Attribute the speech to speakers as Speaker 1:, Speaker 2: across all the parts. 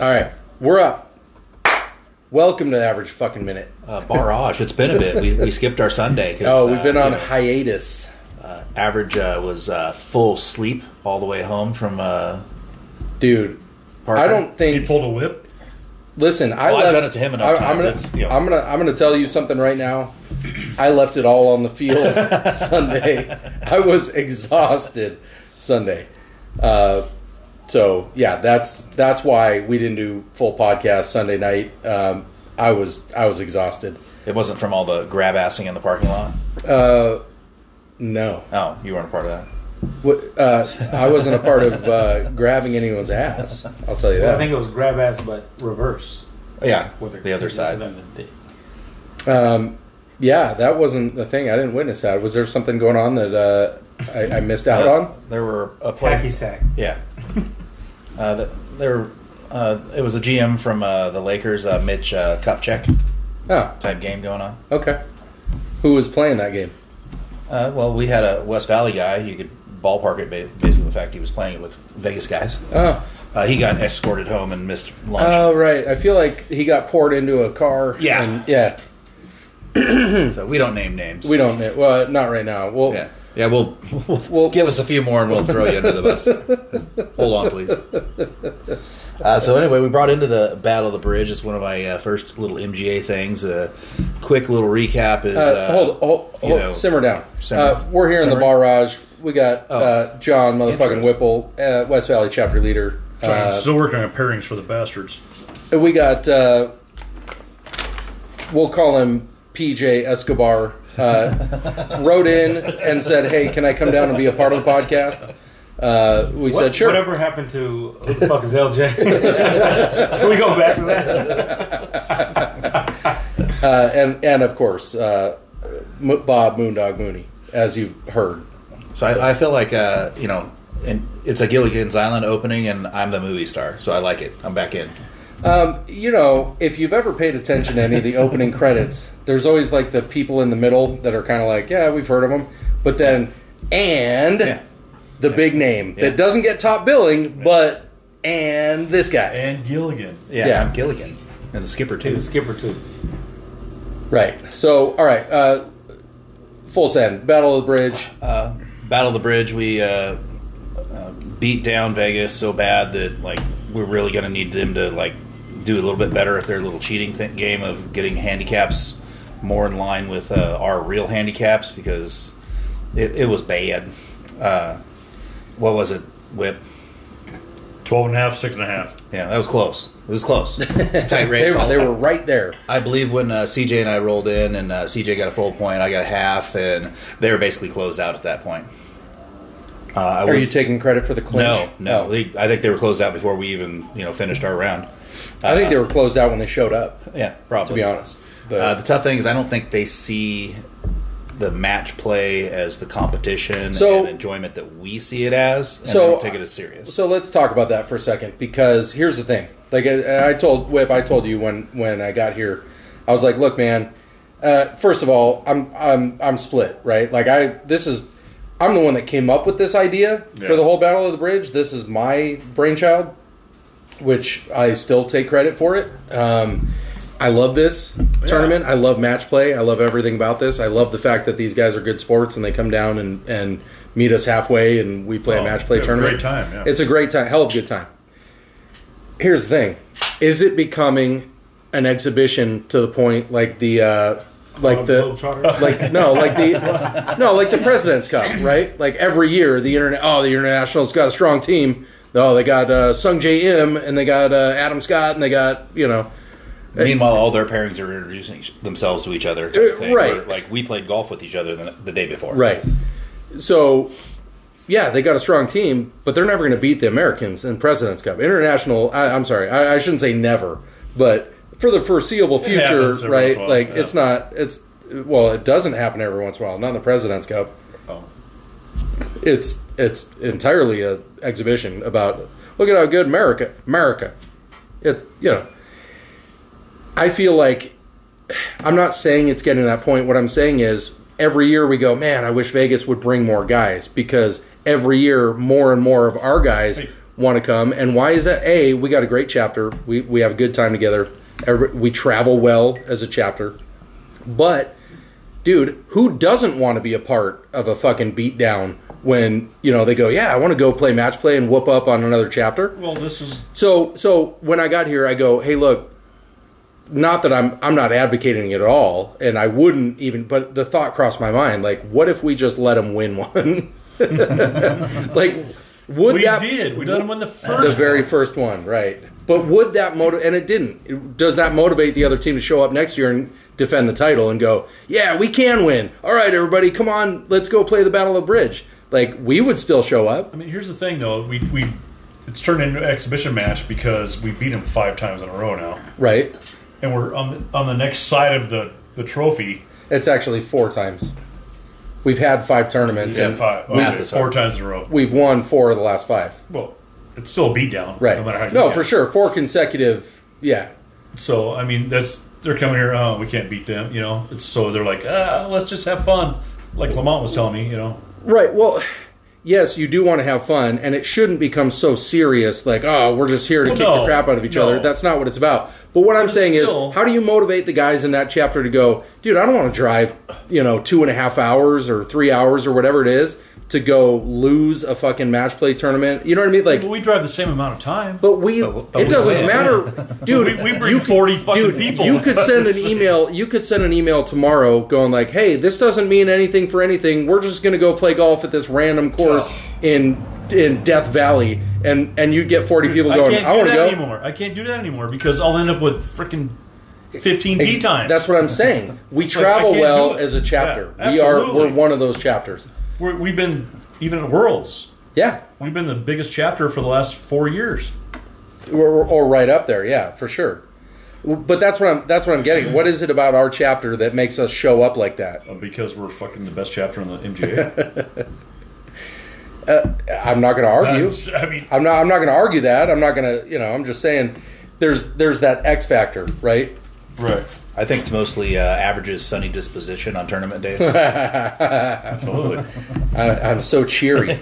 Speaker 1: All right, we're up. Welcome to Average Fucking Minute.
Speaker 2: Uh, barrage. it's been a bit. We, we skipped our Sunday. 'cause,
Speaker 1: Oh, we've
Speaker 2: uh,
Speaker 1: been on
Speaker 2: yeah,
Speaker 1: hiatus.
Speaker 2: uh, average uh, was uh, full sleep all the way home from. Uh,
Speaker 1: Dude,
Speaker 2: Parker.
Speaker 1: I don't
Speaker 3: He
Speaker 1: think.
Speaker 3: pulled a whip.
Speaker 1: listen, I
Speaker 2: Well, I've
Speaker 1: left-
Speaker 2: done it to him enough
Speaker 1: I, am
Speaker 2: times.
Speaker 1: gonna,
Speaker 2: It's, you know.
Speaker 1: I'm gonna, I'm gonna tell you something right now. I left it all on the field Sunday. I was exhausted Sunday. Uh, so yeah, that's that's why we didn't do full podcast Sunday night. Um, I was I was exhausted.
Speaker 2: It wasn't from all the grab assing in the parking lot.
Speaker 1: Uh, No,
Speaker 2: Oh, you weren't a part of that.
Speaker 1: What, uh, I wasn't a part of uh, grabbing anyone's ass. I'll tell you
Speaker 4: Well, I
Speaker 1: that.
Speaker 4: think it was grab ass, but reverse.
Speaker 2: Oh, yeah,
Speaker 4: with her
Speaker 2: the other
Speaker 4: continuous
Speaker 2: side.
Speaker 4: amendment. The-
Speaker 1: Um, Yeah, that wasn't the thing. I didn't witness that. Was there something going on that uh, I, I missed out on?
Speaker 2: There were a play.
Speaker 4: Hacky sack.
Speaker 2: Yeah. uh, the, there, uh, it was a GM from uh, the Lakers, uh, Mitch uh, Kupchak
Speaker 1: Oh,
Speaker 2: type game going on.
Speaker 1: okay. Who was playing that game?
Speaker 2: Uh, well, we had a West Valley guy. You could ballpark it ba- basically the fact he was playing it with Vegas guys.
Speaker 1: Oh,
Speaker 2: Uh, he got escorted home and missed lunch.
Speaker 1: oh, right. I feel like he got poured into a car.
Speaker 2: Yeah.
Speaker 1: and- yeah.
Speaker 2: so we don't name names.
Speaker 1: We don't. know- Well, not right now. Well,
Speaker 2: Yeah, yeah. We'll, we'll,
Speaker 1: Well-
Speaker 2: give us a few more, and we'll throw you under the bus. Hold on, please. Uh, so anyway, we brought into the Battle of the Bridge. It's one of my uh, first little MGA things. Uh, quick little recap is
Speaker 1: uh,
Speaker 2: uh,
Speaker 1: hold, hold,
Speaker 2: you
Speaker 1: hold-
Speaker 2: know,
Speaker 1: simmer down.
Speaker 2: simmer.
Speaker 1: Uh, we're here in
Speaker 2: Simmer. Oh.
Speaker 1: the barrage. We got uh, John, motherfucking
Speaker 2: Intros.
Speaker 1: Whipple, uh, West Valley chapter leader.
Speaker 3: So I'm
Speaker 1: Uh,
Speaker 3: still working on pairings for the bastards.
Speaker 1: We got, uh, we'll call him PJ Escobar, uh, wrote in and said, Hey, can I come down and be a part of the podcast? Uh, we
Speaker 4: What-
Speaker 1: said, Sure.
Speaker 4: Whatever happened to who the fuck is LJ? Can we go back to that?
Speaker 1: Uh, and, and of course, uh, M- Bob Moondog Mooney, as you've heard.
Speaker 2: So I, I feel like uh, you know, and it's a Gilligan's Island opening, and I'm the movie star, so I like it. I'm back in.
Speaker 1: You know, if you've ever paid attention to any of the opening credits, there's always like the people in the middle that are kind of like, Yeah, we've heard of them. But then, and.
Speaker 2: Yeah.
Speaker 1: The big name
Speaker 2: Yeah.
Speaker 1: that doesn't get top billing, but and this guy.
Speaker 3: And Gilligan.
Speaker 2: Yeah,
Speaker 1: Yeah.
Speaker 2: I'm Gilligan, and the skipper
Speaker 4: And
Speaker 2: too.
Speaker 4: the skipper too.
Speaker 1: Right. So, all right. Uh, full send. Battle of the Bridge.
Speaker 2: Battle of the Bridge, we uh, uh, beat down Vegas so bad that like we're really going to need them to like do a little bit better at their little cheating th- game of getting handicaps more in line with uh, our real handicaps because it, it was bad. Uh, what was it, Whip?
Speaker 3: 12 and a half, 6 and a half.
Speaker 2: Yeah, that was close. It was close. Tight
Speaker 1: They
Speaker 2: race.
Speaker 1: were,
Speaker 2: all-
Speaker 1: they were right there.
Speaker 2: I believe when uh, CJ and I rolled in, and uh, CJ got a full point, I got a half, and they were basically closed out at that point. Uh, I
Speaker 1: Are
Speaker 2: would-
Speaker 1: you taking credit for the clinch?
Speaker 2: No, no.
Speaker 1: Oh.
Speaker 2: They, I think they were closed out before we even you know finished our round.
Speaker 1: Oh. I think they were closed out when they showed up.
Speaker 2: Yeah, probably.
Speaker 1: To be honest, but
Speaker 2: uh, the tough thing is I don't think they see the match play as the competition
Speaker 1: So-
Speaker 2: and enjoyment that we see it as, and
Speaker 1: So-
Speaker 2: they don't take it as serious.
Speaker 1: so let's talk about that for a second because here's the thing. Like I, I told Whip, I told you when when I got here, I was like, look, man. Uh, first of all, I'm I'm I'm split, right? Like I this is. I'm the one that came up with this idea for
Speaker 3: Yeah.
Speaker 1: the whole Battle of the Bridge. This is my brainchild. which I still take credit for it. Um, I love this tournament. I love match play. I love everything about this. I love the fact that these guys are good sports and they come down and, and meet us halfway and we play a
Speaker 3: Oh,
Speaker 1: match play
Speaker 3: yeah,
Speaker 1: tournament.
Speaker 3: great time, yeah.
Speaker 1: It's a great time. Hell of a good time. Here's the thing: is it becoming an exhibition to the point like the uh, like the
Speaker 4: Globetrotters.
Speaker 1: like no like the no like the president's cup right like every year the internet oh the international's got a strong team oh they got uh, sung j im and they got uh, adam scott and they got you know
Speaker 2: Meanwhile, all their pairings are introducing each- themselves to each other. type
Speaker 1: Uh,
Speaker 2: thing,
Speaker 1: right.
Speaker 2: where, like we played golf with each other the, the day before.
Speaker 1: right so yeah they got a strong team but they're never going to beat the americans in president's cup international I, i'm sorry I, I shouldn't say never but for the foreseeable future
Speaker 3: happens every once
Speaker 1: right
Speaker 3: in a while,
Speaker 1: like
Speaker 3: yeah.
Speaker 1: it's not it's well it doesn't happen every once in a while not in the president's cup
Speaker 3: Oh.
Speaker 1: it's it's entirely a exhibition about look at how good America America. It's you know I feel like I'm not saying it's getting to that point. What I'm saying is every year we go, man, I wish Vegas would bring more guys because every year more and more of our guys want to come. And why is that? A, we got a great chapter. We we have a good time together. Every, we travel well as a chapter. But dude, who doesn't want to be a part of a fucking beatdown when, you know, they go, "Yeah, I want to go play match play and whoop up on another chapter."
Speaker 3: Well, this is
Speaker 1: So so when I got here, I go, hey, look, not that I'm I'm not advocating it at all, and I wouldn't even. But the thought crossed my mind, like, what if we just let them win one? like, would
Speaker 3: we
Speaker 1: that
Speaker 3: did. We done them on the
Speaker 1: the
Speaker 3: first.
Speaker 1: very first one, right? But would that motivate? And it didn't. It- Does that motivate the other team to show up next year and defend the title and go, yeah, we can win. All right, everybody, come on, let's go play the Battle of the Bridge. Like we would still show up.
Speaker 3: I mean, here's the thing, though. We we it's turned into an exhibition match because we beat them five times in a row now,
Speaker 1: Right?
Speaker 3: and we're on the, on the next side of the the trophy.
Speaker 1: It's actually four times. We've had five tournaments
Speaker 3: Yeah,
Speaker 1: and
Speaker 3: five.
Speaker 2: Math
Speaker 3: okay,
Speaker 2: is
Speaker 3: four
Speaker 2: hard.
Speaker 3: times in a row.
Speaker 1: we've won four of the last five.
Speaker 3: Well, it's still a beatdown,
Speaker 1: Right.
Speaker 3: No matter how. you
Speaker 1: No,
Speaker 3: look
Speaker 1: for
Speaker 3: at it.
Speaker 1: sure. Four consecutive. Yeah.
Speaker 3: So I mean, that's they're coming here. Oh, we can't beat them. You know, it's, so they're like, ah, let's just have fun. Like Lamont was telling me, you know,
Speaker 1: Right. Well, yes, you do want to have fun, and it shouldn't become so serious like, oh, we're just here to
Speaker 3: Well,
Speaker 1: kick the
Speaker 3: no,
Speaker 1: crap out of each
Speaker 3: no.
Speaker 1: other. That's not what it's about. But what I'm
Speaker 3: But
Speaker 1: saying
Speaker 3: still-
Speaker 1: is, how do you motivate the guys in that chapter to go, dude, I don't want to drive, you know, two and a half hours or three hours or whatever it is to go lose a fucking match play tournament? You know what I mean? Like,
Speaker 3: but we drive the same amount of time.
Speaker 1: But we,
Speaker 2: But- but
Speaker 1: it
Speaker 2: we
Speaker 1: doesn't
Speaker 2: win.
Speaker 1: matter, dude.
Speaker 3: We- we bring 40 fucking
Speaker 1: dude,
Speaker 3: people.
Speaker 1: You could send an email. You could send an email tomorrow, going like, "Hey, this doesn't mean anything for anything. We're just gonna go play golf at this random course in in Death Valley," and and you get forty people
Speaker 3: I
Speaker 1: going.
Speaker 3: can't
Speaker 1: I,
Speaker 3: do
Speaker 1: want to
Speaker 3: that
Speaker 1: go.
Speaker 3: anymore. I can't do that anymore because I'll end up with freaking fifteen tea
Speaker 1: Ex-
Speaker 3: times.
Speaker 1: That's what I'm saying. We
Speaker 3: like, I
Speaker 1: travel
Speaker 3: can't
Speaker 1: well
Speaker 3: do it.
Speaker 1: as a chapter.
Speaker 3: Yeah,
Speaker 1: we are.
Speaker 3: absolutely.
Speaker 1: We're one of those chapters.
Speaker 3: We're, we've been even at Worlds.
Speaker 1: Yeah,
Speaker 3: We've been the biggest chapter for the last four years.
Speaker 1: or, or right up there. Yeah, for sure. But that's what I'm. That's what I'm getting. What is it about our chapter that makes us show up like that?
Speaker 3: Uh, Because we're fucking the best chapter in the MGA.
Speaker 1: I'm not going to argue.
Speaker 3: That's- I mean,
Speaker 1: I'm not. I'm not going to argue that. I'm not going to. You know. I'm just saying. There's there's that X factor, right?
Speaker 3: right.
Speaker 2: I think it's mostly uh, averages sunny disposition on tournament day.
Speaker 3: Absolutely.
Speaker 1: I, I'm so cheery,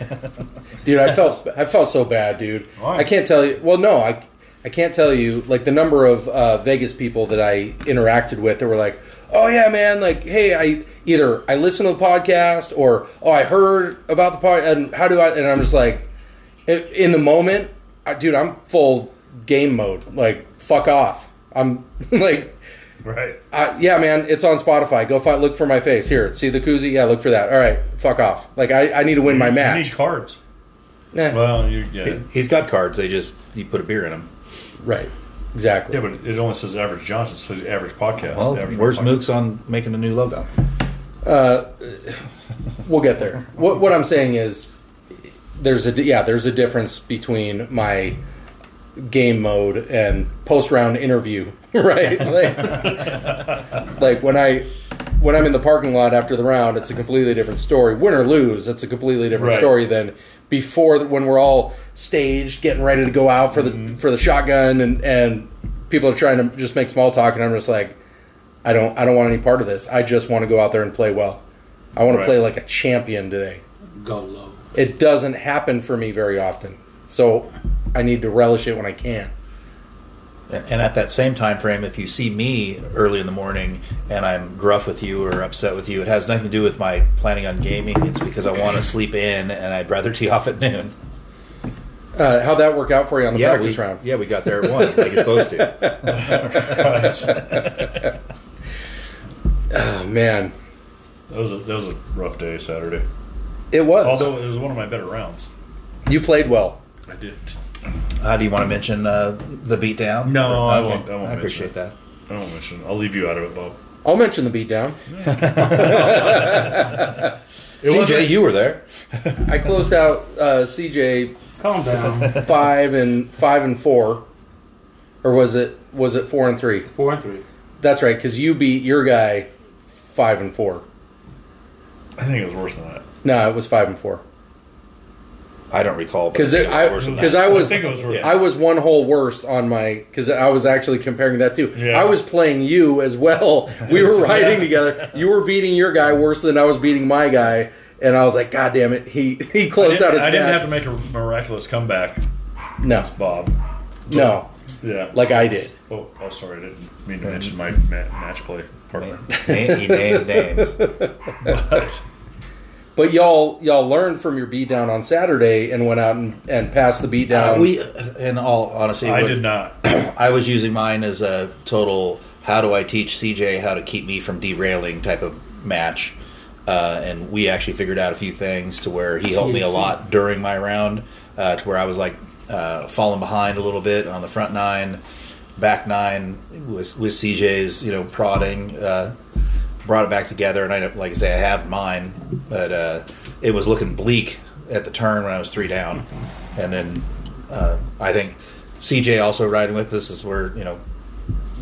Speaker 1: dude. I felt I felt so bad, dude.
Speaker 3: Why?
Speaker 1: I can't tell you. Well, no, I I can't tell you like the number of uh, Vegas people that I interacted with that were like, oh yeah, man, like hey, I either I listen to the podcast or oh I heard about the podcast and how do I and I'm just like in- in the moment, I, dude, I'm full game mode. Like fuck off. I'm like
Speaker 3: right.
Speaker 1: I, Uh, yeah, man, it's on Spotify. Go find, look for my face. Here, see the koozie? Yeah, look for that. All right, fuck off. Like, I, I need to win my
Speaker 3: You need
Speaker 1: match.
Speaker 3: cards.
Speaker 1: Eh,
Speaker 3: Well, you, yeah.
Speaker 2: He's got cards. They just you put a beer in them.
Speaker 1: right, exactly.
Speaker 3: Yeah, but it only says average Johnson. It says average podcast.
Speaker 2: Well,
Speaker 3: average
Speaker 2: where's
Speaker 3: podcast.
Speaker 2: Mooks on making a new logo?
Speaker 1: We'll get there. What, what I'm saying is, there's a di- yeah, there's a difference between my game mode and post round interview, right? Like, like when I when I'm in the parking lot after the round, it's a completely different story. Win or lose, it's a completely different
Speaker 3: Right.
Speaker 1: story than before the- when we're all staged, getting ready to go out for the for the shotgun, and and people are trying to just make small talk, and I'm just like, I don't I don't want any part of this. I just want to go out there and play well. I want to
Speaker 3: Right.
Speaker 1: play like a champion today
Speaker 4: Go low.
Speaker 1: it doesn't happen for me very often. So I need to relish it when I can.
Speaker 2: And at that same time frame, if you see me early in the morning and I'm gruff with you or upset with you, it has nothing to do with my planning on gaming. It's because I want to sleep in and I'd rather tee off at noon.
Speaker 1: Uh, how'd that work out for you on the
Speaker 2: Yeah, we,
Speaker 1: practice round?
Speaker 2: yeah, we got there at one, like you're supposed to.
Speaker 1: Oh, man.
Speaker 3: That was, a, that was a rough day Saturday.
Speaker 1: It was.
Speaker 3: Although it was one of my better rounds.
Speaker 1: you played well.
Speaker 3: I did.
Speaker 2: Uh, do you want to mention uh, the beatdown?
Speaker 3: No, I
Speaker 2: Okay.
Speaker 3: won't- I won't
Speaker 2: appreciate that.
Speaker 3: I don't mention. I'll leave you out of it, Bob.
Speaker 1: I'll mention the beatdown.
Speaker 2: CJ, you were there.
Speaker 1: I closed out uh, CJ
Speaker 4: Calm down.
Speaker 1: five and five and four, or was it was it four and three?
Speaker 4: Four and three.
Speaker 1: That's right, because you beat your guy five and four.
Speaker 3: I think it was worse than that.
Speaker 1: No, it was five and four.
Speaker 2: I don't recall. but
Speaker 1: Because
Speaker 2: it was worse
Speaker 1: I
Speaker 2: than that.
Speaker 1: because I was
Speaker 3: I think it was worse.
Speaker 1: I was one hole worse on my because I was actually comparing that too.
Speaker 3: Yeah.
Speaker 1: I was playing you as well. We were riding together. You were beating your guy worse than I was beating my guy, and I was like, God damn it! He he
Speaker 3: I
Speaker 1: closed
Speaker 3: didn't,
Speaker 1: out his
Speaker 3: I didn't
Speaker 1: match.
Speaker 3: have to make a miraculous comeback.
Speaker 1: No,
Speaker 3: Bob.
Speaker 1: no,
Speaker 3: Yeah.
Speaker 1: like I did.
Speaker 3: oh, oh, sorry, I didn't mean to mention my ma- match play partner.
Speaker 2: he named names.
Speaker 3: but
Speaker 1: But y'all, y'all learned from your beat down on Saturday and went out and, and passed the beat down.
Speaker 2: we, in all honesty,
Speaker 3: I
Speaker 2: what-
Speaker 3: did not.
Speaker 2: I was using mine as a total how do I teach CJ how to keep me from derailing type of match. Uh, and we actually figured out a few things to where he helped me a
Speaker 4: TLC.
Speaker 2: lot during my round, uh, to where I was like uh, falling behind a little bit on the front nine, back nine with, with CJ's you know prodding, uh, brought it back together. And I like I say I have mine, but uh, it was looking bleak at the turn when I was three down, and then uh, I think CJ also riding with us is where you know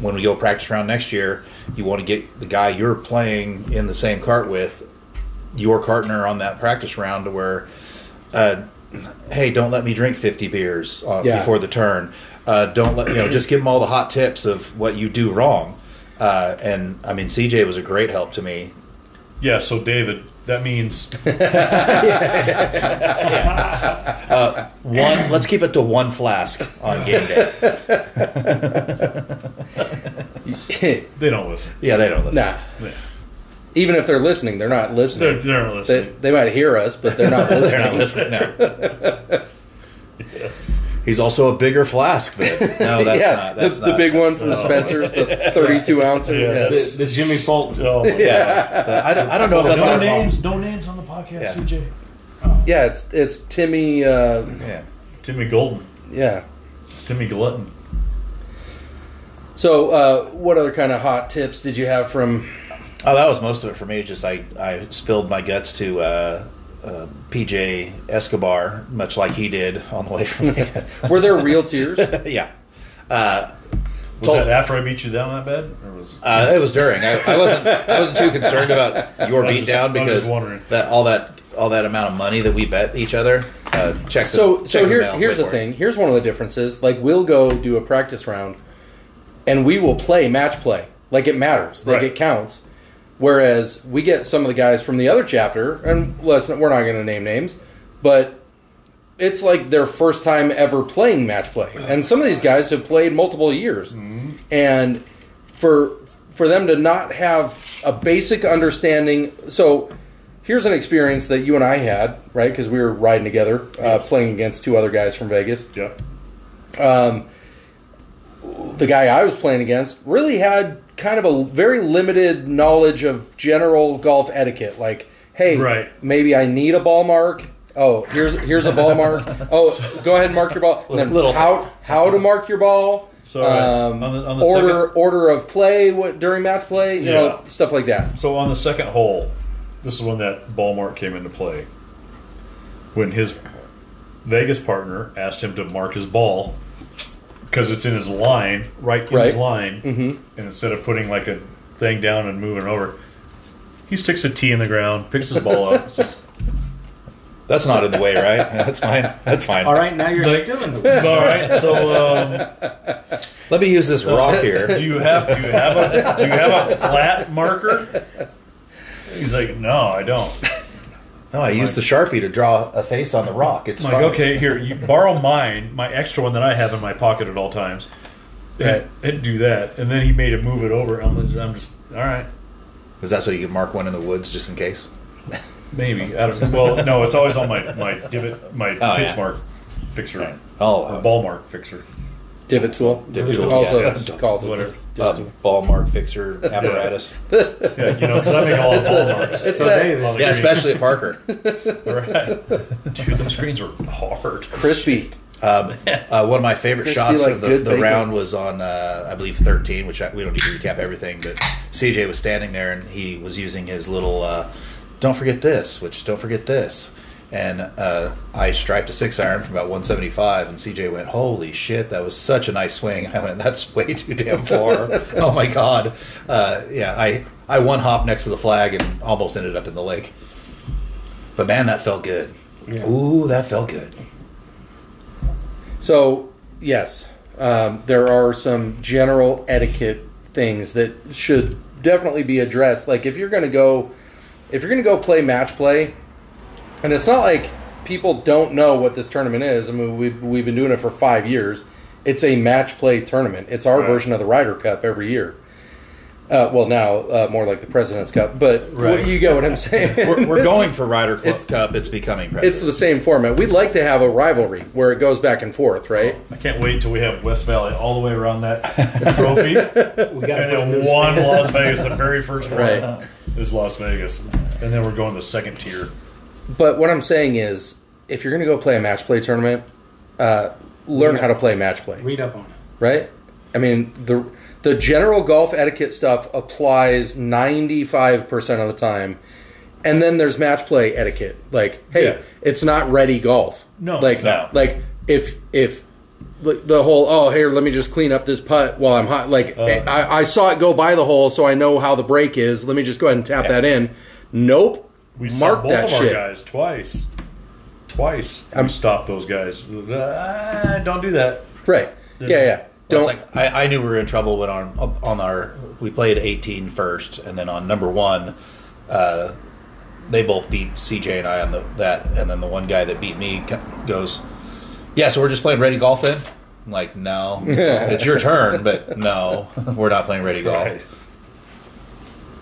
Speaker 2: when we go practice round next year, you want to get the guy you're playing in the same cart with, your partner on that practice round, to where, uh, hey, don't let me drink 50 beers uh,
Speaker 1: Yeah.
Speaker 2: before the turn. Uh, don't let you know. Just give them all the hot tips of what you do wrong. Uh, and I mean, CJ was a great help to me.
Speaker 3: Yeah, so David, that means
Speaker 2: One, let's keep it to one flask on game day.
Speaker 3: they don't listen.
Speaker 2: Yeah, they don't listen.
Speaker 1: nah, even if they're listening, they're not
Speaker 3: They're,
Speaker 1: listening.
Speaker 3: they're not
Speaker 1: they,
Speaker 3: listening.
Speaker 1: they might hear us, but they're not
Speaker 2: They're not
Speaker 1: listening.
Speaker 2: listening now. He's also a bigger flask, though. No, that's
Speaker 1: yeah,
Speaker 2: not. That's
Speaker 1: the,
Speaker 2: not.
Speaker 1: the big one from Spencer's, the 32 ounce.
Speaker 3: Yeah, that's-
Speaker 4: The, the Jimmy Fult.
Speaker 3: Oh, my God.
Speaker 2: Yeah, I don't, I don't know if that's
Speaker 3: no
Speaker 2: our fault.
Speaker 3: names, no names on the podcast,
Speaker 2: Yeah.
Speaker 3: CJ.
Speaker 1: Yeah, it's it's Timmy. Uh,
Speaker 2: Yeah.
Speaker 3: Timmy Golden,
Speaker 1: yeah.
Speaker 3: Timmy Glutton.
Speaker 1: So, uh, what other kind of hot tips did you have from?
Speaker 2: Oh, that was most of it for me. Just I, I spilled my guts to uh, uh, PJ Escobar, much like he did on the way from the
Speaker 1: Were there real tears?
Speaker 2: yeah. Uh,
Speaker 3: Was
Speaker 2: told-
Speaker 3: that after I beat you down that bad? Or was
Speaker 2: Uh, it was during. I, I wasn't. I wasn't too concerned about your
Speaker 3: I was just-
Speaker 2: beatdown
Speaker 3: I was just
Speaker 2: because
Speaker 3: wondering.
Speaker 2: that all that all that amount of money that we bet each other. Uh, check.
Speaker 1: So,
Speaker 2: the,
Speaker 1: so
Speaker 2: check
Speaker 1: here,
Speaker 2: mail.
Speaker 1: here's
Speaker 2: Wait
Speaker 1: the
Speaker 2: for it.
Speaker 1: thing. Here's one of the differences. Like, we'll go do a practice round, and we will play match play. Like, it matters. Like,
Speaker 3: Right.
Speaker 1: it counts. Whereas we get some of the guys from the other chapter, and let's not, we're not going to name names, but it's like their first time ever playing match play, and some of these guys have played multiple years, and for for them to not have a basic understanding. So here's an experience that you and I had, right? Because we were riding together, uh, playing against two other guys from Vegas
Speaker 3: Yep.
Speaker 1: the guy I was playing against really had kind of a very limited knowledge of general golf etiquette. Like, hey,
Speaker 3: Right.
Speaker 1: maybe I need a ball mark. Oh, here's here's a ball mark. Oh, go ahead and mark your ball. And then
Speaker 2: Little
Speaker 1: how
Speaker 2: things.
Speaker 1: how to mark your ball. Um,
Speaker 3: So, right. On the- on the
Speaker 1: order order of play what, during match play, you know,
Speaker 3: Yeah.
Speaker 1: stuff like that.
Speaker 3: So on the second hole, this is when that ball mark came into play. When his Vegas partner asked him to mark his ball because it's in his line, right in his
Speaker 1: Right.
Speaker 3: line,
Speaker 2: Mm-hmm.
Speaker 3: and instead of putting like a thing down and moving it over, he sticks a tee in the ground, picks his ball up. says,
Speaker 2: That's not in the way, right? Yeah, That's fine. That's fine.
Speaker 4: All right, now you're
Speaker 3: Like-
Speaker 4: still in the
Speaker 3: All right, so um,
Speaker 2: Let me use this rock here.
Speaker 3: do you have do you have a do you have a flat marker? He's like, no, I don't.
Speaker 2: No, Oh, I used the sharpie to draw a face on the rock. It's
Speaker 3: I'm
Speaker 2: fine.
Speaker 3: like, okay, here, you borrow mine, my extra one that I have in my pocket at all times. And,
Speaker 1: Right.
Speaker 3: and do that. And then he made it move it over. I'm just, I'm just all right,
Speaker 2: Is that so you can mark one in the woods just in case?
Speaker 3: maybe. I don't, well, no, it's always on my, my divot, my
Speaker 2: Oh,
Speaker 3: pitch
Speaker 2: yeah.
Speaker 3: mark fixer,
Speaker 2: Oh,
Speaker 3: or
Speaker 2: uh,
Speaker 3: ball mark fixer.
Speaker 1: Divot tool.
Speaker 2: Divot tool,
Speaker 1: Also
Speaker 2: yeah.
Speaker 1: called
Speaker 3: Whatever.
Speaker 2: uh, ball mark fixer apparatus.
Speaker 3: Yeah, you know, 'cause I make all the ball marks.
Speaker 1: It's
Speaker 4: So
Speaker 1: that
Speaker 4: David,
Speaker 3: On the
Speaker 2: yeah,
Speaker 3: green.
Speaker 2: especially at Parker.
Speaker 3: Right. Dude, those screens were hard.
Speaker 1: crispy.
Speaker 2: Um, uh, one of my favorite
Speaker 1: Crispy
Speaker 2: shots
Speaker 1: like
Speaker 2: of the,
Speaker 1: good
Speaker 2: the
Speaker 1: bacon.
Speaker 2: round was on, uh, I believe, 13, which I, we don't need to recap everything, but CJ was standing there and he was using his little, uh, don't forget this, which don't forget this. And uh, I striped a six iron from about 175, and CJ went, Holy shit, that was such a nice swing. I went, That's way too damn far. oh my God. Uh, yeah, I, I one hop next to the flag and almost ended up in the lake. But man, that felt good.
Speaker 4: Yeah.
Speaker 2: Ooh, that felt good.
Speaker 1: So yes, um, there are some general etiquette things that should definitely be addressed. Like if you're going to go, if you're going to go play match play, and it's not like people don't know what this tournament is. I mean, we've, we've been doing it for five years. It's a match play tournament. It's our
Speaker 3: Right.
Speaker 1: version of the Ryder Cup every year. Uh, well, now uh, more like the President's Cup, but
Speaker 4: Right.
Speaker 1: you get what I'm saying.
Speaker 2: We're, we're going for Ryder Club
Speaker 1: It's-
Speaker 2: Cup. It's becoming
Speaker 1: it's
Speaker 2: president.
Speaker 1: the same format. We'd like to have a rivalry where it goes back and forth, right?
Speaker 3: I can't wait till we have West Valley all the way around that trophy, and
Speaker 4: We got
Speaker 3: then one Las Vegas. The very first one
Speaker 1: Right.
Speaker 3: is Las Vegas, and then we're going to second tier.
Speaker 1: But what I'm saying is, if you're going to go play a match play tournament, uh, learn how to play match play.
Speaker 4: Read up on it.
Speaker 1: right? I mean the the general golf etiquette stuff applies ninety five percent of the time, and then there's match play etiquette. Like, hey,
Speaker 3: Yeah.
Speaker 1: it's not ready golf.
Speaker 3: No,
Speaker 1: like
Speaker 3: it's
Speaker 2: not.
Speaker 1: like if if the- the whole oh here let me just clean up this putt while I'm hot. Like
Speaker 3: Uh.
Speaker 1: I, I saw it go by the hole, so I know how the break is. Let me just go ahead and tap that in. Nope,
Speaker 3: We
Speaker 1: mark
Speaker 3: stopped both
Speaker 1: that
Speaker 3: of our
Speaker 1: shit.
Speaker 3: guys twice. Twice we stopped those guys. Ah, don't do that.
Speaker 1: Right? Yeah, yeah.
Speaker 2: Well,
Speaker 1: Don't
Speaker 2: it's like I, I knew we were in trouble when on on our we played 18 first, and then on number one, uh, they both beat CJ and I on the, that, and then the one guy that beat me co- goes, "Yeah, so we're just playing ready golf then." I'm like, no, it's your turn, but no, we're not playing ready
Speaker 1: Oh.
Speaker 2: golf.
Speaker 3: Right.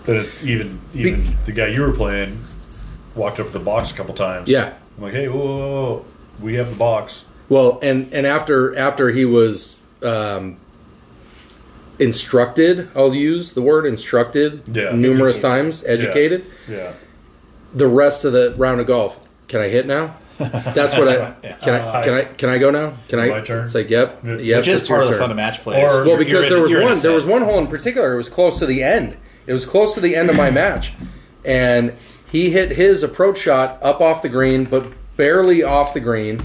Speaker 3: But it's even even the guy you were playing walked up to the box a couple times.
Speaker 1: Yeah.
Speaker 3: I'm like, hey, whoa, whoa, whoa, we have the box.
Speaker 1: Well, and and after after he was um, instructed, I'll use the word instructed
Speaker 3: Yeah.
Speaker 1: numerous times, educated.
Speaker 3: Yeah.
Speaker 1: The rest of the round of golf, can I hit now? That's what I can. I can I can I go now? Can
Speaker 3: Is
Speaker 1: I?
Speaker 3: it my turn?
Speaker 1: It's like yep,
Speaker 3: Which
Speaker 1: yep.
Speaker 2: Which is
Speaker 1: it's your
Speaker 2: part of the
Speaker 1: turn.
Speaker 2: fun of match plays.
Speaker 3: Or-
Speaker 1: Well,
Speaker 3: You're
Speaker 1: because
Speaker 2: in-
Speaker 1: there was
Speaker 2: you're in
Speaker 1: one,
Speaker 2: a
Speaker 1: there was
Speaker 2: set.
Speaker 1: one hole in particular. It was close to the end. It was close to the end of my match, and he hit his approach shot up off the green, but barely off the green.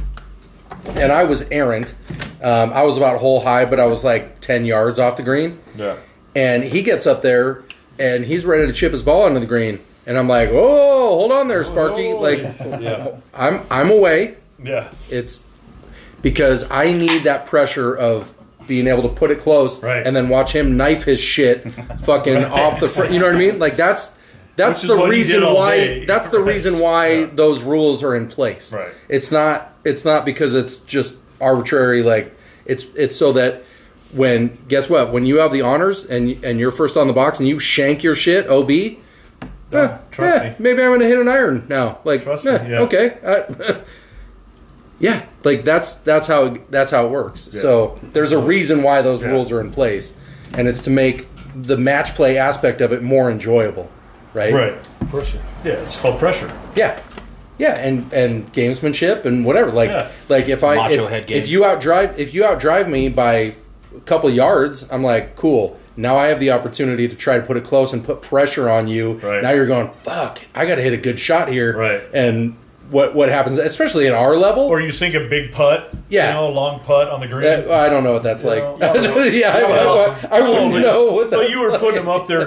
Speaker 1: And I was errant. Um, I was about hole high, but I was like ten yards off the green.
Speaker 3: Yeah.
Speaker 1: And he gets up there, and he's ready to chip his ball into the green. And I'm like, "Oh, hold on there, Sparky! Like,
Speaker 3: Yeah.
Speaker 1: I'm I'm away.
Speaker 3: Yeah.
Speaker 1: It's because I need that pressure of being able to put it close
Speaker 3: Right.
Speaker 1: and then watch him knife his shit fucking off the front. You know what I mean? Like that's that's
Speaker 3: Which is
Speaker 1: the
Speaker 3: what he
Speaker 1: reason
Speaker 3: did all
Speaker 1: why
Speaker 3: day.
Speaker 1: that's the
Speaker 3: Right.
Speaker 1: reason why those rules are in place.
Speaker 3: Right.
Speaker 1: It's not it's not because it's just arbitrary like it's it's so that when guess what? When you have the honors and and you're first on the box and you shank your shit, OB,
Speaker 3: Yeah, trust
Speaker 1: yeah,
Speaker 3: me.
Speaker 1: Maybe I'm going to hit an iron now. Like,
Speaker 3: Trust
Speaker 1: yeah,
Speaker 3: me, yeah.
Speaker 1: okay, I- yeah. Like that's that's how it, that's how it works. So there's a reason why those
Speaker 3: Yeah.
Speaker 1: rules are in place, and it's to make the match play aspect of it more enjoyable, right?
Speaker 3: Right.
Speaker 4: Pressure.
Speaker 3: Yeah, it's called pressure.
Speaker 1: Yeah, yeah, and and gamesmanship and whatever. Like
Speaker 3: Yeah.
Speaker 1: like if I
Speaker 2: Macho
Speaker 1: if,
Speaker 2: head
Speaker 1: if
Speaker 2: games.
Speaker 1: you outdrive if you outdrive me by a couple yards, I'm like cool. Now I have the opportunity to try to put it close and put pressure on you.
Speaker 3: Right.
Speaker 1: Now you're going fuck. I got to hit a good shot here.
Speaker 3: Right.
Speaker 1: And what what happens, especially at our level?
Speaker 3: Or you sink a big putt.
Speaker 1: Yeah.
Speaker 3: You know, a long putt on the green.
Speaker 1: Uh, I don't know what that's like.
Speaker 4: I don't know.
Speaker 1: yeah, I, I, I, wouldn't
Speaker 3: Totally.
Speaker 1: know what that's
Speaker 3: But you were
Speaker 1: like.
Speaker 3: putting them up there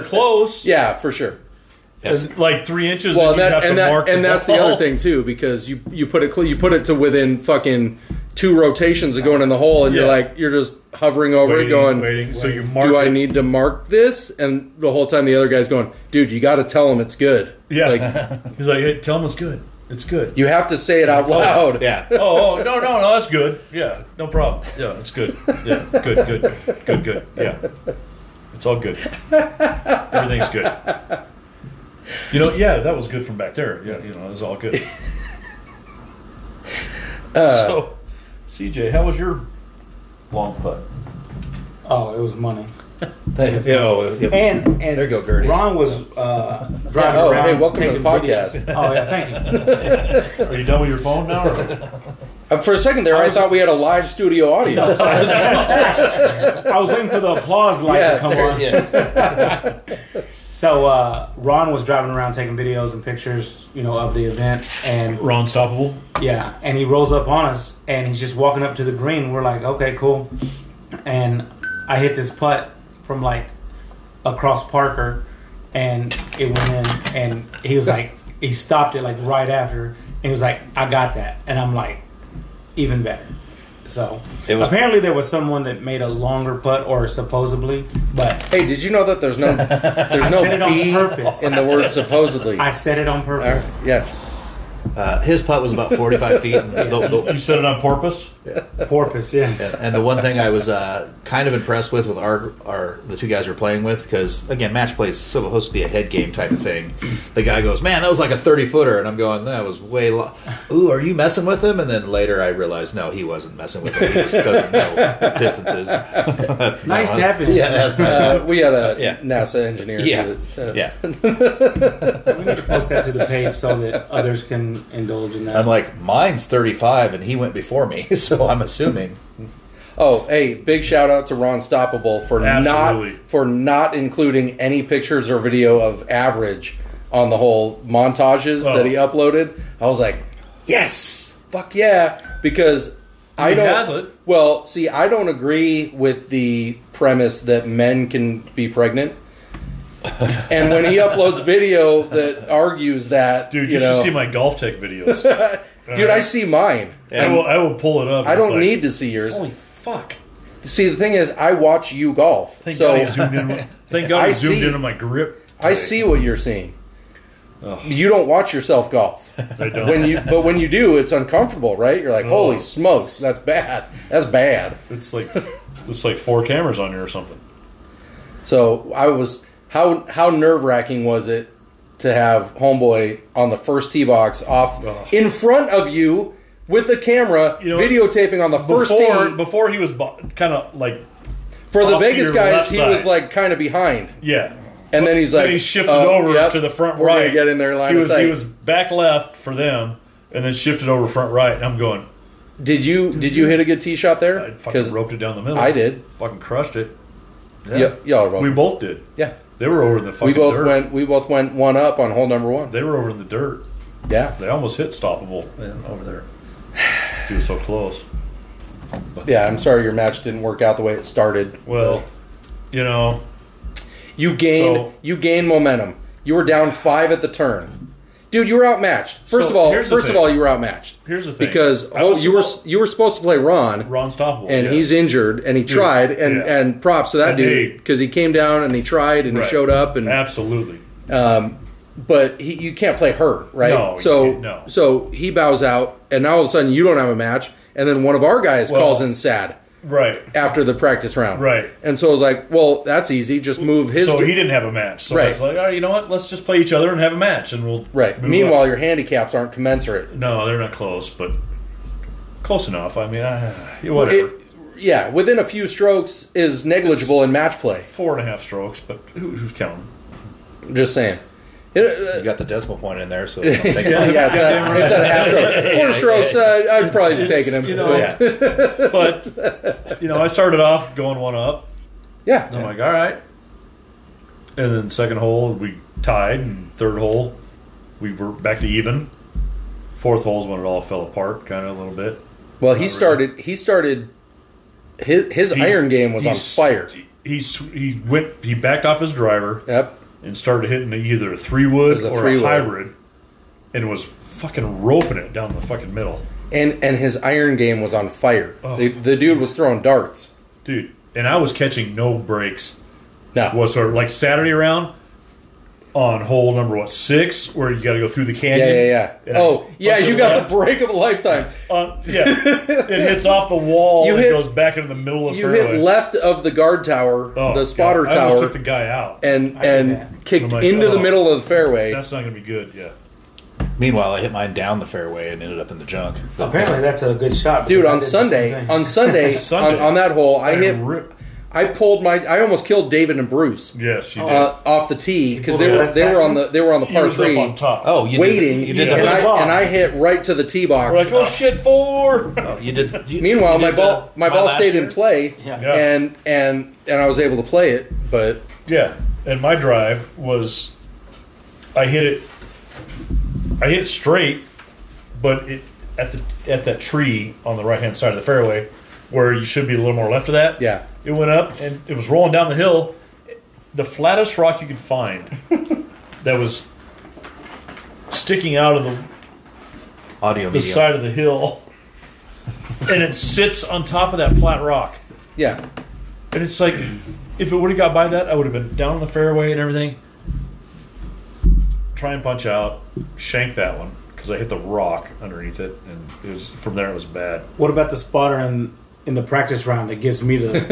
Speaker 3: close.
Speaker 1: Yeah, for sure.
Speaker 2: Yes.
Speaker 3: Like three inches.
Speaker 1: Well,
Speaker 3: and
Speaker 1: and,
Speaker 3: you have
Speaker 1: that,
Speaker 3: to
Speaker 1: and, that,
Speaker 3: mark
Speaker 1: and that's the
Speaker 3: ball.
Speaker 1: other thing too, because you you put it cl- you put it to within fucking two rotations of going in the hole, and you're
Speaker 3: Yeah.
Speaker 1: like you're just hovering over
Speaker 3: Waiting,
Speaker 1: it, going,
Speaker 3: waiting. So you mark
Speaker 1: "Do I
Speaker 3: it.
Speaker 1: need to mark this?" And the whole time the other guy's going, "Dude, you got to tell him it's good.
Speaker 3: Yeah.
Speaker 1: like,
Speaker 3: He's like, hey, tell him it's good. It's good.
Speaker 1: you have to say it out loud."
Speaker 2: yeah.
Speaker 3: oh, oh, no, no, no, that's good. Yeah, no problem. Yeah, that's good. Yeah, good, good, good, good. Yeah, it's all good. Everything's good. You know, yeah, that was good from back there. Yeah, you know, it was all good.
Speaker 1: Uh,
Speaker 3: so, CJ, how was your long putt?
Speaker 4: Oh, it was money.
Speaker 2: Yo, yo.
Speaker 4: And and
Speaker 2: There you go, Gerties.
Speaker 4: Ron was uh, driving
Speaker 1: Yeah, oh,
Speaker 4: around.
Speaker 1: hey, welcome to the
Speaker 4: taking
Speaker 1: podcast.
Speaker 4: videos. Oh yeah, thank you.
Speaker 3: Are you done with your phone now? Or?
Speaker 1: Uh, For a second there, I, thought we had a live studio audience.
Speaker 4: I was waiting for the applause light
Speaker 1: Yeah,
Speaker 4: to come
Speaker 1: there-
Speaker 4: on.
Speaker 2: Yeah.
Speaker 4: So uh, Ron was driving around taking videos and pictures, you know, of the event, and
Speaker 3: Ron Stoppable?
Speaker 4: Yeah, and he rolls up on us, and he's just walking up to the green. We're like, okay, cool. And I hit this putt from like across Parker, and it went in. And he was like, he stopped it like right after, and he was like, I got that. And I'm like, even better. So
Speaker 2: It was-
Speaker 4: apparently there was someone that made a longer putt, or supposedly, but
Speaker 1: hey, did you know that there's no there's
Speaker 4: said it
Speaker 1: no
Speaker 4: on
Speaker 1: B
Speaker 4: purpose.
Speaker 1: in the word supposedly?
Speaker 4: I said it on
Speaker 1: All right,
Speaker 4: purpose.
Speaker 1: yeah.
Speaker 2: Uh, his putt was about 45 feet. And the, the-
Speaker 3: You said it on purpose?
Speaker 4: Porpoise, yes.
Speaker 2: and the one thing I was uh, kind of impressed with with our our the two guys we're playing with because again match play is supposed to be a head game type of thing. The guy goes, "Man, that was like a thirty footer," and I'm going, "That was way long." Ooh, are you messing with him? And then later I realized, no, he wasn't messing with him. He just doesn't know distances.
Speaker 4: Nice
Speaker 2: No,
Speaker 4: tapping.
Speaker 2: Yeah, that's not.
Speaker 1: Uh, we had a
Speaker 2: Yeah.
Speaker 1: NASA engineer.
Speaker 2: Yeah,
Speaker 1: do it, uh,
Speaker 2: yeah.
Speaker 4: We need to post that to the page so that others can indulge in that.
Speaker 2: I'm like, mine's 35, and he went before me, so I'm assuming.
Speaker 1: Oh, hey! Big shout out to Ron Stoppable for
Speaker 3: Absolutely.
Speaker 1: not for not including any pictures or video of average on the whole montages
Speaker 3: Oh.
Speaker 1: that he uploaded. I was like, yes, fuck yeah, because I
Speaker 3: He
Speaker 1: don't.
Speaker 3: has it.
Speaker 1: Well, see, I don't agree with the premise that men can be pregnant. and when he uploads video that argues that,
Speaker 3: Dude, you,
Speaker 1: you, know,
Speaker 3: should see Uh-huh. my golf tech videos.
Speaker 1: dude, I see mine.
Speaker 3: I, will, I will pull it up.
Speaker 1: I
Speaker 3: It's
Speaker 1: don't
Speaker 3: like,
Speaker 1: need to see yours.
Speaker 3: Holy fuck.
Speaker 1: See, the thing is, I watch you golf,
Speaker 3: Thank
Speaker 1: so
Speaker 3: God I zoomed in. Thank God I,
Speaker 1: I
Speaker 3: zoomed
Speaker 1: see-
Speaker 3: in on my grip.
Speaker 1: I see what you're seeing. You don't watch yourself golf.
Speaker 3: I don't.
Speaker 1: When you, but when you do, it's uncomfortable, right? You're like, "Holy
Speaker 3: Oh.
Speaker 1: smokes, that's bad. That's bad."
Speaker 3: it's like it's like four cameras on here or something.
Speaker 1: So I was how how nerve wracking was it to have homeboy on the first tee box off in front of you with the camera
Speaker 3: You know,
Speaker 1: videotaping on the first
Speaker 3: Before
Speaker 1: tee
Speaker 3: before he was kind of like
Speaker 1: for the
Speaker 3: off to
Speaker 1: Vegas
Speaker 3: your
Speaker 1: guys.
Speaker 3: left
Speaker 1: He was
Speaker 3: side.
Speaker 1: like kind of behind,
Speaker 3: yeah.
Speaker 1: and then he's like,
Speaker 3: Then he shifted
Speaker 1: "Oh,
Speaker 3: over
Speaker 1: yep,
Speaker 3: to the front
Speaker 1: we're gonna
Speaker 3: right.
Speaker 1: get in their line
Speaker 3: he
Speaker 1: of
Speaker 3: was
Speaker 1: sight.
Speaker 3: he was back left for them, and then shifted over front right. And I'm going.
Speaker 1: Did you did you hit a good tee shot there?
Speaker 3: I fucking roped it down the middle.
Speaker 1: I did.
Speaker 3: Fucking crushed it. Yeah.
Speaker 1: y- y'all are wrong.
Speaker 3: We both did.
Speaker 1: yeah.
Speaker 3: They were over in the fucking
Speaker 1: we both
Speaker 3: dirt.
Speaker 1: went. We both went one up on hole number one.
Speaker 3: They were over in the dirt.
Speaker 1: Yeah,
Speaker 3: They almost hit stoppable man, over there. 'Cause He was so close.
Speaker 1: yeah. I'm sorry your match didn't work out the way it started.
Speaker 3: Well, you know,
Speaker 1: you gained
Speaker 3: so-
Speaker 1: you gained momentum. You were down five at the turn, dude. You were outmatched. First
Speaker 3: So,
Speaker 1: of all,
Speaker 3: here's the
Speaker 1: first of
Speaker 3: thing.
Speaker 1: all, you were outmatched.
Speaker 3: Here's the thing.
Speaker 1: because
Speaker 3: I
Speaker 1: oh,
Speaker 3: was
Speaker 1: you were
Speaker 3: supposed-
Speaker 1: you were supposed to play Ron,
Speaker 3: Ron Stoppable.
Speaker 1: and
Speaker 3: yeah.
Speaker 1: he's injured, and he tried, and
Speaker 3: Yeah.
Speaker 1: and props to that
Speaker 3: And
Speaker 1: dude
Speaker 3: he-
Speaker 1: because he came down and he tried and
Speaker 3: Right.
Speaker 1: he showed up and
Speaker 3: absolutely.
Speaker 1: but he, you can't play hurt, right?
Speaker 3: No, you
Speaker 1: so
Speaker 3: can't, no.
Speaker 1: so he bows out, and now all of a sudden you don't have a match, and then one of our guys
Speaker 3: Well-
Speaker 1: calls in sad
Speaker 3: Right.
Speaker 1: after the practice round,
Speaker 3: Right.
Speaker 1: And so I was like, well, that's easy. Just move his.
Speaker 3: so he didn't have a match. So
Speaker 1: Right.
Speaker 3: it's like, all right, you know what? Let's just play each other and have a match, and we'll
Speaker 1: right.
Speaker 3: move
Speaker 1: Meanwhile,
Speaker 3: on.
Speaker 1: your handicaps aren't commensurate.
Speaker 3: no, they're not close, but close enough. I mean, I, whatever.
Speaker 1: It- yeah, within a few strokes is negligible in match play.
Speaker 3: Four and a half strokes, but who, who's counting?
Speaker 1: I'm just saying. It, uh,
Speaker 2: You got the decimal point in there, so don't take
Speaker 1: yeah,
Speaker 2: it.
Speaker 1: it's not, it's not a half stroke. Four strokes, uh, I'd probably be taking him.
Speaker 3: you know,
Speaker 1: but-
Speaker 2: Yeah.
Speaker 3: But you know, I started off going one up.
Speaker 1: yeah.
Speaker 3: I'm like, all right. And then second hole we tied, and third hole we were back to even. Fourth hole's when it all fell apart, kind of a little bit.
Speaker 1: Well, he started. He started. His, his
Speaker 3: He-
Speaker 1: iron game was
Speaker 3: he
Speaker 1: on
Speaker 3: s-
Speaker 1: fire.
Speaker 3: He s- he went he backed off his driver
Speaker 1: Yep.
Speaker 3: and started hitting either a three wood
Speaker 1: was a
Speaker 3: or
Speaker 1: three
Speaker 3: a
Speaker 1: wood.
Speaker 3: hybrid, and was fucking roping it down the fucking middle,
Speaker 1: and and his iron game was on fire.
Speaker 3: Oh.
Speaker 1: The, the dude was throwing darts.
Speaker 3: dude. And I was catching no breaks
Speaker 1: No,
Speaker 3: whatsoever. Like Saturday round on hole number what six, where you got to go through the
Speaker 1: yeah,
Speaker 3: canyon.
Speaker 1: yeah, yeah.
Speaker 3: And I-
Speaker 1: Oh, yeah, you got the break of a lifetime.
Speaker 3: Uh, yeah, it hits off the wall
Speaker 1: You
Speaker 3: and
Speaker 1: hit-
Speaker 3: goes back into the middle of the
Speaker 1: You
Speaker 3: fairway.
Speaker 1: hit left of the guard tower,
Speaker 3: Oh,
Speaker 1: the spotter
Speaker 3: God. I almost
Speaker 1: tower,
Speaker 3: took the guy out.
Speaker 1: and
Speaker 4: did
Speaker 1: and
Speaker 4: that.
Speaker 1: kicked
Speaker 3: I'm like,
Speaker 1: into the
Speaker 3: oh.
Speaker 1: middle of the fairway.
Speaker 3: That's not going to be good. Yeah,
Speaker 2: Meanwhile, I hit mine down the fairway and ended up in the junk.
Speaker 4: Apparently, that's a good shot.
Speaker 1: Dude,
Speaker 4: because I
Speaker 1: on
Speaker 4: did the same
Speaker 1: Sunday,
Speaker 4: thing.
Speaker 1: on Sunday,
Speaker 3: Sunday.
Speaker 1: on, on that hole, I hit,
Speaker 3: rip-
Speaker 1: I pulled my, I almost killed David and Bruce
Speaker 3: yes, you did.
Speaker 1: uh, off the tee because
Speaker 4: pulled
Speaker 1: they
Speaker 4: a
Speaker 1: were
Speaker 4: West
Speaker 1: they were on
Speaker 4: Saxon?
Speaker 1: the they were on the
Speaker 3: He
Speaker 1: par
Speaker 3: was up
Speaker 1: three,
Speaker 3: on top.
Speaker 2: Oh, you
Speaker 1: waiting,
Speaker 2: Did, you did
Speaker 1: and
Speaker 2: the
Speaker 1: I
Speaker 4: Yeah.
Speaker 1: and I hit right to the tee box.
Speaker 3: We're like, oh shit, four.
Speaker 2: oh, you did. you-
Speaker 1: Meanwhile,
Speaker 2: you
Speaker 1: my
Speaker 2: did the-
Speaker 1: ball my ball
Speaker 2: last
Speaker 1: stayed in
Speaker 2: year?
Speaker 1: play,
Speaker 4: Yeah.
Speaker 3: Yeah.
Speaker 1: and and and I was able to play it. But
Speaker 3: Yeah, and my drive was, I hit it, I hit it straight, but it at the at that tree on the right hand side of the fairway, where you should be a little more left of that.
Speaker 1: Yeah.
Speaker 3: it went up and it was rolling down the hill, the flattest rock you could find, that was sticking out of the,
Speaker 2: Audio
Speaker 3: the
Speaker 2: media.
Speaker 3: side of the hill, and it sits on top of that flat rock.
Speaker 1: yeah,
Speaker 3: And it's like, if it would have got by that, I would have been down on the fairway and everything. Try and punch out, shank that one, because I hit the rock underneath it, and it was from there it was bad.
Speaker 4: What about the spotter in in the practice round that gives me the?
Speaker 3: You're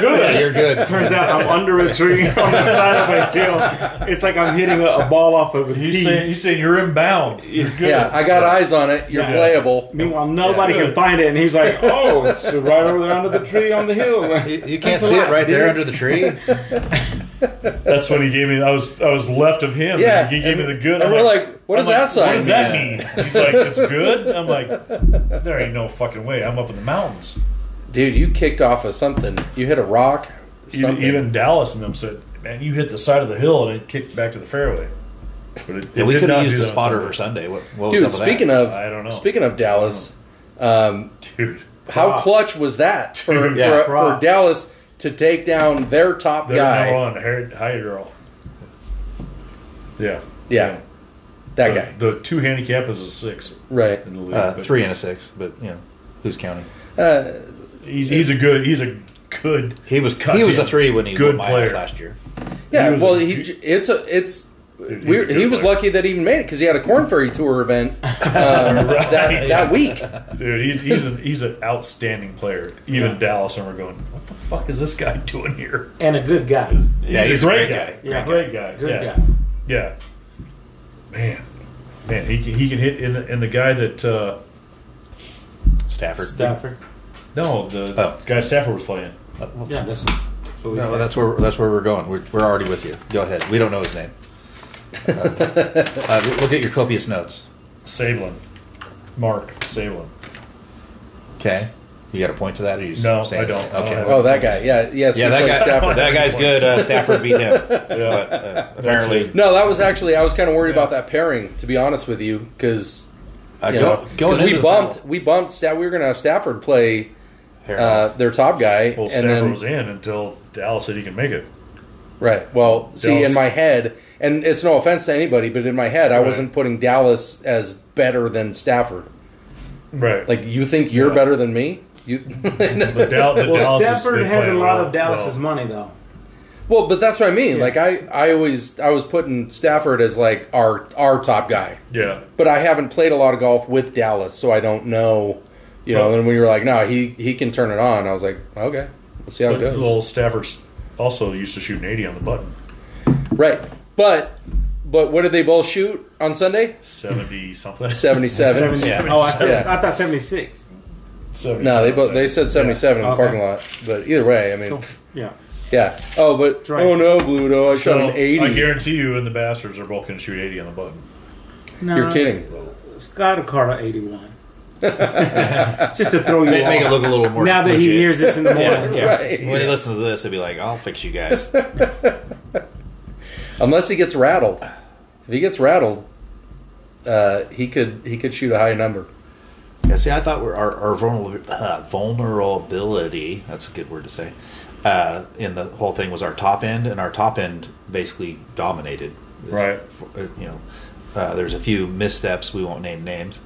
Speaker 3: good.
Speaker 2: You're good.
Speaker 4: Turns out I'm under a tree on the side of a hill. It's like I'm hitting a, a ball off of a
Speaker 3: You
Speaker 4: tee.
Speaker 3: say you say you're in bounds. You're good.
Speaker 1: Yeah, I got eyes on it. You're
Speaker 4: Yeah.
Speaker 1: playable.
Speaker 4: Meanwhile, nobody can find it, and he's like, "Oh, it's right over there under the tree on the hill."
Speaker 2: You, you can't
Speaker 4: Thanks a
Speaker 2: see
Speaker 4: lot,
Speaker 2: it right there
Speaker 4: dude.
Speaker 2: under the tree.
Speaker 3: That's when he gave me. I was I was left of him.
Speaker 1: Yeah,
Speaker 3: he gave
Speaker 1: and-
Speaker 3: me the
Speaker 1: and
Speaker 3: good. I'm
Speaker 1: we're like, what
Speaker 3: I'm
Speaker 1: does that
Speaker 3: What
Speaker 1: sign
Speaker 3: does that
Speaker 2: mean?
Speaker 3: mean? He's like, it's good. I'm like, there ain't no fucking way. I'm up in the mountains.
Speaker 1: Dude, you kicked off of something. You hit a rock. or
Speaker 3: Even,
Speaker 1: Something.
Speaker 3: even Dallas and them said, man, you hit the side of the hill and it kicked back to the fairway. But it,
Speaker 2: Yeah, we
Speaker 3: did
Speaker 2: could
Speaker 3: not
Speaker 2: have used a
Speaker 3: do that on
Speaker 2: spotter
Speaker 3: Sunday.
Speaker 2: for Sunday. What, what was
Speaker 1: Dude,
Speaker 2: up with
Speaker 1: speaking
Speaker 2: that?
Speaker 1: of
Speaker 3: I don't know.
Speaker 1: speaking of Dallas,
Speaker 3: Dude,
Speaker 1: how
Speaker 4: Wow.
Speaker 1: clutch was that for
Speaker 3: Yeah.
Speaker 1: for, for
Speaker 4: Props.
Speaker 1: Dallas to take down their top
Speaker 3: they're
Speaker 1: guy?
Speaker 3: now on Harry, High Girl. Yeah.
Speaker 1: Yeah, that
Speaker 3: The,
Speaker 1: guy.
Speaker 3: the two handicap is a six
Speaker 1: Right.
Speaker 3: in the league.
Speaker 2: uh,
Speaker 3: but
Speaker 2: three and a six, but you know who's counting?
Speaker 3: He's, he's a good. He's a good.
Speaker 2: He was
Speaker 3: God
Speaker 2: he was a
Speaker 3: damn
Speaker 2: three when he
Speaker 3: good
Speaker 2: won my ass
Speaker 3: player.
Speaker 2: last year.
Speaker 1: Yeah.
Speaker 3: He was
Speaker 1: well,
Speaker 3: a-
Speaker 1: he j- it's a it's.
Speaker 3: Dude, he's
Speaker 1: we
Speaker 3: a good
Speaker 1: he was
Speaker 3: player.
Speaker 1: lucky that he even made it because he had a Corn Ferry Tour event um, that, that week.
Speaker 3: Dude, he's he's an he's an outstanding player. Even Dallas and we're going, what the fuck is this guy doing here?
Speaker 4: and a good guy.
Speaker 2: Yeah, he's a great guy.
Speaker 3: Yeah,
Speaker 4: Yeah.
Speaker 3: great guy.
Speaker 4: Good
Speaker 3: yeah.
Speaker 4: guy.
Speaker 3: Yeah. Man, man, he can, he can hit in the, in the guy that uh,
Speaker 2: Stafford.
Speaker 4: Stafford.
Speaker 3: no the
Speaker 2: Oh.
Speaker 3: guy Stafford was playing.
Speaker 2: Uh, well,
Speaker 4: Yeah, that's so we
Speaker 2: no,
Speaker 4: said.
Speaker 2: that's where that's where we're going. We're, we're already with you. Go ahead. We don't know his name. Uh, uh, look at your copious notes.
Speaker 3: Sablin, Mark Sablin.
Speaker 2: Okay, you got a point to that? Or you just
Speaker 3: No,
Speaker 2: saying
Speaker 3: I
Speaker 2: his
Speaker 3: don't.
Speaker 2: name? Okay.
Speaker 3: I don't.
Speaker 1: Oh, that guy. Yeah. Yes.
Speaker 2: Yeah,
Speaker 1: he
Speaker 2: that
Speaker 1: played
Speaker 2: guy.
Speaker 1: Stafford.
Speaker 2: That guy's good. Uh, Stafford beat him, but uh, apparently,
Speaker 1: No, that was actually I was kind of worried
Speaker 3: Yeah.
Speaker 1: about that pairing to be honest with you because
Speaker 2: uh,
Speaker 1: you
Speaker 2: go,
Speaker 1: know,
Speaker 2: going
Speaker 1: 'cause we
Speaker 2: into the
Speaker 1: bumped
Speaker 2: battle,
Speaker 1: we bumped Sta- we were going to have Stafford play uh,
Speaker 2: Harold,
Speaker 1: their top guy
Speaker 3: Well,
Speaker 1: and
Speaker 3: Stafford
Speaker 1: then
Speaker 3: was in until Dallas said he can make it.
Speaker 1: right well see in
Speaker 3: Dallas-
Speaker 1: my head and it's no offense to anybody but in my head I
Speaker 3: Right.
Speaker 1: wasn't putting Dallas as better than Stafford
Speaker 3: Right.
Speaker 1: like you think you're better than me you
Speaker 3: the Dal- the
Speaker 4: well,
Speaker 3: Dallas
Speaker 4: Stafford
Speaker 3: been
Speaker 4: has a
Speaker 3: playing
Speaker 4: lot
Speaker 3: well.
Speaker 4: of Dallas's
Speaker 3: Well,
Speaker 4: money, though.
Speaker 1: well but that's what I mean like I I always I was putting Stafford as like our our top guy
Speaker 3: Yeah.
Speaker 1: but I haven't played a lot of golf with Dallas, so I don't know. You know,
Speaker 3: Well-
Speaker 1: and we were like, no, he he can turn it on. I was like, okay, let's see how it
Speaker 3: But
Speaker 1: goes.
Speaker 3: little Stafford also used to shoot an 80 on the button.
Speaker 1: right, but but what did they both shoot on Sunday?
Speaker 3: 70 something.
Speaker 1: Seventy Hmm. seven.
Speaker 2: Yeah.
Speaker 4: Oh, I, said,
Speaker 1: Yeah.
Speaker 4: I thought seventy-six.
Speaker 1: No, they both they said seventy seven in the
Speaker 4: Okay.
Speaker 1: parking lot. But either way, I mean,
Speaker 4: Yeah,
Speaker 1: yeah. Oh, but
Speaker 4: right.
Speaker 1: oh no, Bluto, I shot
Speaker 3: So,
Speaker 1: an eighty.
Speaker 3: I guarantee you, in the Masters, they're both going to shoot 80 on the button.
Speaker 4: no,
Speaker 1: You're kidding.
Speaker 4: Scott Carter eighty-one. Just to throw you
Speaker 2: make,
Speaker 4: off.
Speaker 2: make it look a little more.
Speaker 4: now that
Speaker 2: legit.
Speaker 4: he hears this in the
Speaker 2: Yeah,
Speaker 4: morning.
Speaker 2: yeah.
Speaker 1: Right.
Speaker 2: When he listens to this, he'll be like, "I'll fix you guys."
Speaker 1: Unless he gets rattled. If he gets rattled, uh, he could he could shoot a high number.
Speaker 2: Yeah, see, I thought we're, our, our vulner, uh, vulnerability, that's a good word to say, uh, in the whole thing was our top end, and our top end basically dominated.
Speaker 3: Right.
Speaker 2: Uh, You know, uh, there's a few missteps, we won't name names,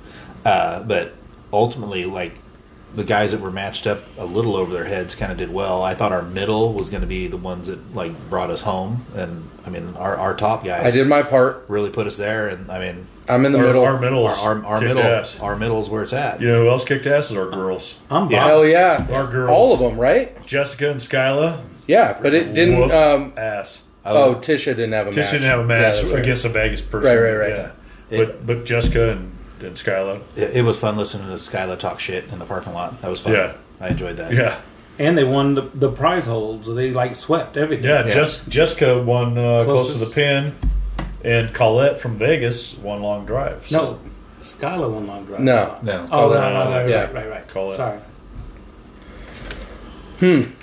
Speaker 2: uh, but ultimately, like, the guys that were matched up a little over their heads kind of did well. I thought our middle was going to be the ones that, like, brought us home, and, I mean, our, our top guys
Speaker 1: I did my part.
Speaker 2: really put us there, and, I mean...
Speaker 1: I'm in the
Speaker 3: Our,
Speaker 1: middle.
Speaker 3: our middles.
Speaker 2: Our, our, our
Speaker 3: kicked
Speaker 2: middle,
Speaker 3: ass.
Speaker 2: our middle's where it's at.
Speaker 3: You know who else kicked ass is our girls.
Speaker 4: I'm
Speaker 2: Yeah.
Speaker 1: Hell yeah,
Speaker 3: Our girls.
Speaker 1: all of them, right?
Speaker 3: Jessica and Skyla.
Speaker 1: Yeah, but it didn't.
Speaker 3: whooped
Speaker 1: Um,
Speaker 3: ass.
Speaker 2: I was-
Speaker 1: oh, Tisha didn't have a match.
Speaker 3: Tish didn't have a match
Speaker 1: Yeah, that's right.
Speaker 3: against a Vegas person.
Speaker 1: Right, right, right.
Speaker 3: Yeah.
Speaker 2: It-
Speaker 3: but but Jessica and, and Skyla.
Speaker 2: It, it was fun listening to Skyla talk shit in the parking lot. That was fun.
Speaker 3: Yeah.
Speaker 2: I enjoyed that.
Speaker 3: Yeah.
Speaker 4: and they won the, the prize hold, so they like swept everything.
Speaker 3: Yeah.
Speaker 2: Yeah.
Speaker 3: Jess, Jessica won uh, close to the
Speaker 4: Closest.
Speaker 3: pin, and Colette from Vegas won long drive. So
Speaker 4: No, Skylar won long drive.
Speaker 1: No.
Speaker 2: No.
Speaker 4: Oh, no, no,
Speaker 2: no,
Speaker 4: no, right,
Speaker 1: yeah.
Speaker 4: right, right, right.
Speaker 3: Call it.
Speaker 4: Sorry.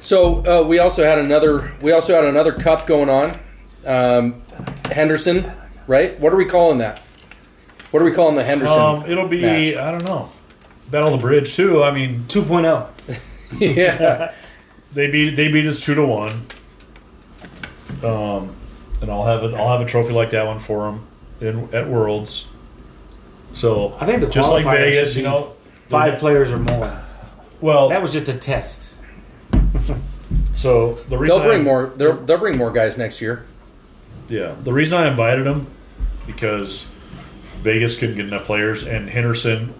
Speaker 1: So uh, we also had another. We also had another cup going on. Um, Henderson, right? What are we calling that? What are we calling the Henderson?
Speaker 3: um, it'll be
Speaker 1: match?
Speaker 3: I don't know. Battle of the Bridge too. I mean,
Speaker 4: 2.0.
Speaker 1: yeah,
Speaker 3: they beat they beat us two to one. Um, and I'll have a, I'll have a trophy like that one for them in, at Worlds. So
Speaker 4: I think the
Speaker 3: just like
Speaker 4: qualifiers
Speaker 3: Vegas,
Speaker 4: should
Speaker 3: you
Speaker 4: be
Speaker 3: know.
Speaker 4: Five players or more.
Speaker 3: Well,
Speaker 4: That was just a test.
Speaker 3: so the reason
Speaker 1: they'll bring
Speaker 3: I-
Speaker 1: more. They'll, they'll bring more guys next year.
Speaker 3: Yeah, the reason I invited him because Vegas couldn't get enough players, and Henderson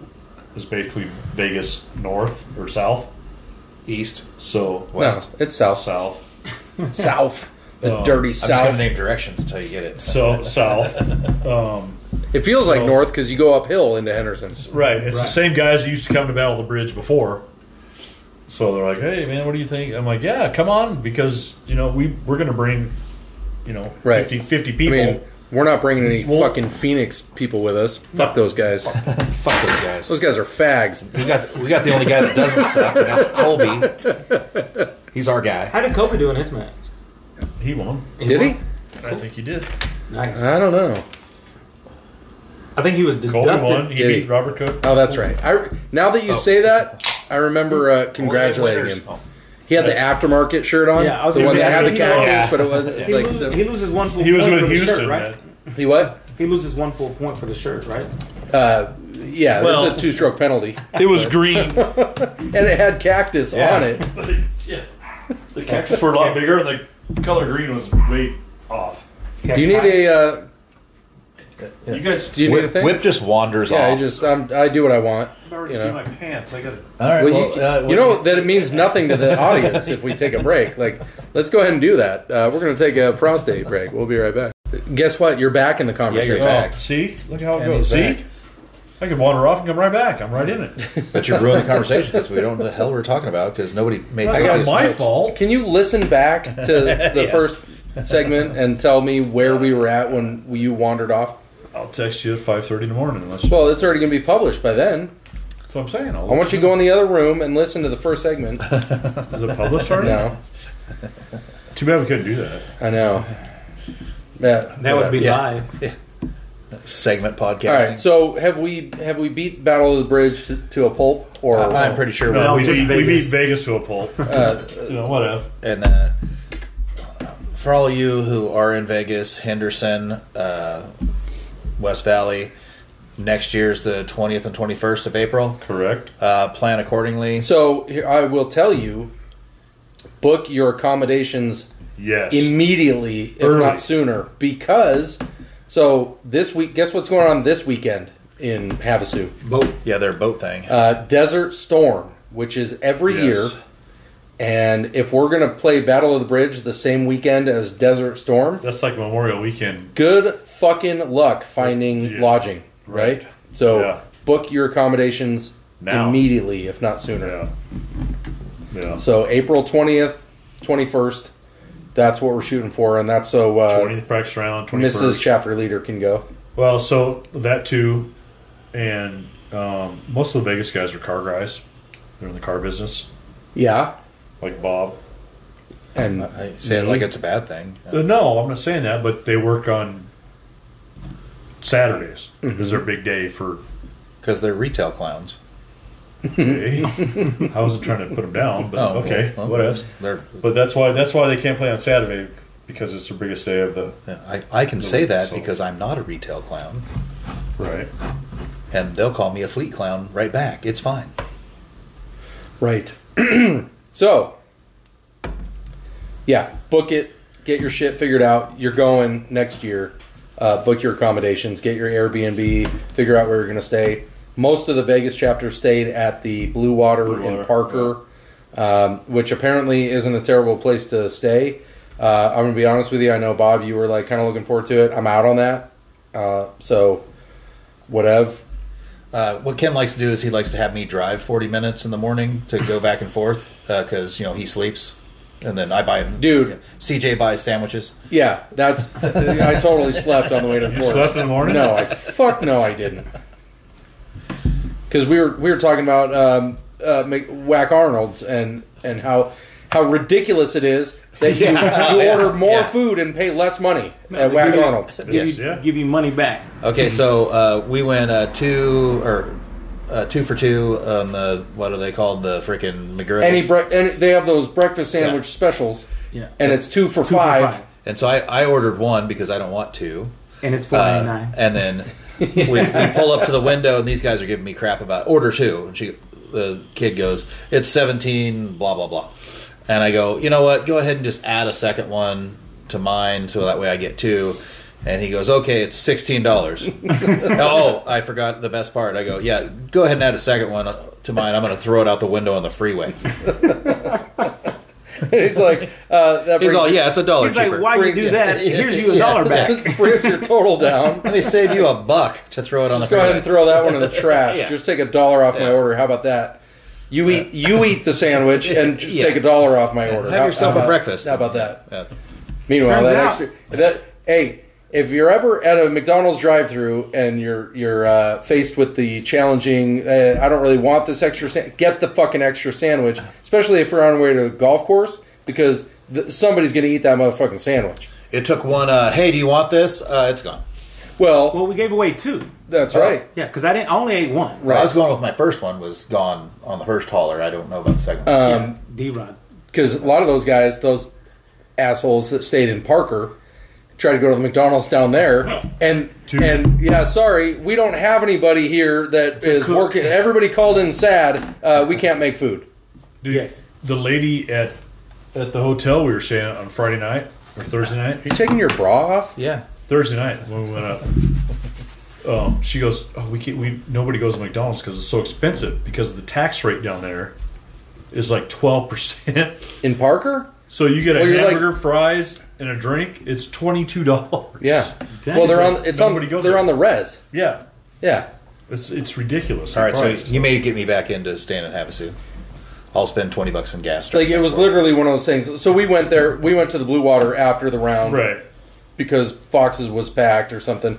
Speaker 3: is basically Vegas north or south.
Speaker 2: East.
Speaker 3: So
Speaker 2: West.
Speaker 1: No, it's south. South.
Speaker 3: south.
Speaker 1: the
Speaker 3: Oh,
Speaker 1: dirty
Speaker 2: I'm just
Speaker 1: south.
Speaker 2: gonna name directions until you get it.
Speaker 3: So south.
Speaker 1: it feels like
Speaker 3: so-
Speaker 1: north because you go uphill into Henderson.
Speaker 3: Right. It's
Speaker 4: Right.
Speaker 3: the same guys that used to come to Battle of the Bridge before. So they're like, "Hey, man, what do you think?" I'm like, "Yeah, come on," because you know we we're gonna bring, you know,
Speaker 1: Right.
Speaker 3: fifty fifty 50,
Speaker 1: I
Speaker 3: people.
Speaker 1: mean, we're not bringing any
Speaker 3: Well-
Speaker 1: fucking Phoenix people with us. Fuck those guys.
Speaker 2: Fuck those guys.
Speaker 1: Those guys are fags.
Speaker 2: We got we got the only guy that doesn't suck, and that's Colby. He's our guy.
Speaker 4: How did Kobe do in his match?
Speaker 3: he won.
Speaker 1: Did he?
Speaker 4: won?
Speaker 3: I think he did.
Speaker 4: Nice.
Speaker 1: I don't know.
Speaker 4: I think he was
Speaker 3: Colby won.
Speaker 4: deducted.
Speaker 3: He
Speaker 1: Did he?
Speaker 3: beat Robert Cook.
Speaker 1: Oh, that's right. I now that you say that, I remember uh, congratulating him. He had the aftermarket shirt on.
Speaker 4: Yeah, I was
Speaker 1: the
Speaker 4: gonna
Speaker 1: one
Speaker 4: say,
Speaker 1: that had
Speaker 4: I
Speaker 1: the
Speaker 4: think
Speaker 1: khakis,
Speaker 4: he lost.
Speaker 1: but it wasn't
Speaker 4: He,
Speaker 1: like
Speaker 4: loses,
Speaker 1: so.
Speaker 4: he loses one full
Speaker 3: He was
Speaker 4: point
Speaker 3: with
Speaker 4: for the
Speaker 3: Houston.
Speaker 4: shirt, right?
Speaker 3: man.
Speaker 1: He what?
Speaker 4: He loses one full point for the shirt, right?
Speaker 1: Uh, yeah,
Speaker 3: Well-
Speaker 1: it's a two-stroke penalty,
Speaker 3: It was green.
Speaker 1: and it had cactus
Speaker 2: Yeah.
Speaker 1: on it.
Speaker 3: yeah. The cactus were a lot bigger. and The color green was way off.
Speaker 1: Do you need a? Uh,
Speaker 3: You guys
Speaker 1: do you need a
Speaker 2: Whip,
Speaker 1: thing?
Speaker 2: Whip just wanders
Speaker 1: yeah, I
Speaker 2: off.
Speaker 1: just I'm, I do what I want.
Speaker 3: I already
Speaker 1: You
Speaker 3: you
Speaker 1: know.
Speaker 3: my pants. I got.
Speaker 2: All right.
Speaker 1: Well,
Speaker 2: Well,
Speaker 1: you,
Speaker 2: uh,
Speaker 1: you know that it means nothing to the audience if we take a break. Like, let's go ahead and do that. Uh, we're going to take a prostate break. We'll be right back. Guess what? You're back in the conversation.
Speaker 2: you're back.
Speaker 3: See, look how it
Speaker 2: And
Speaker 3: goes.
Speaker 2: he's
Speaker 3: Oh, See,
Speaker 2: back.
Speaker 3: I can wander off and come right back. I'm right in it.
Speaker 2: but you're ruining the conversation because we don't know the hell we're talking about because nobody made.
Speaker 3: That's
Speaker 1: got
Speaker 3: not
Speaker 2: serious
Speaker 3: my
Speaker 2: notes.
Speaker 3: fault.
Speaker 1: Can you listen back to the first segment and tell me where we were at when you wandered off?
Speaker 3: I'll text you at five thirty in the morning. Unless
Speaker 1: Well, it's already going to be published by then.
Speaker 3: that's what I'm saying. I'll,
Speaker 1: I want you to go in the other room and listen to the first segment.
Speaker 3: Is it published already?
Speaker 1: No,
Speaker 3: Too bad we couldn't do that.
Speaker 1: I know. Yeah.
Speaker 4: That would be
Speaker 2: Yeah.
Speaker 4: live.
Speaker 2: Segment podcasting.
Speaker 1: All right. So have we have we beat Battle of the Bridge to, to a pulp or
Speaker 3: Uh,
Speaker 2: I- I'm pretty sure.
Speaker 3: No,
Speaker 4: No,
Speaker 3: we,
Speaker 4: just
Speaker 3: beat, we beat Vegas
Speaker 4: Vegas.
Speaker 3: to a pulp.
Speaker 1: uh,
Speaker 3: you know, whatever.
Speaker 2: And uh, for all you who are in Vegas, Henderson, uh, West Valley, next year's the 20th and 21st of April.
Speaker 3: Correct.
Speaker 2: Uh, plan accordingly.
Speaker 1: So here, I will tell you, book your accommodations
Speaker 3: Yes.
Speaker 1: immediately, if
Speaker 3: Early.
Speaker 1: not sooner, because so this week. Guess what's going on this weekend in Havasu?
Speaker 4: Both.
Speaker 2: yeah, their boat thing.
Speaker 1: Uh, Desert Storm, which is every
Speaker 3: Yes.
Speaker 1: year. And if we're going to play Battle of the Bridge the same weekend as Desert Storm,
Speaker 3: That's like Memorial Weekend.
Speaker 1: good fucking luck finding
Speaker 3: Yeah.
Speaker 1: lodging, right?
Speaker 3: Right.
Speaker 1: So
Speaker 3: Yeah.
Speaker 1: book your accommodations
Speaker 3: Now.
Speaker 1: immediately, if not sooner.
Speaker 3: Yeah. Yeah.
Speaker 1: So April twentieth, twenty first. That's what we're shooting for, and that's so uh,
Speaker 3: 20th practice round. 21st.
Speaker 1: Mrs. Chapter Leader can go.
Speaker 3: Well, so that too, and um, most of the Vegas guys are car guys. They're in the car business,
Speaker 1: Yeah,
Speaker 3: like Bob.
Speaker 1: and
Speaker 2: I say it like it's a bad thing.
Speaker 3: Uh, No, I'm not saying that, but they work on Saturdays. Is their big day for?
Speaker 2: Because they're retail clowns.
Speaker 3: Hey, I wasn't trying to put them down, but
Speaker 2: Oh,
Speaker 3: okay,
Speaker 2: well,
Speaker 3: what else?
Speaker 2: They're,
Speaker 3: But that's why that's why they can't play on Saturday because it's their biggest day of the
Speaker 2: I, I can say that
Speaker 3: So-
Speaker 2: because I'm not a retail clown.
Speaker 3: right.
Speaker 2: And they'll call me a fleet clown right back. It's fine.
Speaker 1: right. so, yeah, book it. Get your shit figured out. You're going next year. Uh, book your accommodations. Get your Airbnb. Figure out where you're going to stay. Most of the Vegas chapter stayed at the Blue Water
Speaker 3: Blue
Speaker 1: in
Speaker 3: Water,
Speaker 1: Parker, um, which apparently isn't a terrible place to stay. Uh, I'm going to be honest with you. I know Bob, you were like kind of looking forward to it. I'm out on that. Uh, so, whatever.
Speaker 2: Uh, what Ken likes to do is he likes to have me drive 40 minutes in the morning to go back and forth because you know he sleeps, and then I buy him.
Speaker 1: Dude.
Speaker 2: CJ buys sandwiches.
Speaker 1: Yeah, that's. I totally slept on the way to the
Speaker 3: You
Speaker 1: course.
Speaker 3: slept in the morning?
Speaker 1: No, I fuck no, I didn't. Because we were we were talking about um, uh, Mc- Whack Arnold's and and how how ridiculous it is that you, you order more
Speaker 2: yeah.
Speaker 1: food and pay less money
Speaker 4: Uh,
Speaker 1: at Whack
Speaker 4: give you-
Speaker 1: Arnold's.
Speaker 4: Give,
Speaker 2: Yes.
Speaker 4: you,
Speaker 3: Yeah.
Speaker 4: give you money back.
Speaker 2: Okay, so uh, we went uh, two or uh, two for two on the what are they called the freaking McGriddles.
Speaker 1: Any bre- and they have those breakfast sandwich specials,
Speaker 4: Yeah.
Speaker 1: and it's two for
Speaker 4: Two for
Speaker 1: five.
Speaker 4: five.
Speaker 2: and so I, I ordered one because I don't want two.
Speaker 4: And it's four ninety
Speaker 2: Uh,
Speaker 4: nine.
Speaker 2: and then we, we pull up to the window, and these guys are giving me crap about order two. And she, the kid goes, "It's seventeen, blah blah blah," and I go, "You know what? Go ahead and just add a second one to mine, so that way I get two. And he goes, okay, it's sixteen dollars. oh, I forgot the best part. I go, yeah, go ahead and add a second one to mine. I'm going to throw it out the window on the freeway.
Speaker 1: He's like, uh, that
Speaker 2: He's
Speaker 1: brings
Speaker 2: all,
Speaker 1: your-
Speaker 2: yeah, it's a dollar
Speaker 4: He's
Speaker 2: cheaper.
Speaker 4: like, why you do that? Here's you a dollar back.
Speaker 1: brings your total down.
Speaker 2: Let me save you a buck to throw it on
Speaker 1: Just
Speaker 2: the
Speaker 1: go
Speaker 2: freeway.
Speaker 1: ahead and throw that one in the trash.
Speaker 2: Yeah.
Speaker 1: Just take a dollar off my
Speaker 2: Yeah.
Speaker 1: order. How about that? You eat you eat the sandwich and just
Speaker 2: Yeah.
Speaker 1: take a dollar off my order.
Speaker 2: Have
Speaker 1: How-
Speaker 2: yourself
Speaker 1: how
Speaker 2: a
Speaker 1: about-
Speaker 2: breakfast.
Speaker 1: How about that?
Speaker 2: Yeah.
Speaker 1: Meanwhile,
Speaker 4: Turns
Speaker 1: that
Speaker 4: out-
Speaker 1: extra that hey, if you're ever at a McDonald's drive-through and you're you're uh, faced with the challenging, uh, I don't really want this extra. Sa- get the fucking extra sandwich, especially if you're on your way to a golf course because th- somebody's going to eat that motherfucking sandwich.
Speaker 2: It took one. Uh, hey, do you want this? Uh, it's gone.
Speaker 1: Well,
Speaker 4: Well, we gave away two.
Speaker 1: that's right.
Speaker 4: Yeah, because I didn't I only ate one.
Speaker 2: Well, I
Speaker 1: Right.
Speaker 2: was going with my first one was gone on the first hauler. I don't know about the second. one.
Speaker 4: D Rod.
Speaker 1: because a lot of those guys, those assholes that stayed in Parker, try to go to the McDonald's down there, and
Speaker 3: Two.
Speaker 1: and yeah, sorry, we don't have anybody here that is
Speaker 4: cook.
Speaker 1: working. Everybody called in sad. Uh, we can't make food.
Speaker 3: Dude,
Speaker 4: Yes.
Speaker 3: The lady at at the hotel we were staying at on Friday night or Thursday night.
Speaker 1: Are you taking your bra off?
Speaker 2: yeah.
Speaker 3: Thursday night when we went up. Um, she goes, oh, we can't, we nobody goes to McDonald's because it's so expensive because the tax rate down there is like twelve percent.
Speaker 1: In Parker?
Speaker 3: So you get a
Speaker 1: Well, you're like-
Speaker 3: hamburger, fries, and a drink. It's twenty two dollars.
Speaker 1: Yeah.
Speaker 4: Dang,
Speaker 1: well, they're
Speaker 3: so
Speaker 1: on. It's on.
Speaker 3: nobody goes
Speaker 1: They're
Speaker 3: there.
Speaker 1: on the res.
Speaker 3: yeah.
Speaker 1: Yeah.
Speaker 3: It's it's ridiculous.
Speaker 2: All right, so
Speaker 3: Christ.
Speaker 2: you may get me back into staying in Havasu. I'll spend twenty bucks in gas.
Speaker 1: Like it was literally one of those things. So we went there. We went to the Blue Water after the round
Speaker 3: right,
Speaker 1: because Fox's was packed or something.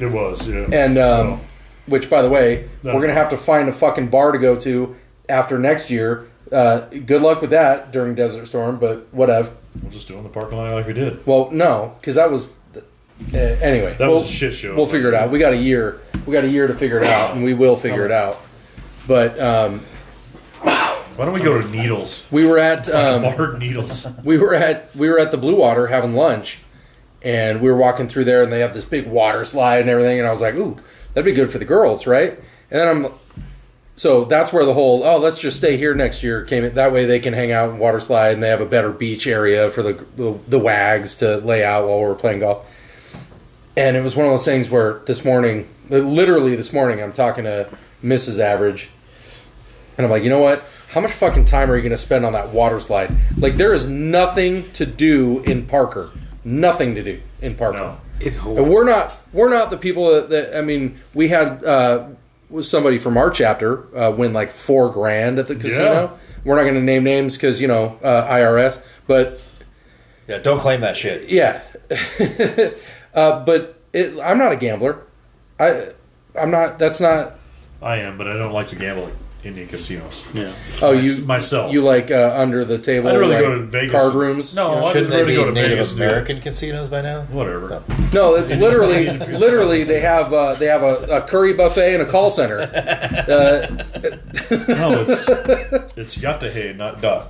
Speaker 3: it was yeah.
Speaker 1: And um, which, by the way,
Speaker 3: No.
Speaker 1: we're gonna have to find a fucking bar to go to after next year. Uh, good luck with that during Desert Storm, but whatever.
Speaker 3: we'll just do it in the parking lot like we did.
Speaker 1: Well, no, because that was uh, anyway.
Speaker 3: That
Speaker 1: we'll,
Speaker 3: was a shit show.
Speaker 1: We'll figure it out. We got a year. We got a year to figure it out, and we will figure it out. But um,
Speaker 3: Why don't we go to Needles?
Speaker 1: we were at um,
Speaker 3: Hard Needles.
Speaker 1: we were at we were at the Blue Water having lunch, and we were walking through there, and they have this big water slide and everything, and I was like, "Ooh, that'd be good for the girls, right?" And then I'm, so that's where the whole "oh, let's just stay here next year" came in. That way they can hang out and water slide, and they have a better beach area for the the, the wags to lay out while we're playing golf. And it was one of those things where this morning, literally this morning, I'm talking to Mrs. Average, and I'm like, you know what? How much fucking time are you going to spend on that water slide? Like, there is nothing to do in Parker. Nothing to do in Parker.
Speaker 3: No.
Speaker 4: It's
Speaker 1: And
Speaker 4: horrible.
Speaker 1: we're not we're not the people that, that I mean. We had uh, was somebody from our chapter uh, win like four grand at the casino. We're not going to name names because you know uh, IRS, but
Speaker 2: yeah, don't claim that shit.
Speaker 1: yeah, uh, but it, I'm not a gambler. I I'm not. That's not.
Speaker 3: I am, but I don't like to gamble at Indian casinos.
Speaker 4: Yeah.
Speaker 1: Oh, you
Speaker 3: myself.
Speaker 1: you like uh, under the table?
Speaker 3: I don't really
Speaker 1: like,
Speaker 3: go to Vegas.
Speaker 1: Card rooms.
Speaker 3: No, I
Speaker 2: Shouldn't
Speaker 3: didn't
Speaker 2: they
Speaker 3: really
Speaker 2: be
Speaker 3: go to
Speaker 2: Native
Speaker 3: Vegas. and do it.
Speaker 2: American casinos by now?
Speaker 3: Whatever.
Speaker 1: No, it's literally, literally they have uh, they have a, a curry buffet and a call center. Uh,
Speaker 3: No, it's it's Yatahe, not Dot.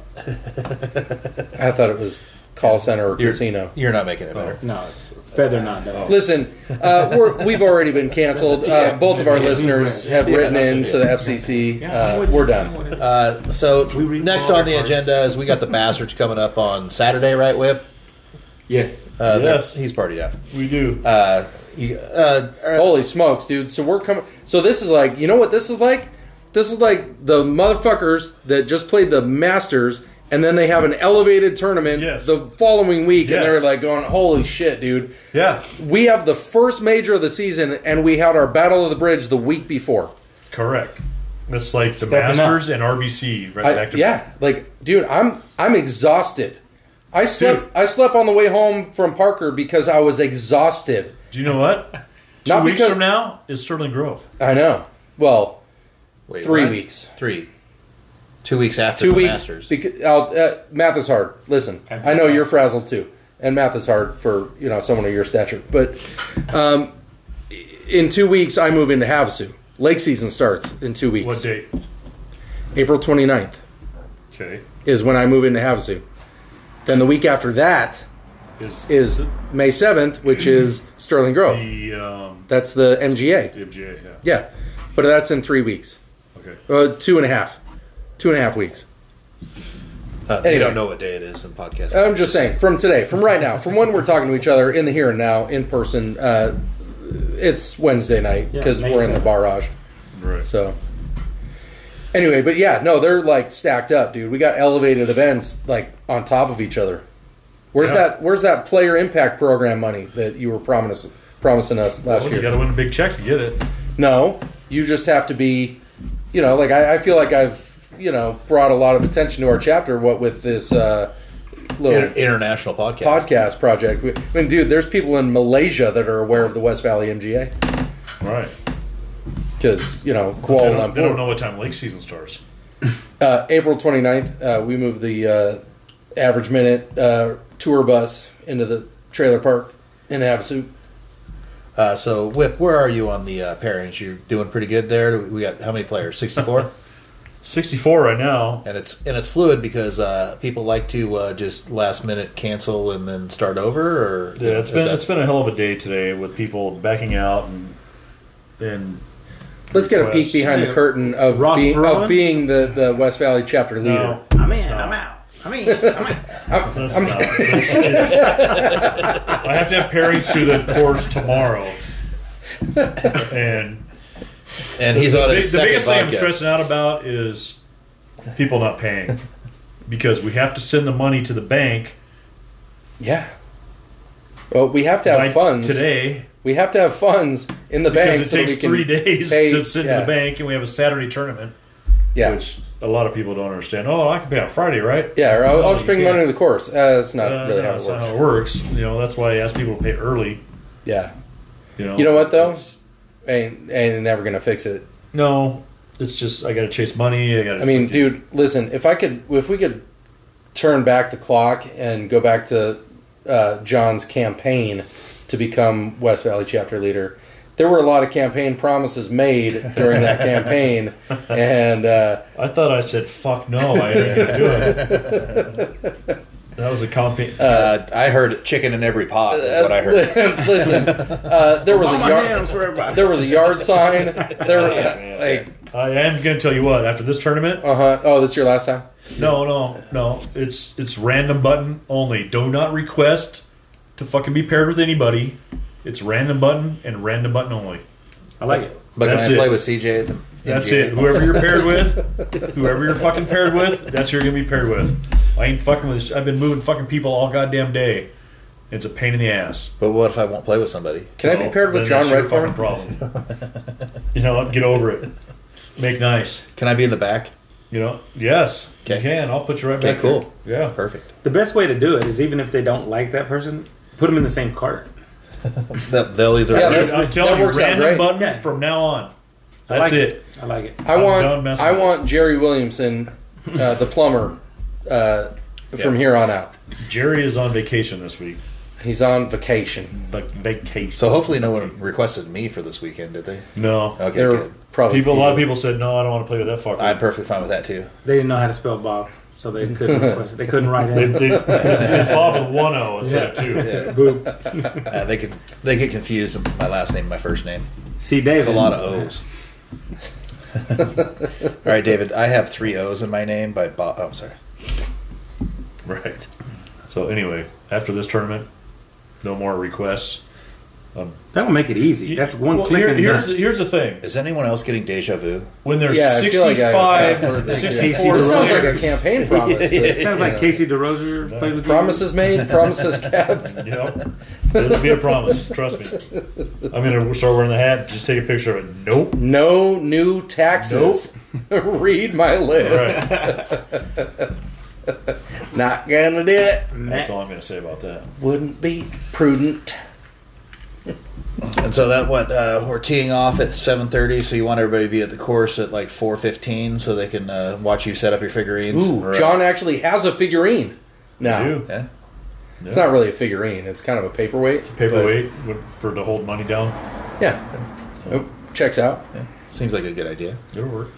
Speaker 1: I thought it was call center or
Speaker 2: You're-
Speaker 1: casino.
Speaker 2: You're not making it better.
Speaker 4: No, it's feather not though.
Speaker 1: Listen, uh, we're, we've already been canceled. Uh, both of our listeners have written in to the FCC. Uh, we're done.
Speaker 3: Oh.
Speaker 2: Uh, so
Speaker 4: read
Speaker 2: next
Speaker 4: all
Speaker 2: on the
Speaker 4: their cards.
Speaker 2: agenda is we got the bastards coming up on Saturday, right, Whip?
Speaker 4: Yes.
Speaker 2: Uh, they're-
Speaker 3: Yes.
Speaker 2: he's partied up.
Speaker 3: We do.
Speaker 2: Uh, you, uh, uh,
Speaker 1: Holy smokes, dude! So we're coming. So this is like, you know what this is like? This is like the motherfuckers that just played the Masters, and then they have an elevated tournament
Speaker 3: Yes.
Speaker 1: the following week, and they're
Speaker 3: Yes.
Speaker 1: like going, "Holy shit, dude!"
Speaker 3: yeah,
Speaker 1: We have the first major of the season, and we had our Battle of the Bridge the week before.
Speaker 3: correct. It's like the
Speaker 4: Stepping up.
Speaker 3: Masters and RBC right
Speaker 1: I-
Speaker 3: back to
Speaker 1: yeah, like, dude, I'm I'm exhausted. I slept
Speaker 3: Dude.
Speaker 1: I slept on the way home from Parker because I was exhausted.
Speaker 3: Do you know what? Two
Speaker 1: Not
Speaker 3: weeks
Speaker 1: because-
Speaker 3: from now is Sterling Grove.
Speaker 1: I know. Well,
Speaker 2: wait,
Speaker 1: three
Speaker 2: what?
Speaker 1: weeks.
Speaker 2: Three. Two weeks after
Speaker 1: two
Speaker 2: the
Speaker 1: weeks.
Speaker 2: Masters.
Speaker 1: Because I'll, uh, math is hard. Listen,
Speaker 4: And
Speaker 1: I know
Speaker 4: math
Speaker 1: you're
Speaker 4: also.
Speaker 1: frazzled too, and math is hard for you know someone of your stature. But um, in two weeks, I move into Havasu. Lake season starts in two weeks.
Speaker 3: What date?
Speaker 1: April 29th.
Speaker 3: Okay.
Speaker 1: is when I move into Havasu. Then the week after that
Speaker 3: Is,
Speaker 1: is May 7th, which is Sterling Grove.
Speaker 3: the um,
Speaker 1: That's the MGA.
Speaker 3: DFJ? Yeah.
Speaker 1: Yeah. But that's in three weeks.
Speaker 3: Okay.
Speaker 1: Uh, two and a half. Two and a half weeks.
Speaker 2: Uh,
Speaker 1: Anyway.
Speaker 2: You don't know what day it is in podcast.
Speaker 1: I'm just saying, from today, from right now, from when we're talking to each other in the here and now, in person, uh, it's Wednesday night
Speaker 4: Yeah,
Speaker 1: because
Speaker 4: May
Speaker 1: we're in the
Speaker 4: seventh.
Speaker 1: barrage.
Speaker 3: Right.
Speaker 1: So, anyway, but yeah, no, they're like stacked up, dude. We got elevated events like on top of each other. Where's
Speaker 3: Yeah.
Speaker 1: that? Where's that player impact program money that you were promising promising us last
Speaker 3: Well, you
Speaker 1: year?
Speaker 3: got to win a big check to get it.
Speaker 1: No, you just have to be, you know, like I, I feel like I've, you know, brought a lot of attention to our chapter. What with this uh, little
Speaker 2: Inter- international podcast.
Speaker 1: podcast project. We- I mean, dude, there's people in Malaysia that are aware of the West Valley MGA
Speaker 3: Right.
Speaker 1: because you know
Speaker 3: They
Speaker 1: Kuala
Speaker 3: don't, they don't
Speaker 1: Lumpur.
Speaker 3: know what time lake season starts.
Speaker 1: Uh, April 29th, uh, we moved the uh, average minute uh, tour bus into the trailer park in Havasu.
Speaker 2: Uh, so, Whip, where are you on the uh, pairings? You're doing pretty good there. We got how many players? Sixty-four,
Speaker 3: 64 right now.
Speaker 2: and it's and it's fluid because uh, people like to uh, just last minute cancel and then start over. Or
Speaker 3: Yeah, it's
Speaker 2: is
Speaker 3: been
Speaker 2: that-
Speaker 3: it's been a hell of a day today with people backing out and and
Speaker 1: Let's get a peek
Speaker 3: Request.
Speaker 1: behind the
Speaker 4: Yeah.
Speaker 1: curtain of,
Speaker 4: Ross
Speaker 1: being, of
Speaker 4: Perot?
Speaker 1: being the, the West Valley chapter leader.
Speaker 3: no,
Speaker 4: I'm
Speaker 3: it's
Speaker 4: in.
Speaker 3: not.
Speaker 4: I'm out. I'm in. I'm out.
Speaker 1: I'm-
Speaker 3: That's not- it's- it's- I have to have pairings to the course tomorrow, and
Speaker 2: and he's on
Speaker 3: the,
Speaker 2: his
Speaker 3: the
Speaker 2: second
Speaker 3: biggest thing I'm
Speaker 2: vodka.
Speaker 3: stressing out about is people not paying because we have to send the money to the bank
Speaker 1: yeah. Well, we have to have
Speaker 3: by t-
Speaker 1: funds.
Speaker 3: today
Speaker 1: We have to have funds in the bank
Speaker 3: because it
Speaker 1: so that
Speaker 3: takes
Speaker 1: we can
Speaker 3: three days
Speaker 1: pay-
Speaker 3: to send to
Speaker 1: yeah,
Speaker 3: the bank, and we have a Saturday tournament,
Speaker 1: Yeah.
Speaker 3: which a lot of people don't understand. Oh, I can pay on Friday, right?
Speaker 1: Yeah, or I'll, I'll
Speaker 3: No,
Speaker 1: just
Speaker 3: you
Speaker 1: bring
Speaker 3: can't.
Speaker 1: money to the course. Uh, that's not
Speaker 3: Uh,
Speaker 1: really how
Speaker 3: no,
Speaker 1: it works.
Speaker 3: that's not how it works. You know, that's why I ask people to pay early.
Speaker 1: Yeah,
Speaker 3: You know,
Speaker 1: You know what, though?
Speaker 3: It's-
Speaker 1: ain't ain't never gonna fix it.
Speaker 3: no, it's just I got to chase money. I got. to
Speaker 1: I mean, dude, listen. If I could, if we could turn back the clock and go back to uh, John's campaign to become West Valley chapter leader, there were a lot of campaign promises made during that campaign, and uh,
Speaker 3: I thought I said fuck no. I ain't gonna do it. that was a campaign.
Speaker 2: Uh, I heard chicken in every pot is what I heard.
Speaker 1: listen, uh, there was a yard,
Speaker 4: for everybody.
Speaker 1: there was a yard sign. There, like,
Speaker 3: I am going to tell you what. After this tournament,
Speaker 1: uh huh. Oh, this your last time.
Speaker 3: no, no, no. It's it's random button only. Do not request to fucking be paired with anybody. It's random button and random button only.
Speaker 4: I like it.
Speaker 2: But can
Speaker 3: That's
Speaker 2: I
Speaker 3: it.
Speaker 2: play with CJ? at the-
Speaker 3: That's
Speaker 2: NGA?
Speaker 3: it. Whoever you're paired with, whoever you're fucking paired with, that's who you're gonna be paired with. I ain't fucking with. This. I've been moving fucking people all goddamn day. It's a pain in the ass.
Speaker 2: But what if I won't play with somebody?
Speaker 1: Can I be
Speaker 3: Well,
Speaker 1: paired with
Speaker 3: then
Speaker 1: John
Speaker 3: that's your fucking
Speaker 1: Redfern?
Speaker 3: Problem. you know, what? get over it. Make nice.
Speaker 2: Can I be in the back?
Speaker 3: You know, yes, you
Speaker 2: Okay.
Speaker 3: can. I'll put you right
Speaker 2: Okay,
Speaker 3: back.
Speaker 2: cool.
Speaker 3: There. Yeah.
Speaker 2: Perfect.
Speaker 4: The best way to do it is even if they don't like that person, put them in the same cart.
Speaker 2: That- They'll either
Speaker 1: Yeah,
Speaker 3: Dude,
Speaker 1: that's-
Speaker 3: I'm
Speaker 1: that
Speaker 3: telling you,
Speaker 1: works out
Speaker 3: random
Speaker 1: great.
Speaker 3: button
Speaker 4: Yeah.
Speaker 3: from now on.
Speaker 4: I
Speaker 3: That's
Speaker 4: like
Speaker 3: it.
Speaker 4: I like it.
Speaker 1: I
Speaker 3: done
Speaker 1: want
Speaker 3: messing
Speaker 1: I
Speaker 3: with
Speaker 1: want Jerry Williamson, uh, the plumber, uh, from
Speaker 2: Yeah.
Speaker 1: here on out.
Speaker 3: Jerry is on vacation this week.
Speaker 1: He's on vacation.
Speaker 3: Vac- Vacation.
Speaker 2: So hopefully no one requested me for this weekend, did they?
Speaker 3: no.
Speaker 2: Okay,
Speaker 1: There were
Speaker 2: good.
Speaker 1: probably
Speaker 3: People, a
Speaker 1: few.
Speaker 3: lot of people said no. I don't want to play with that fucker.
Speaker 2: I'm perfectly fine with that too.
Speaker 4: They didn't know how to spell Bob, so they couldn't request it. They couldn't write
Speaker 3: They-
Speaker 4: in.
Speaker 3: they- it's, it's Bob with one O instead of two.
Speaker 2: Yeah.
Speaker 4: Boop.
Speaker 2: Uh, they can they get confused with my last name, and my first name.
Speaker 4: See, David.
Speaker 2: It's a lot of O's. All right, David. I have three O's in my name by Bob. Oh, I'm sorry.
Speaker 3: Right. So anyway, after this tournament, no more requests.
Speaker 4: That will make it easy. That's one
Speaker 3: Well,
Speaker 4: click
Speaker 3: here-
Speaker 4: and
Speaker 3: here's,
Speaker 4: done.
Speaker 3: here's the thing:
Speaker 2: Is anyone else getting deja vu?
Speaker 3: when there's
Speaker 1: Yeah, I feel like I-
Speaker 3: 65,
Speaker 1: I've heard that, yeah.
Speaker 3: 64
Speaker 1: This sounds like a
Speaker 3: players,
Speaker 1: campaign promise.
Speaker 4: It sounds like Casey DeRozier played with
Speaker 1: Promises made, promises kept.
Speaker 3: you know, it'll be a promise. Trust me. I'm gonna start wearing the hat. Just take a picture of it. Nope.
Speaker 1: No new taxes. Read my lips.
Speaker 3: Right.
Speaker 1: Not gonna do it.
Speaker 4: you.
Speaker 3: That's
Speaker 4: Matt.
Speaker 3: all I'm gonna say about that.
Speaker 1: Wouldn't be prudent.
Speaker 2: And so that went. Uh, we're teeing off at 7:30, so you want everybody to be at the course at like 4:15, so they can uh, watch you set up your figurines. uh,
Speaker 1: Ooh,
Speaker 3: Right.
Speaker 1: John actually has a figurine. Now
Speaker 3: You
Speaker 2: Yeah.
Speaker 1: it's not really a figurine. It's kind of a paperweight.
Speaker 3: paperweight would- for to hold money down.
Speaker 1: but- yeah. Oh, checks out.
Speaker 2: yeah, seems like a good idea.
Speaker 3: It'll work.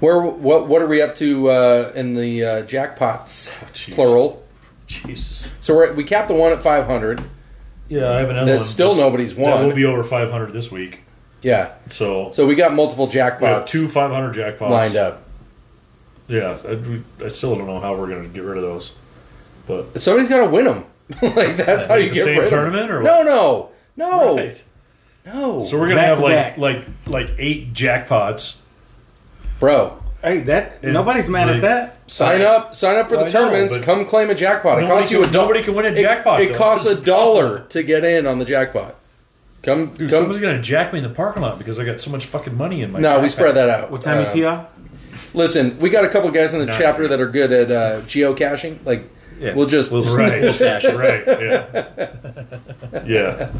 Speaker 1: Where what what are we up to uh, in the uh, jackpots
Speaker 3: Oh, jeez.
Speaker 1: plural?
Speaker 3: Jesus.
Speaker 1: So we're, we capped the one at five hundred.
Speaker 3: Yeah, I have another one.
Speaker 1: That still
Speaker 3: This-
Speaker 1: nobody's
Speaker 3: That
Speaker 1: won.
Speaker 3: will be over 500 this week.
Speaker 1: yeah.
Speaker 3: So,
Speaker 1: So we got multiple
Speaker 3: we have
Speaker 1: jackpots
Speaker 3: two 500 jackpots
Speaker 1: lined up.
Speaker 3: Yeah, I, we- I still don't know how we're going to get rid of those. But
Speaker 1: Somebody's got to win them. like that's how you
Speaker 3: the
Speaker 1: get
Speaker 3: same
Speaker 1: rid of 'em.
Speaker 3: tournament or
Speaker 1: no, no, no,
Speaker 3: Right.
Speaker 1: no,
Speaker 3: So we're going to
Speaker 4: Back
Speaker 3: have
Speaker 4: to
Speaker 3: like
Speaker 4: back.
Speaker 3: like like eight jackpots.
Speaker 1: bro.
Speaker 4: Hey, that
Speaker 3: Yeah.
Speaker 4: nobody's mad
Speaker 3: Yeah.
Speaker 4: at that.
Speaker 1: Sign up, sign up for
Speaker 3: Well,
Speaker 1: the
Speaker 3: I know,
Speaker 1: tournaments.
Speaker 3: but
Speaker 1: Come claim a jackpot. It
Speaker 3: Nobody
Speaker 1: costs you a
Speaker 3: can-
Speaker 1: dollar.
Speaker 3: nobody can win a jackpot,
Speaker 1: It,
Speaker 3: though.
Speaker 1: costs a
Speaker 3: This is the
Speaker 1: dollar to get in on the jackpot. Come,
Speaker 3: Dude,
Speaker 1: come.
Speaker 3: somebody's going to jack me in the parking lot because I got so much fucking money in my.
Speaker 1: No, we
Speaker 3: backpack.
Speaker 1: spread that out.
Speaker 4: What time
Speaker 1: Uh,
Speaker 4: you tee off?
Speaker 1: Listen, we got a couple guys in the
Speaker 3: Nah.
Speaker 1: chapter that are good at uh, geocaching. Like,
Speaker 4: Yeah.
Speaker 1: we'll just
Speaker 3: Right,
Speaker 2: We'll stash it.
Speaker 3: right, yeah, yeah.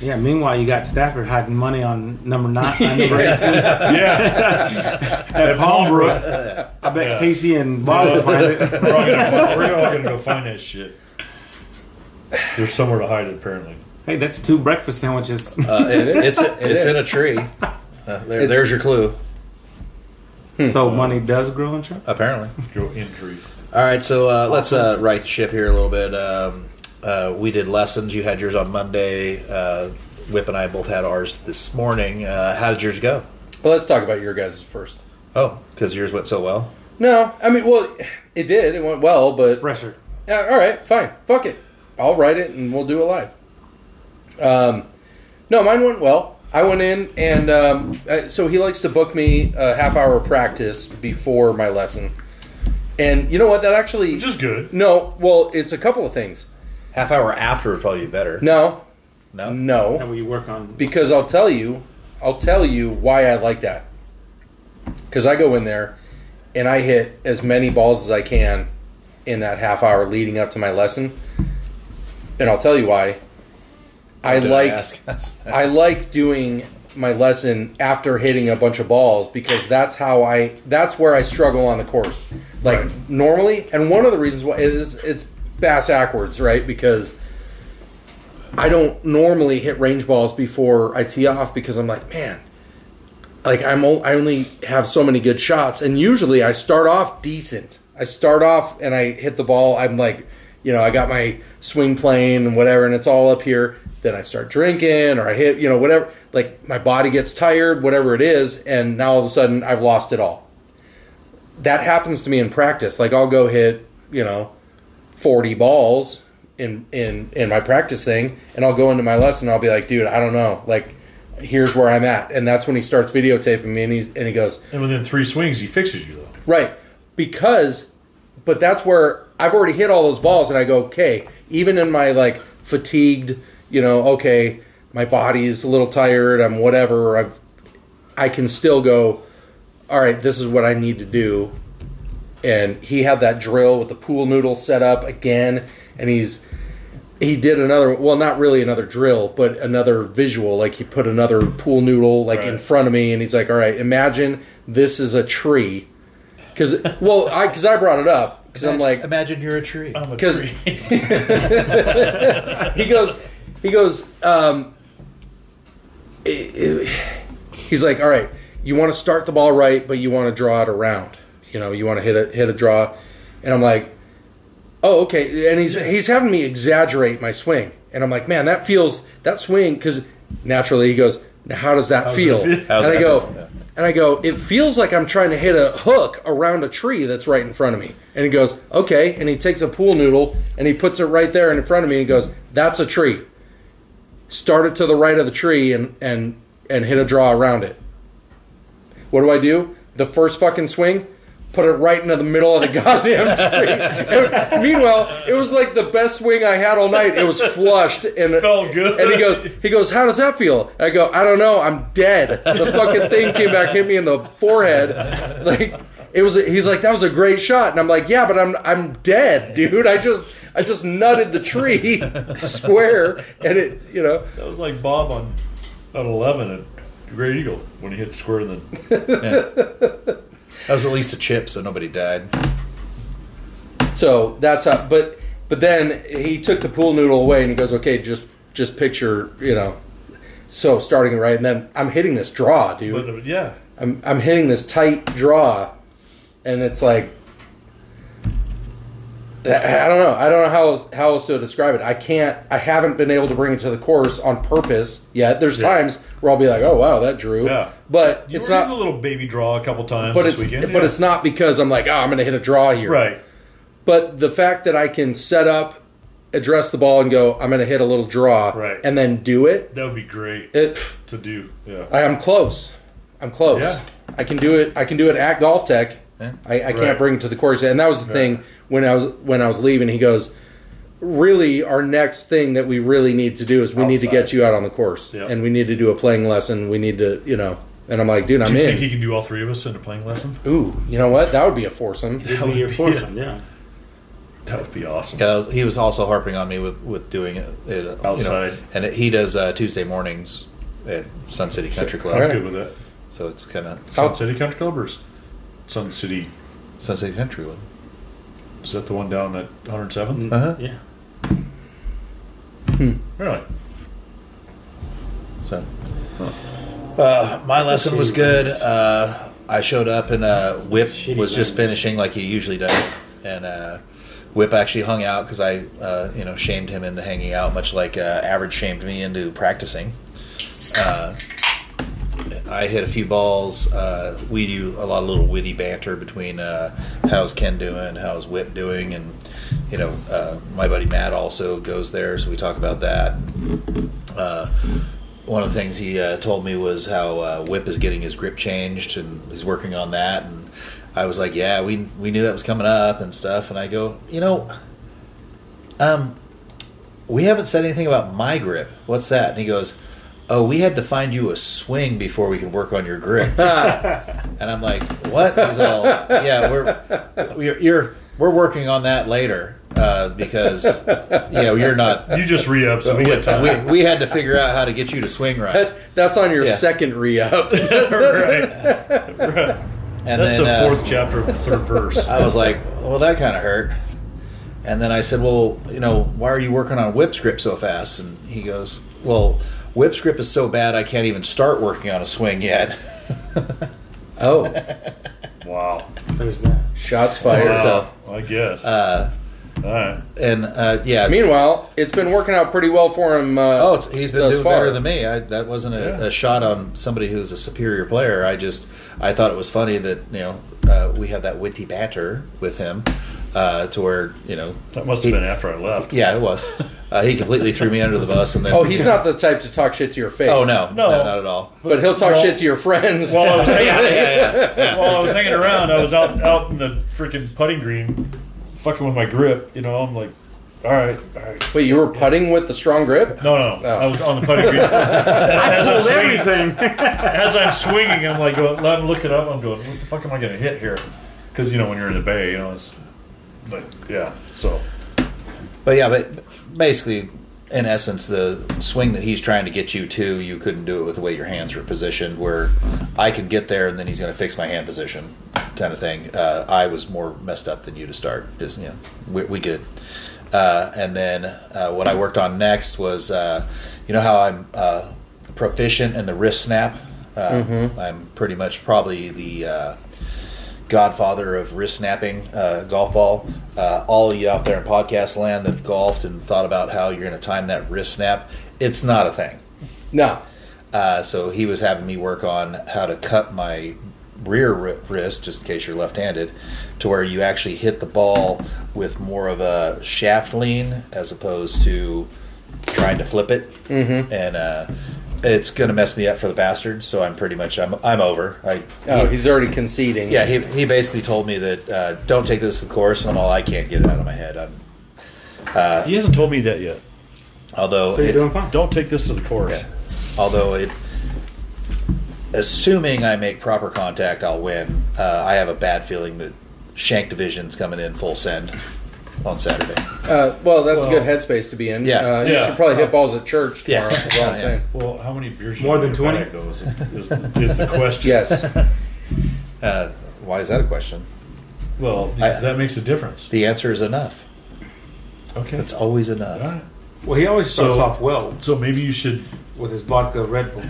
Speaker 4: Yeah. Meanwhile, you got Stafford hiding money on number nine, uh, number eighteen
Speaker 3: Yeah,
Speaker 4: at Palmbrook. I bet
Speaker 3: Yeah.
Speaker 4: Casey and Bob will find it.
Speaker 3: we're all gonna, fi- we're all gonna go find that shit. There's somewhere to hide it, apparently.
Speaker 4: Hey, that's two breakfast sandwiches.
Speaker 2: Uh, it,
Speaker 1: It is.
Speaker 2: it's
Speaker 1: It
Speaker 2: it's in a
Speaker 1: is.
Speaker 2: tree. Uh, there, there's your clue.
Speaker 4: so money does grow in trees.
Speaker 2: Apparently.
Speaker 3: Go injury.
Speaker 2: All right, so uh, let's uh, right the ship here a little bit. Um, uh, we did lessons. You had yours on Monday. Uh, Whip and I both had ours this morning. Uh, how did yours go?
Speaker 1: Well, let's talk about your guys' first.
Speaker 2: Oh, because yours went so well.
Speaker 1: No, I mean, well, it did. It went well, but
Speaker 4: Fresher.
Speaker 1: Yeah, all right, fine. Fuck it. I'll write it and we'll do it live. Um, no, mine went well. I went in and um, I, so he likes to book me a half hour practice before my lesson. And you know what? That actually
Speaker 3: Which is good.
Speaker 1: no. Well, it's a couple of things.
Speaker 2: Half hour after would probably be better.
Speaker 1: No,
Speaker 2: No,
Speaker 1: no.
Speaker 4: That way you work on.
Speaker 1: because I'll tell you, I'll tell you why I like that. Because I go in there and I hit as many balls as I can in that half hour leading up to my lesson, and I'll tell you why. I
Speaker 2: Did
Speaker 1: like
Speaker 2: ask?
Speaker 1: I like doing my lesson after hitting a bunch of balls because that's how I that's where I struggle on the course. Like
Speaker 3: Right.
Speaker 1: normally, and one of the reasons why is it's bass backwards, right? Because I don't normally hit range balls before I tee off because I'm like, man, like I'm o- I only have so many good shots, and usually I start off decent. I start off and I hit the ball. I'm like, you know, I got my swing plane and whatever, and it's all up here. Then I start drinking, or I hit, you know, whatever. Like my body gets tired, whatever it is, and now all of a sudden I've lost it all. That happens to me in practice. Like I'll go hit, you know, forty balls in in in my practice thing, and I'll go into my lesson. I'll be like, dude, I don't know. Like, here's where I'm at, and that's when he starts videotaping me, and he's and he goes,
Speaker 3: And within three swings, he fixes you though.
Speaker 1: right, because, but that's where I've already hit all those balls, and I go, okay, even in my like fatigued, you know, okay, my body's a little tired, I'm whatever, I've, I can still go. All right, this is what I need to do and he had that drill with the pool noodle set up again and he's he did another well not really another drill but another visual like he put another pool noodle like in
Speaker 3: Right.
Speaker 1: front of me and he's like all right imagine this is a tree because well i because i brought it up because i'm like um,
Speaker 2: imagine you're a tree.
Speaker 3: I'm a
Speaker 1: 'Cause-
Speaker 3: tree.
Speaker 1: he goes he goes um it- it- he's like all right you want to start the ball right but you want to draw it around you know you want to hit a hit a draw and i'm like oh okay and he's he's having me exaggerate my swing and i'm like man that feels that swing because naturally he goes now how does that feel
Speaker 3: feel?
Speaker 1: and
Speaker 2: How's
Speaker 1: i
Speaker 2: that
Speaker 1: go
Speaker 2: feel? Yeah.
Speaker 1: and i go it feels like i'm trying to hit a hook around a tree that's right in front of me and he goes okay and he takes a pool noodle and he puts it right there in front of me and he goes that's a tree start it to the right of the tree and and and hit a draw around it what do I do? The first fucking swing, put it right into the middle of the goddamn tree. meanwhile, it was like the best swing I had all night. It was flushed and
Speaker 3: Felt good.
Speaker 1: And he goes, he goes, how does that feel? I go, I don't know. I'm dead. The fucking thing came back, hit me in the forehead. Like it was. He's like, that was a great shot, and I'm like, yeah, but I'm I'm dead, dude. I just I just nutted the tree square, and it, you know.
Speaker 3: That was like Bob on on eleven at Great Eagle when he hit square in the
Speaker 2: That was at least a chip, so nobody died.
Speaker 1: So that's how. But but then he took the pool noodle away and he goes, okay, just just picture, you know. So starting it right, and then I'm hitting this draw,
Speaker 3: But
Speaker 1: dude.
Speaker 3: uh, yeah,
Speaker 1: I'm I'm hitting this tight draw, and it's like, I I don't know. I don't know how else, how else to describe it. I can't. I haven't been able to bring it to the course on purpose yet. There's
Speaker 3: Yeah.
Speaker 1: times where I'll be like, "Oh wow, that drew,"
Speaker 3: Yeah.
Speaker 1: but
Speaker 3: You
Speaker 1: it's
Speaker 3: were hitting a
Speaker 1: not.
Speaker 3: little baby draw a couple times
Speaker 1: But
Speaker 3: this
Speaker 1: it's
Speaker 3: weekend.
Speaker 1: but
Speaker 3: yeah.
Speaker 1: it's not because I'm like, "Oh, I'm going to hit a draw here."
Speaker 3: right.
Speaker 1: But the fact that I can set up, address the ball, and go, "I'm going to hit a little draw,"
Speaker 3: Right.
Speaker 1: and then do it.
Speaker 3: That would be great
Speaker 1: It. pff,
Speaker 3: to do. Yeah.
Speaker 1: I am close. I'm close.
Speaker 3: Yeah.
Speaker 1: I can do it. I can do it at Golf Tech. I, I
Speaker 3: Right.
Speaker 1: can't bring it to the course. And that was the thing when I was when I was leaving. He goes, "Really, our next thing that we really need to do is we need to get
Speaker 2: Outside.
Speaker 1: you out on the course,
Speaker 3: Yep.
Speaker 1: and we need to do a playing lesson. We need to, you know." And I'm like, "Dude, I'm
Speaker 3: do you
Speaker 1: in."
Speaker 3: think he can do all three of us in a playing lesson?
Speaker 1: Ooh, you know what? That would be a foursome.
Speaker 4: It'd be your
Speaker 3: be
Speaker 4: foursome, yeah.
Speaker 3: That would be awesome.
Speaker 2: Yeah, that was- he was also harping on me with, with doing it, it uh, you know,
Speaker 3: Outside.
Speaker 2: and it, he does uh, Tuesday mornings at Sun City Country Club.
Speaker 1: All
Speaker 3: I'm
Speaker 1: right.
Speaker 3: good with that.
Speaker 2: So it's kind of
Speaker 3: Sun City Country Club or Sun City?
Speaker 2: Sun City Country Club.
Speaker 3: Is that the one down at 107th?
Speaker 2: Uh-huh.
Speaker 4: Yeah.
Speaker 3: Really?
Speaker 2: So, uh, my lesson was
Speaker 4: shitty
Speaker 2: good. Uh, I showed up and uh, Whip
Speaker 4: Shitty
Speaker 2: was just
Speaker 4: language.
Speaker 2: finishing like he usually does, and uh, Whip actually hung out because I, uh, you know, shamed him into hanging out, much like uh, Average shamed me into practicing. Uh, I hit a few balls. Uh, we do a lot of little witty banter between uh, how's Ken doing, how's Whip doing, and you know, uh, my buddy Matt also goes there, so we talk about that uh, one of the things he uh, told me was how uh, Whip is getting his grip changed and he's working on that. And I was like, yeah, we we knew that was coming up and stuff. And I go, you know, um, we haven't said anything about my grip. What's that? And he goes, oh, we had to find you a swing before we can work on your grip. And I'm like, what? He's all, yeah, we're we're you're, we're working on that later uh, because you know you're not
Speaker 3: You just re up, so we got time.
Speaker 2: we, we had to figure out how to get you to swing right.
Speaker 1: That's on your
Speaker 2: Yeah.
Speaker 1: second re-up.
Speaker 3: right.
Speaker 2: And
Speaker 3: That's
Speaker 2: then
Speaker 3: the
Speaker 2: uh,
Speaker 3: fourth chapter of the third verse.
Speaker 2: I was like, well, that kind of hurt. And then I said, well, you know, why are you working on whip script so fast? And he goes, well, whip script is so bad I can't even start working on a swing yet.
Speaker 1: oh,
Speaker 3: Wow.
Speaker 4: There's that.
Speaker 1: shots fired.
Speaker 2: Wow.
Speaker 3: Wow.
Speaker 2: So-
Speaker 3: I guess.
Speaker 2: Uh,
Speaker 3: All right.
Speaker 2: and uh, yeah,
Speaker 1: Meanwhile, it's been working out pretty well for him. Uh,
Speaker 2: oh, it's, he's been
Speaker 1: thus
Speaker 2: doing
Speaker 1: far.
Speaker 2: better than me. I, that wasn't a,
Speaker 3: Yeah.
Speaker 2: a shot on somebody who's a superior player. I just I thought it was funny that you know uh, we have that witty banter with him uh, to where you know
Speaker 3: That must have been after I left.
Speaker 2: Yeah, it was. Uh, he completely threw me under the bus, and then
Speaker 1: Oh, he's not the type to talk shit to your face.
Speaker 2: Oh no,
Speaker 3: No.
Speaker 2: no, not at all.
Speaker 1: But he'll talk
Speaker 3: Well-
Speaker 1: shit to your friends.
Speaker 3: While I was
Speaker 2: Yeah,
Speaker 3: hanging,
Speaker 2: yeah, yeah.
Speaker 3: while I was hanging around, I was out out in the freaking putting green, fucking with my grip. You know, I'm like, all right, all right.
Speaker 1: Wait, you were putting with the strong grip?
Speaker 3: No, no, no.
Speaker 1: Oh.
Speaker 3: I was on the putting green. as, I'm
Speaker 4: Well,
Speaker 3: swinging,
Speaker 4: everything.
Speaker 3: as I'm swinging, I'm like, going, I'm looking up. I'm going, what the fuck am I gonna hit here? Because you know, when you're in the bay, you know, it's like, yeah. So
Speaker 2: But yeah, but basically, in essence, the swing that he's trying to get you to, you couldn't do it with the way your hands were positioned. Where I can get there, and then he's going to fix my hand position, kind of thing. Uh, I was more messed up than you to start. Just you know, we, we good. Uh, and then uh, what I worked on next was, uh, you know, how I'm uh, proficient in the wrist snap. Uh, I'm pretty much probably the uh, godfather of wrist snapping uh, golf ball. Uh, all of you out there in podcast land that've golfed and thought about how you're going to time that wrist snap, it's not a thing.
Speaker 1: No.
Speaker 2: Uh, so he was having me work on how to cut my rear wri- wrist, just in case you're left-handed, to where you actually hit the ball with more of a shaft lean as opposed to trying to flip it. Mm-hmm. And uh, it's going to mess me up for the bastards. So I'm pretty much I'm I'm over. I
Speaker 1: Oh,
Speaker 2: he-
Speaker 1: he's already conceding.
Speaker 2: yeah, he, he basically told me that uh, don't take this to the course, and I'm all I can't get it out of my head. I'm,
Speaker 3: he hasn't told me that yet.
Speaker 2: although
Speaker 4: So you're
Speaker 2: it,
Speaker 4: doing fine.
Speaker 3: Don't take this to the course.
Speaker 2: yeah, although it, assuming I make proper contact, I'll win. Uh, I have a bad feeling that Shank Division's coming in full send on Saturday.
Speaker 1: Uh, well, that's a good
Speaker 3: Well-
Speaker 1: headspace to be in.
Speaker 2: Yeah.
Speaker 1: Uh, you
Speaker 3: Yeah. Oh.
Speaker 1: should probably hit balls at church tomorrow.
Speaker 2: Yeah.
Speaker 1: Yeah. That's all I'm
Speaker 2: Yeah.
Speaker 1: saying.
Speaker 3: Well, how many beers?
Speaker 4: More than 20?
Speaker 3: Though is, is, is the question.
Speaker 1: Yes.
Speaker 2: Uh, why is that a question?
Speaker 3: Well, because that makes a difference.
Speaker 2: The answer is enough.
Speaker 3: Okay.
Speaker 2: It's always
Speaker 3: All
Speaker 2: enough.
Speaker 3: right.
Speaker 4: Well, he always starts
Speaker 3: So-
Speaker 4: off well
Speaker 3: So maybe you should.
Speaker 4: with his vodka Red Bull.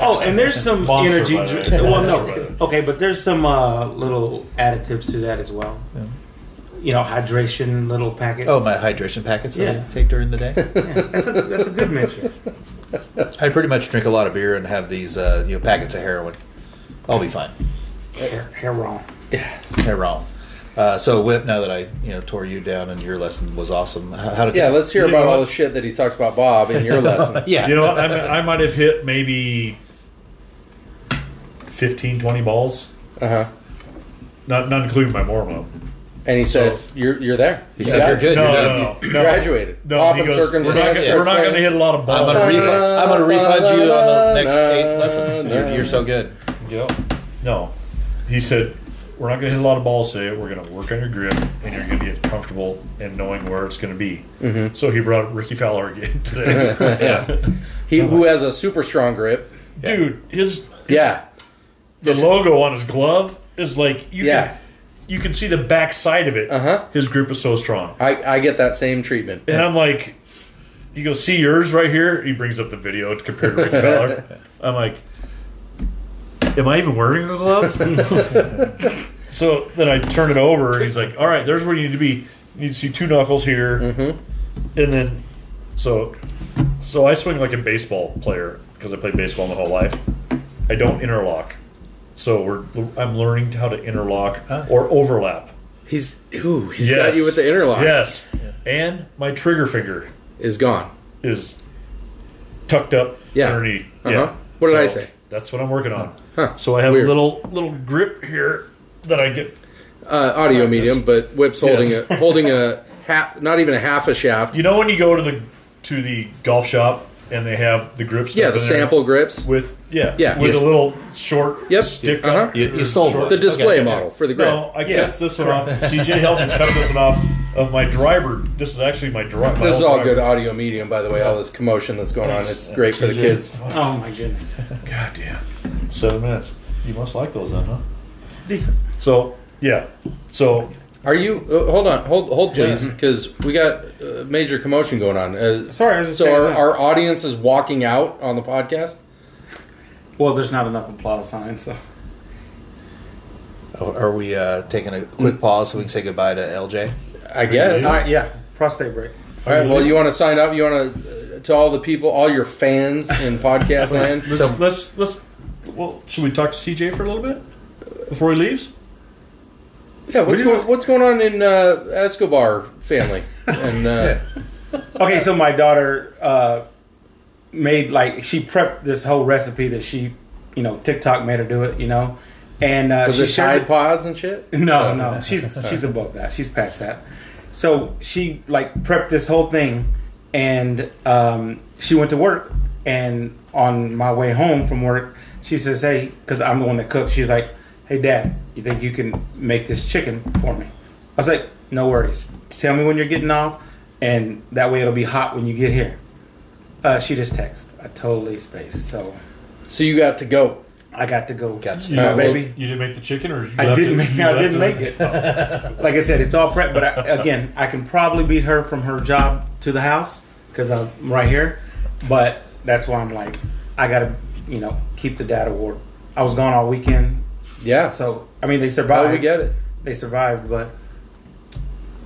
Speaker 4: oh, and there's some
Speaker 3: Monster,
Speaker 4: energy.
Speaker 3: by the way.
Speaker 4: Dr- well,
Speaker 3: Monster, by the way.
Speaker 4: no, okay, but there's some uh, little additives to that as well. you know, hydration little packets.
Speaker 5: Oh, my hydration packets that
Speaker 4: Yeah.
Speaker 5: I take during the day.
Speaker 4: Yeah, that's a that's a good mention.
Speaker 5: I pretty much drink a lot of beer and have these, uh, you know, packets of heroin. I'll be fine.
Speaker 4: hair, hair wrong.
Speaker 5: They're wrong. Uh, so, Whip, now that I you know tore you down and your lesson was awesome, how, how did
Speaker 1: Yeah, let's hear
Speaker 3: You know
Speaker 1: about all
Speaker 3: what?
Speaker 1: the shit that he talks about Bob in your lesson.
Speaker 5: yeah,
Speaker 3: You know, what? I, I might have hit maybe 15, 20 balls,
Speaker 1: Uh huh.
Speaker 3: not not including my warm up.
Speaker 1: And he said, "You're you're there.
Speaker 5: he
Speaker 1: You
Speaker 5: said
Speaker 1: got
Speaker 5: you're
Speaker 1: it.
Speaker 5: good.
Speaker 3: No,
Speaker 5: you're
Speaker 3: no,
Speaker 5: done.
Speaker 3: no,
Speaker 1: You
Speaker 3: no.
Speaker 1: graduated.
Speaker 3: No,
Speaker 1: Pop
Speaker 3: he
Speaker 1: and
Speaker 3: goes,
Speaker 1: circumstance,
Speaker 3: We're not gonna-
Speaker 1: you're
Speaker 3: we're not going to
Speaker 1: explaining."
Speaker 3: hit a lot of
Speaker 5: I'm
Speaker 3: balls.
Speaker 5: gonna refund. I'm gonna refund you on the next eight lessons. You're, you're so good.
Speaker 3: Yep. No. He said, We're not going to hit a lot of balls today. We're going to work on your grip, and you're going to get comfortable and knowing where it's going to be.
Speaker 1: Mm-hmm.
Speaker 3: So he brought Ricky Fowler again today.
Speaker 1: He who has a super strong grip.
Speaker 3: Dude, his,
Speaker 1: Yeah,
Speaker 3: the logo on his glove is like, you
Speaker 1: Yeah.
Speaker 3: can, you can see the back side of it.
Speaker 1: Uh-huh.
Speaker 3: His grip is so strong.
Speaker 1: I I get that same treatment.
Speaker 3: And I'm like, you go see yours right here. He brings up the video to compare to Rick Fowler. I'm like, am I even wearing a glove? so then I turn it over. And he's like, all right, there's where you need to be. You need to see two knuckles here, and then so so I swing like a baseball player because I played baseball my whole life. I don't interlock, so we're I'm learning how to interlock or overlap.
Speaker 1: He's ooh, he's
Speaker 3: Yes.
Speaker 1: got you with the interlock.
Speaker 3: Yes, and my trigger finger
Speaker 1: is gone.
Speaker 3: is tucked up
Speaker 1: Yeah.
Speaker 3: underneath.
Speaker 1: Uh-huh.
Speaker 3: Yeah.
Speaker 1: What did I
Speaker 3: So
Speaker 1: say?
Speaker 3: That's what I'm working on.
Speaker 1: Huh.
Speaker 3: So I have
Speaker 1: Weird.
Speaker 3: a little little grip here that I get.
Speaker 1: Uh, audio medium, but Whip's holding
Speaker 3: Yes.
Speaker 1: a holding a half, not even a half a shaft.
Speaker 3: You know when you go to the to the golf shop and they have the grip stuff
Speaker 1: yeah, the
Speaker 3: in there
Speaker 1: sample grips,
Speaker 3: with yeah
Speaker 1: Yeah.
Speaker 3: with
Speaker 1: Yes.
Speaker 3: a little short
Speaker 1: Yep.
Speaker 3: stick
Speaker 1: Uh-huh.
Speaker 3: on it,
Speaker 5: You- you
Speaker 3: or
Speaker 5: sold
Speaker 3: short-
Speaker 5: it.
Speaker 1: the display
Speaker 5: Okay.
Speaker 1: model for the grip.
Speaker 3: No, I cut
Speaker 5: Yes.
Speaker 3: this one off. CJ helped me cut this one off of my driver. This is actually my driver.
Speaker 1: This is all good audio medium, by the way. All this commotion that's going on, it's great for the kids.
Speaker 4: Oh my goodness,
Speaker 3: God damn. Seven minutes. You must like those then, huh?
Speaker 4: decent.
Speaker 3: So yeah. So
Speaker 1: Are you? Uh, hold on, hold hold please, because we got uh, major commotion going on. Uh,
Speaker 4: Sorry, I was just
Speaker 1: so
Speaker 4: saying
Speaker 1: our,
Speaker 4: that.
Speaker 1: our audience is walking out on the podcast.
Speaker 4: Well, there's not enough applause signs. So.
Speaker 5: Oh, Are we uh, taking a quick pause so we can say goodbye to LJ?
Speaker 1: I guess.
Speaker 4: All right, yeah, prostate break.
Speaker 1: All right. Well, you want to sign up? You want to to all the people, all your fans in podcast land.
Speaker 3: Let's,
Speaker 5: So-
Speaker 3: let's let's well, should we talk to CJ for a little bit before he leaves?
Speaker 1: Yeah. What's going What's going on in uh, Escobar family? And uh,
Speaker 4: Okay, so my daughter uh, made like she prepped this whole recipe that she, you know, TikTok made her do it, you know, and uh,
Speaker 1: was
Speaker 4: she
Speaker 1: it
Speaker 4: shared
Speaker 1: Tide Pods and shit? Uh,
Speaker 4: No, no, she's she's above that. She's past that. So she like prepped this whole thing, and um, she went to work. And on my way home from work, she says, "Hey," because I'm the one that cooks. She's like, "Hey, Dad, you think you can make this chicken for me?" I was like, "No worries. Tell me when you're getting off, and that way it'll be hot when you get here." Uh, she just texted. I totally spaced, so
Speaker 1: So you got to go.
Speaker 4: I got to go.
Speaker 5: Got to
Speaker 4: You
Speaker 1: go.
Speaker 4: know, baby.
Speaker 3: You didn't make the chicken, or you
Speaker 4: I
Speaker 3: left
Speaker 4: didn't make.
Speaker 3: you
Speaker 4: I
Speaker 3: left
Speaker 4: didn't make it. like I said, it's all prep. But I, again, I can probably beat her from her job to the house because I'm right here. But that's why I'm like, I gotta, you know, keep the dad award. I was gone all weekend,
Speaker 1: Yeah. So
Speaker 4: so I mean, they
Speaker 1: how
Speaker 4: survived.
Speaker 1: do we get it?
Speaker 4: They survived, but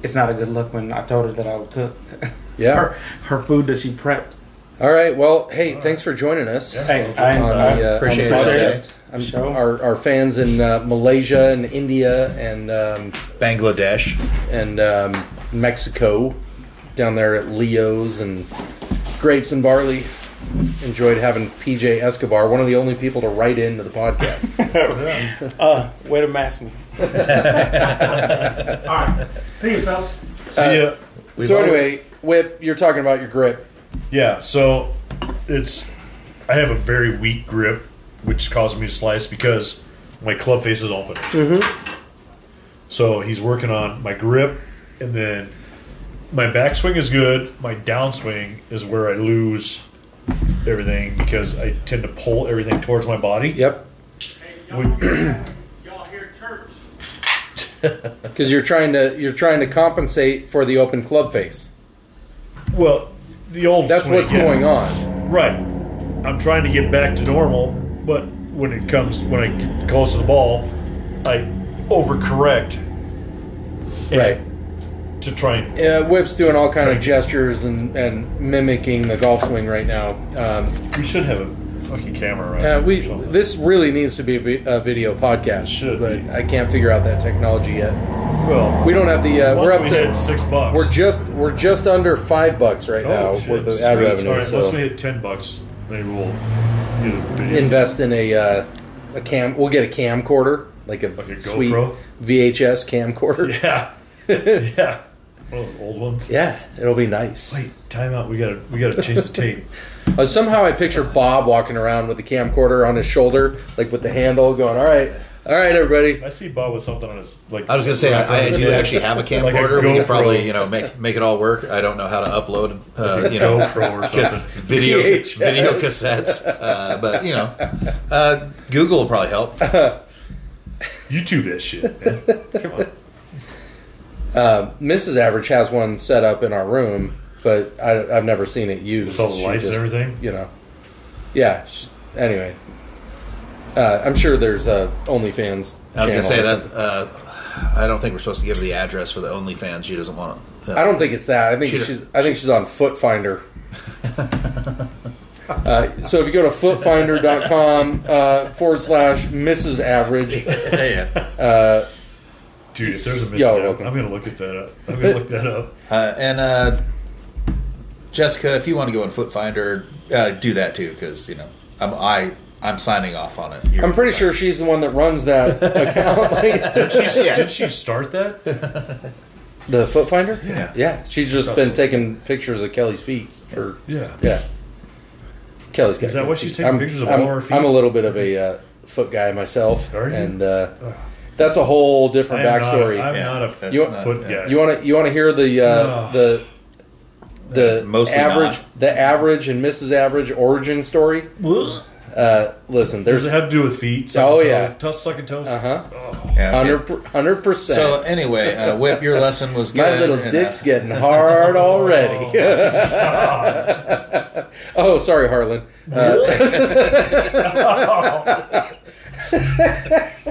Speaker 4: it's not a good look when I told her that I would cook her
Speaker 1: Yeah.
Speaker 4: her food that she prepped.
Speaker 1: All right. Well, hey, thanks for joining us.
Speaker 4: Hey, I,
Speaker 1: on
Speaker 4: I,
Speaker 1: the, uh,
Speaker 5: appreciate
Speaker 1: on the
Speaker 4: it.
Speaker 1: podcast. I'm-
Speaker 4: Sure.
Speaker 1: Our, our fans in uh, Malaysia and India and um,
Speaker 5: Bangladesh.
Speaker 1: and um, Mexico down there at Leo's and Grapes and Barley enjoyed having PJ Escobar, one of the only people to write into the podcast.
Speaker 4: uh, way to mask me. all right, see you, fellas.
Speaker 3: See
Speaker 4: Uh,
Speaker 3: ya.
Speaker 1: so anyway, Whip, you're talking about your grip.
Speaker 3: Yeah. So it's I have a very weak grip, which causes me to slice because my club face is open.
Speaker 4: Mm-hmm.
Speaker 3: So he's working on my grip, and then my backswing is good. My downswing is where I lose everything because I tend to pull everything towards my body.
Speaker 1: Yep.
Speaker 4: Y'all hear church?
Speaker 1: Because you're trying to you're trying to compensate for the open club face.
Speaker 3: Well, the old
Speaker 1: That's
Speaker 3: swing,
Speaker 1: what's
Speaker 3: yeah.
Speaker 1: going on.
Speaker 3: Right. I'm trying to get back to normal, but when it comes when I get close to the ball, I overcorrect. And
Speaker 1: Right.
Speaker 3: to try and
Speaker 1: Uh, Whip's doing all kind of gestures and, and mimicking the golf swing right now. Um,
Speaker 3: We should have a fucking camera right
Speaker 1: uh,
Speaker 3: now
Speaker 1: we
Speaker 3: or something.
Speaker 1: this really needs to be a, vi- a video podcast,
Speaker 3: should
Speaker 1: but
Speaker 3: be.
Speaker 1: I can't figure out that technology yet.
Speaker 3: well
Speaker 1: We don't have the. Uh,
Speaker 3: once
Speaker 1: we're up
Speaker 3: we
Speaker 1: to.
Speaker 3: hit six bucks Oh,
Speaker 1: We're just we're just under five bucks right now
Speaker 3: shit,
Speaker 1: worth of
Speaker 3: sweet.
Speaker 1: ad revenue.
Speaker 3: All right,
Speaker 1: so
Speaker 3: once we hit ten bucks, maybe we'll get a video.
Speaker 1: invest in a uh, a cam. We'll get a camcorder, like a,
Speaker 3: a
Speaker 1: sweet
Speaker 3: GoPro?
Speaker 1: VHS camcorder.
Speaker 3: Yeah, yeah. One of those old ones.
Speaker 1: Yeah, it'll be nice.
Speaker 3: Wait, time out. We gotta we gotta change the tape.
Speaker 1: Uh, somehow I picture Bob walking around with the camcorder on his shoulder, like with the handle, going, "All right, all right, everybody."
Speaker 3: I see Bob with something on his like.
Speaker 2: I was gonna say I, I do actually have a
Speaker 3: Like a
Speaker 2: camcorder. we
Speaker 3: GoPro.
Speaker 2: could probably you know make make it all work. I don't know how to upload uh, you know
Speaker 3: GoPro or something.
Speaker 2: video
Speaker 1: VHS.
Speaker 2: video cassettes, uh, but you know uh, Google will probably help.
Speaker 3: YouTube that shit. Man. Come on.
Speaker 1: Mrs. Average has one set up in our room, but I, I've never seen it used.
Speaker 3: With all the
Speaker 1: She
Speaker 3: lights and
Speaker 1: just-
Speaker 3: everything?
Speaker 1: you know. Yeah. sh- Anyway, uh, I'm sure there's a OnlyFans.
Speaker 2: I was
Speaker 1: channel
Speaker 2: gonna say
Speaker 1: or
Speaker 2: that
Speaker 1: something.
Speaker 2: uh, I don't think we're supposed to give her the address for the OnlyFans. She doesn't want to.
Speaker 1: I don't think it's that. I think
Speaker 2: She-
Speaker 1: she's. I think she's on Foot Finder. Uh, so if you go to footfinder.com uh, forward slash Mrs. Average,
Speaker 2: yeah.
Speaker 3: Dude, if there's a
Speaker 1: Y'all are
Speaker 3: misstep,
Speaker 1: welcome.
Speaker 3: I'm gonna look at that up. I'm gonna look that up.
Speaker 2: Uh, and uh, Jessica, if you want to go on Foot Finder, uh, do that too because you know I'm I I'm signing off on it. You're-
Speaker 1: I'm pretty sure she's the one that runs that account. Like,
Speaker 3: Did she, did she start that?
Speaker 1: the foot finder?
Speaker 2: Yeah.
Speaker 1: Yeah. She's just been taking pictures of Kelly's feet for
Speaker 3: Yeah.
Speaker 1: yeah. Kelly's got
Speaker 3: Is that
Speaker 1: good
Speaker 3: what she's
Speaker 1: feet.
Speaker 3: taking
Speaker 1: I'm-
Speaker 3: pictures of
Speaker 1: I'm,
Speaker 3: all her feet?
Speaker 1: I'm a little bit of a uh, foot guy myself.
Speaker 3: Are you?
Speaker 1: And uh, that's a whole different
Speaker 3: I am
Speaker 1: backstory.
Speaker 3: Not, I'm
Speaker 2: Yeah,
Speaker 3: not a
Speaker 2: that's
Speaker 1: You-
Speaker 2: not-
Speaker 3: foot
Speaker 2: yeah.
Speaker 3: guy.
Speaker 1: you want to you want to hear the uh,
Speaker 3: Ugh.
Speaker 1: the the
Speaker 2: Uh, Mostly
Speaker 1: average
Speaker 2: not.
Speaker 1: the average and Mrs. Average origin story? Uh, listen,
Speaker 3: Does
Speaker 1: there's
Speaker 3: it have to do with feet?
Speaker 1: Oh,
Speaker 3: sucking
Speaker 1: yeah.
Speaker 3: toes, Tuss sucking toes.
Speaker 1: uh-huh.
Speaker 2: Yeah, okay.
Speaker 1: 100 percent.
Speaker 2: So anyway, uh, Whip, your lesson was good.
Speaker 1: My little
Speaker 2: and, uh,
Speaker 1: dick's getting hard already. oh, sorry, Harlan. Uh,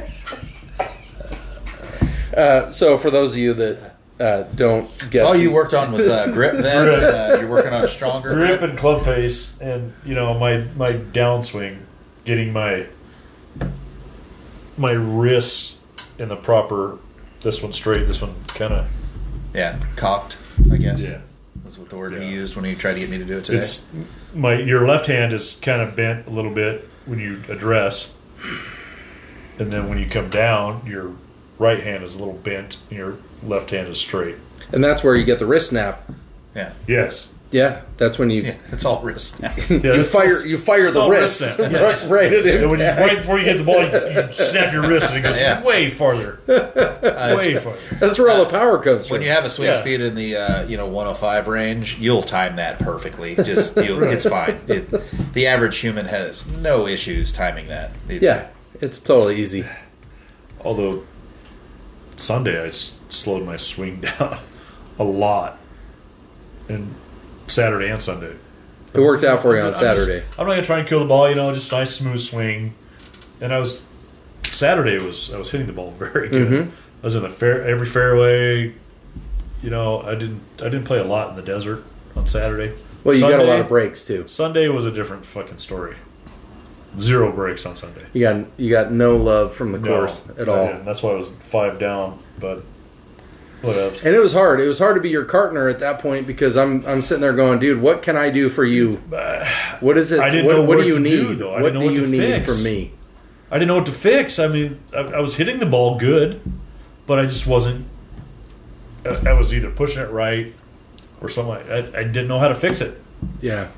Speaker 1: Uh, so, for those of you that uh, don't get
Speaker 2: so all you worked on was uh, grip. Then uh, you're working on stronger.
Speaker 3: grip and club face, and you know my my downswing, getting my my wrists in the proper. This one straight. This one kind of.
Speaker 2: Yeah, cocked. I guess.
Speaker 3: Yeah.
Speaker 2: That's what the word
Speaker 3: Yeah.
Speaker 2: he used when he tried to get me to do it today.
Speaker 3: It's my your left hand is kind of bent a little bit when you address, and then when you come down, your right hand is a little bent, and your left hand is straight.
Speaker 1: and that's where you get the wrist snap.
Speaker 2: yeah,
Speaker 3: Yes.
Speaker 1: Yeah, that's when you
Speaker 2: yeah. It's all wrist. now.
Speaker 1: you
Speaker 3: Yes.
Speaker 1: fire you fire the
Speaker 3: all
Speaker 1: wrist,
Speaker 3: wrist snap, yeah.
Speaker 1: right, right at
Speaker 3: And when you,
Speaker 1: impact.
Speaker 3: right before you hit the ball, you, you snap your wrist, and it goes
Speaker 2: Yeah. Uh,
Speaker 3: way farther, way farther.
Speaker 1: That's where all the power comes from.
Speaker 2: When you have a swing
Speaker 3: Yeah.
Speaker 2: speed in the uh, you know 105 range, you'll time that perfectly. Just you'll, it's fine. It, the average human has no issues timing that. It-
Speaker 1: yeah, it's totally easy.
Speaker 3: Although Sunday I s- slowed my swing down a lot, and Saturday and Sunday.
Speaker 1: It worked out for you
Speaker 3: I'm
Speaker 1: on
Speaker 3: just-
Speaker 1: Saturday.
Speaker 3: I'm not gonna try and kill the ball, you know, just nice smooth swing. And I was Saturday was I was hitting the ball very good.
Speaker 1: Mm-hmm.
Speaker 3: I was in the fair every fairway. You know, I didn't I didn't play a lot in the desert on Saturday.
Speaker 1: Well, you got a lot
Speaker 3: Sunday-
Speaker 1: of breaks too.
Speaker 3: Sunday was a different fucking story. Zero breaks on Sunday.
Speaker 1: You got you got no love from the course at
Speaker 3: I
Speaker 1: all.
Speaker 3: didn't. That's why I was five down, but what else?
Speaker 1: And it was hard. It was hard to be your partner at that point because I'm I'm sitting there going, dude, what can I do for you? What is it?
Speaker 3: I didn't
Speaker 1: what,
Speaker 3: know
Speaker 1: what
Speaker 3: what
Speaker 1: do you
Speaker 3: to do,
Speaker 1: need?
Speaker 3: though. I
Speaker 1: what
Speaker 3: didn't know
Speaker 1: do
Speaker 3: what
Speaker 1: you
Speaker 3: to
Speaker 1: need
Speaker 3: fix.
Speaker 1: from me?
Speaker 3: I didn't know what to fix. I mean, I, I was hitting the ball good, but I just wasn't. I, I was either pushing it right or something. Like, I, I didn't know how to fix it.
Speaker 1: Yeah,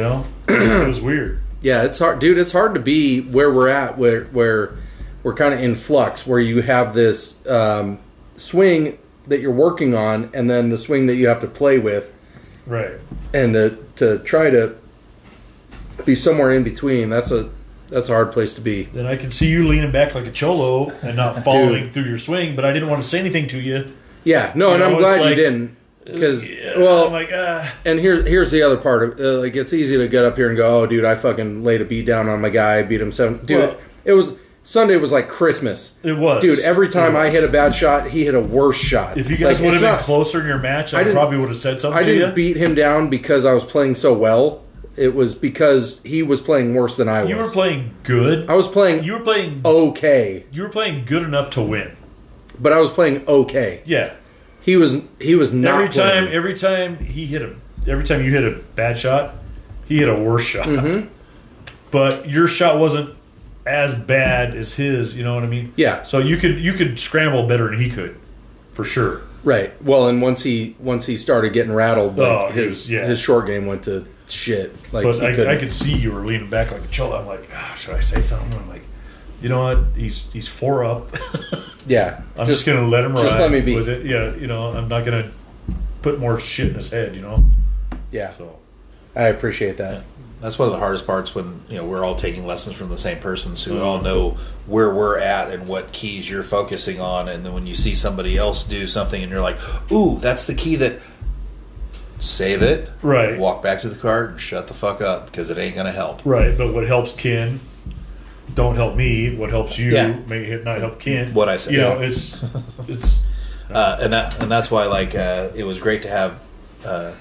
Speaker 3: know, it was weird.
Speaker 1: yeah. It's hard, dude. It's hard to be where we're at, where where we're kind of in flux, where you have this um, swing that you're working on, and then the swing that you have to play with,
Speaker 3: Right.
Speaker 1: and to to try to be somewhere in between. That's a that's a hard place to be.
Speaker 3: Then I could see you leaning back like a cholo and not following through your swing, but I didn't want to say anything to you.
Speaker 1: Yeah, no,
Speaker 3: You
Speaker 1: and
Speaker 3: know,
Speaker 1: I'm
Speaker 3: it's
Speaker 1: glad you
Speaker 3: like-
Speaker 1: didn't because
Speaker 3: Yeah,
Speaker 1: well,
Speaker 3: I'm like, ah,
Speaker 1: and here's here's the other part of uh, like it's easy to get up here and go, oh, dude, I fucking laid a beat down on my guy, beat him seven, dude.
Speaker 3: Well-
Speaker 1: it was Sunday was like Christmas.
Speaker 3: It was.
Speaker 1: Dude, every time
Speaker 3: It
Speaker 1: I
Speaker 3: was.
Speaker 1: hit a bad shot, he hit a worse shot.
Speaker 3: If you guys
Speaker 1: Like,
Speaker 3: would
Speaker 1: it's
Speaker 3: have been
Speaker 1: not-
Speaker 3: closer in your match,
Speaker 1: I
Speaker 3: I,
Speaker 1: didn't-
Speaker 3: probably would have said something
Speaker 1: I
Speaker 3: to
Speaker 1: didn't
Speaker 3: you.
Speaker 1: beat him down because I was playing so well. It was because he was playing worse than I was.
Speaker 3: you were playing good.
Speaker 1: I was playing
Speaker 3: You were playing.
Speaker 1: Oh. okay,
Speaker 3: You were playing good enough to win.
Speaker 1: but I was playing okay.
Speaker 3: Yeah.
Speaker 1: He was he was not
Speaker 3: Every
Speaker 1: playing.
Speaker 3: time, every time he hit a, every time you hit a bad shot, he hit a worse shot.
Speaker 1: Mm-hmm.
Speaker 3: But your shot wasn't as bad as his. You know what I mean?
Speaker 1: Yeah.
Speaker 3: So you could you could scramble better than he could, for sure.
Speaker 1: right. Well, and once he once he started getting rattled, like,
Speaker 3: Oh, he
Speaker 1: his
Speaker 3: was- yeah.
Speaker 1: his short game went to shit. Like
Speaker 3: But
Speaker 1: he
Speaker 3: I,
Speaker 1: couldn't.
Speaker 3: I could see you were leaning back like a chill. I'm like, ah, should I say something? I'm like, you know what? He's he's four up.
Speaker 1: yeah,
Speaker 3: I'm just, gonna let him ride.
Speaker 1: just let me be.
Speaker 3: with it. Yeah, you know, I'm not gonna put more shit in his head. You know,
Speaker 1: yeah.
Speaker 3: so
Speaker 1: I appreciate that.
Speaker 2: That's one of the hardest parts when you know we're all taking lessons from the same person, so we
Speaker 3: Mm-hmm.
Speaker 2: all know where we're at and what keys you're focusing on. And then when you see somebody else do something, and you're like, "Ooh, that's the key that." Save it.
Speaker 3: Right.
Speaker 2: Walk back to the cart and shut the fuck up because it ain't gonna help.
Speaker 3: right. But what helps Ken don't help me. What helps you
Speaker 2: Yeah.
Speaker 3: may he- not help Ken.
Speaker 2: What I said.
Speaker 3: You know,
Speaker 2: Yeah.
Speaker 3: it's it's
Speaker 2: uh, and that and that's why like uh, it was great to have uh,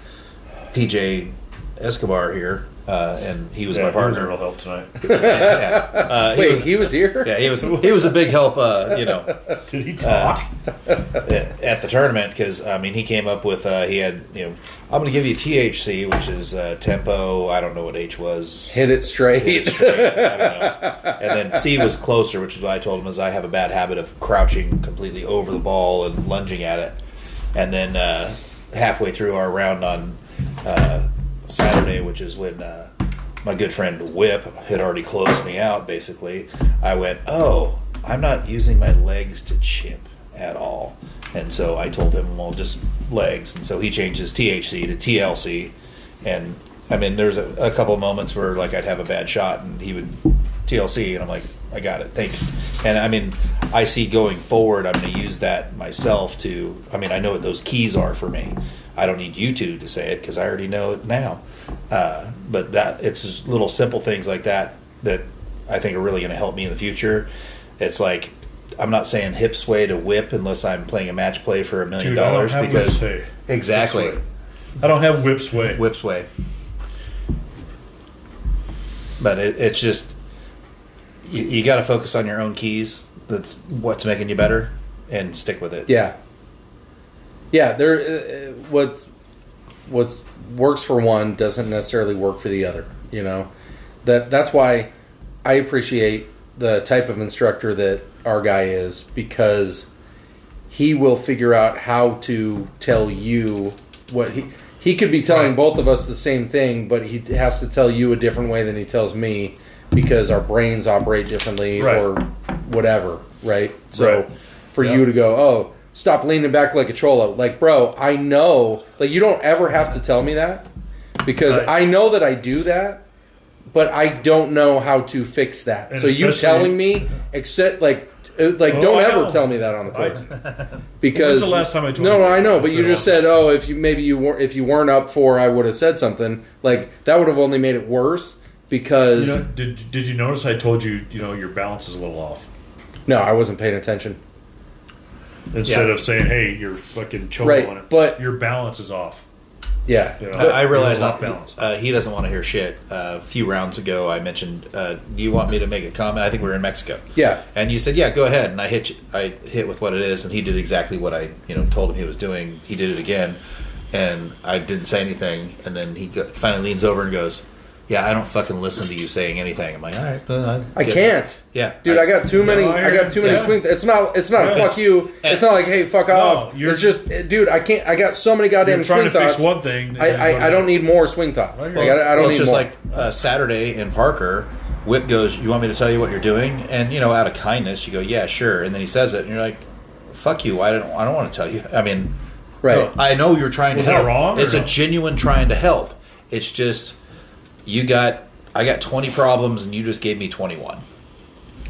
Speaker 2: PJ Escobar here, uh, and he was my
Speaker 3: yeah, He was a real
Speaker 2: partner.
Speaker 3: help tonight.
Speaker 2: Yeah. Uh, he
Speaker 1: Wait,
Speaker 2: was-
Speaker 1: he was here.
Speaker 2: yeah, he was he was a big help, uh, you know,
Speaker 3: Did he
Speaker 2: Uh,
Speaker 3: talk?
Speaker 2: at at the tournament because I mean he came up with uh, he had you know I'm going to give you THC, which is uh, tempo. I don't know what H was.
Speaker 1: Hit it straight.
Speaker 2: I don't know. And then C was closer, which is what I told him is I have a bad habit of crouching completely over the ball and lunging at it. And then uh, halfway through our round on uh, Saturday, which is when uh, my good friend Whip had already closed me out, basically, I went, "Oh, I'm not using my legs to chip at all." And so I told him, "Well, just legs." And so he changed his THC to TLC, and I mean, there's a, a couple moments where like I'd have a bad shot and he would TLC, and I'm like, I got it, thank you. And I mean, I see going forward, I'm going to use that myself to. I mean, I know what those keys are for me. I don't need you two to say it because I already know it now. Uh, but that it's just little simple things like that that I think are really going to help me in the future. It's like I'm not saying hip sway to whip unless I'm playing a match play for a million
Speaker 3: Dude, I don't
Speaker 2: dollars
Speaker 3: have whip
Speaker 2: because
Speaker 3: sway.
Speaker 2: exactly
Speaker 3: Whip sway. I don't have whip sway.
Speaker 2: whip sway. But it, it's just you, you got to focus on your own keys. That's what's making you better, and stick with it.
Speaker 1: Yeah. Yeah, there. Uh, uh, what what's works for one doesn't necessarily work for the other. You know, that that's why I appreciate the type of instructor that our guy is because he will figure out how to tell you what he. He could be telling both of us the same thing, but he has to tell you a different way than he tells me because our brains operate differently
Speaker 3: Right.
Speaker 1: or whatever, right? So
Speaker 3: Right.
Speaker 1: for you to go, oh, stop leaning back like a cholo. Like, bro, I know. Like, you don't ever have to tell me that because
Speaker 3: Right.
Speaker 1: I know that I do that, but I don't know how to fix that.
Speaker 3: And
Speaker 1: so you
Speaker 3: especially-
Speaker 1: telling me, except like, uh, like,
Speaker 3: Oh,
Speaker 1: don't
Speaker 3: I
Speaker 1: ever
Speaker 3: know.
Speaker 1: tell me that on the
Speaker 3: I-
Speaker 1: course because
Speaker 3: When's the last time I told
Speaker 1: no,
Speaker 3: you
Speaker 1: no,
Speaker 3: that?
Speaker 1: I know,
Speaker 3: It's
Speaker 1: but you
Speaker 3: been a
Speaker 1: just
Speaker 3: while.
Speaker 1: said, oh, if you maybe you weren't if you weren't up for, I would have said something like that would have only made it worse because
Speaker 3: You know, did did you notice I told you you know your balance is a little off?
Speaker 1: no, I wasn't paying attention.
Speaker 3: Instead
Speaker 2: Yeah.
Speaker 3: of saying, "Hey, you're fucking choking
Speaker 1: Right,
Speaker 3: on it,"
Speaker 1: but-
Speaker 3: your balance is off.
Speaker 1: Yeah,
Speaker 3: You know?
Speaker 2: I, I realize
Speaker 3: You're off
Speaker 2: that
Speaker 3: balance.
Speaker 2: uh, he doesn't want to hear shit. Uh, a few rounds ago, I mentioned, uh, "Do you want me to make a comment?" I think we were in Mexico.
Speaker 1: Yeah.
Speaker 2: and you said, "Yeah, go ahead." And I hit, you, I hit with what it is, and he did exactly what I, you know, told him he was doing. He did it again, and I didn't say anything. And then he go, finally leans over and goes, "Yeah, I don't fucking listen to you saying anything." I'm like, "All right, uh,
Speaker 1: I
Speaker 2: get it."
Speaker 1: can't.
Speaker 2: Yeah,
Speaker 1: Dude, I, got too many.
Speaker 3: No,
Speaker 1: I got too many
Speaker 3: yeah.
Speaker 1: swing. It's not. It's not. a
Speaker 3: Yeah.
Speaker 1: Fuck you. It's not like hey, fuck off.
Speaker 3: you're-
Speaker 1: It's just, eh, dude, I can't. I got so many goddamn
Speaker 3: You're trying
Speaker 1: swing
Speaker 3: to fix
Speaker 1: thoughts.
Speaker 3: one thing. and
Speaker 1: I,
Speaker 3: then go to
Speaker 1: I, I don't
Speaker 3: the-
Speaker 1: need more swing thoughts.
Speaker 3: Well,
Speaker 1: Like, I, I don't
Speaker 2: well,
Speaker 1: need
Speaker 2: it's just
Speaker 1: more.
Speaker 2: like uh, Saturday in Parker. Whip goes, "You want me to tell you what you're doing?" And you know, out of kindness, you go, "Yeah, sure." And then he says it, and you're like, "Fuck you! I don't. I don't want to tell you. I mean,
Speaker 1: right.
Speaker 2: no, I know you're trying
Speaker 3: Was
Speaker 2: to
Speaker 3: that
Speaker 2: help.
Speaker 3: wrong or
Speaker 2: it's a
Speaker 3: no?
Speaker 2: genuine trying to help. It's just you got. I got 20 problems, and you just gave me 21.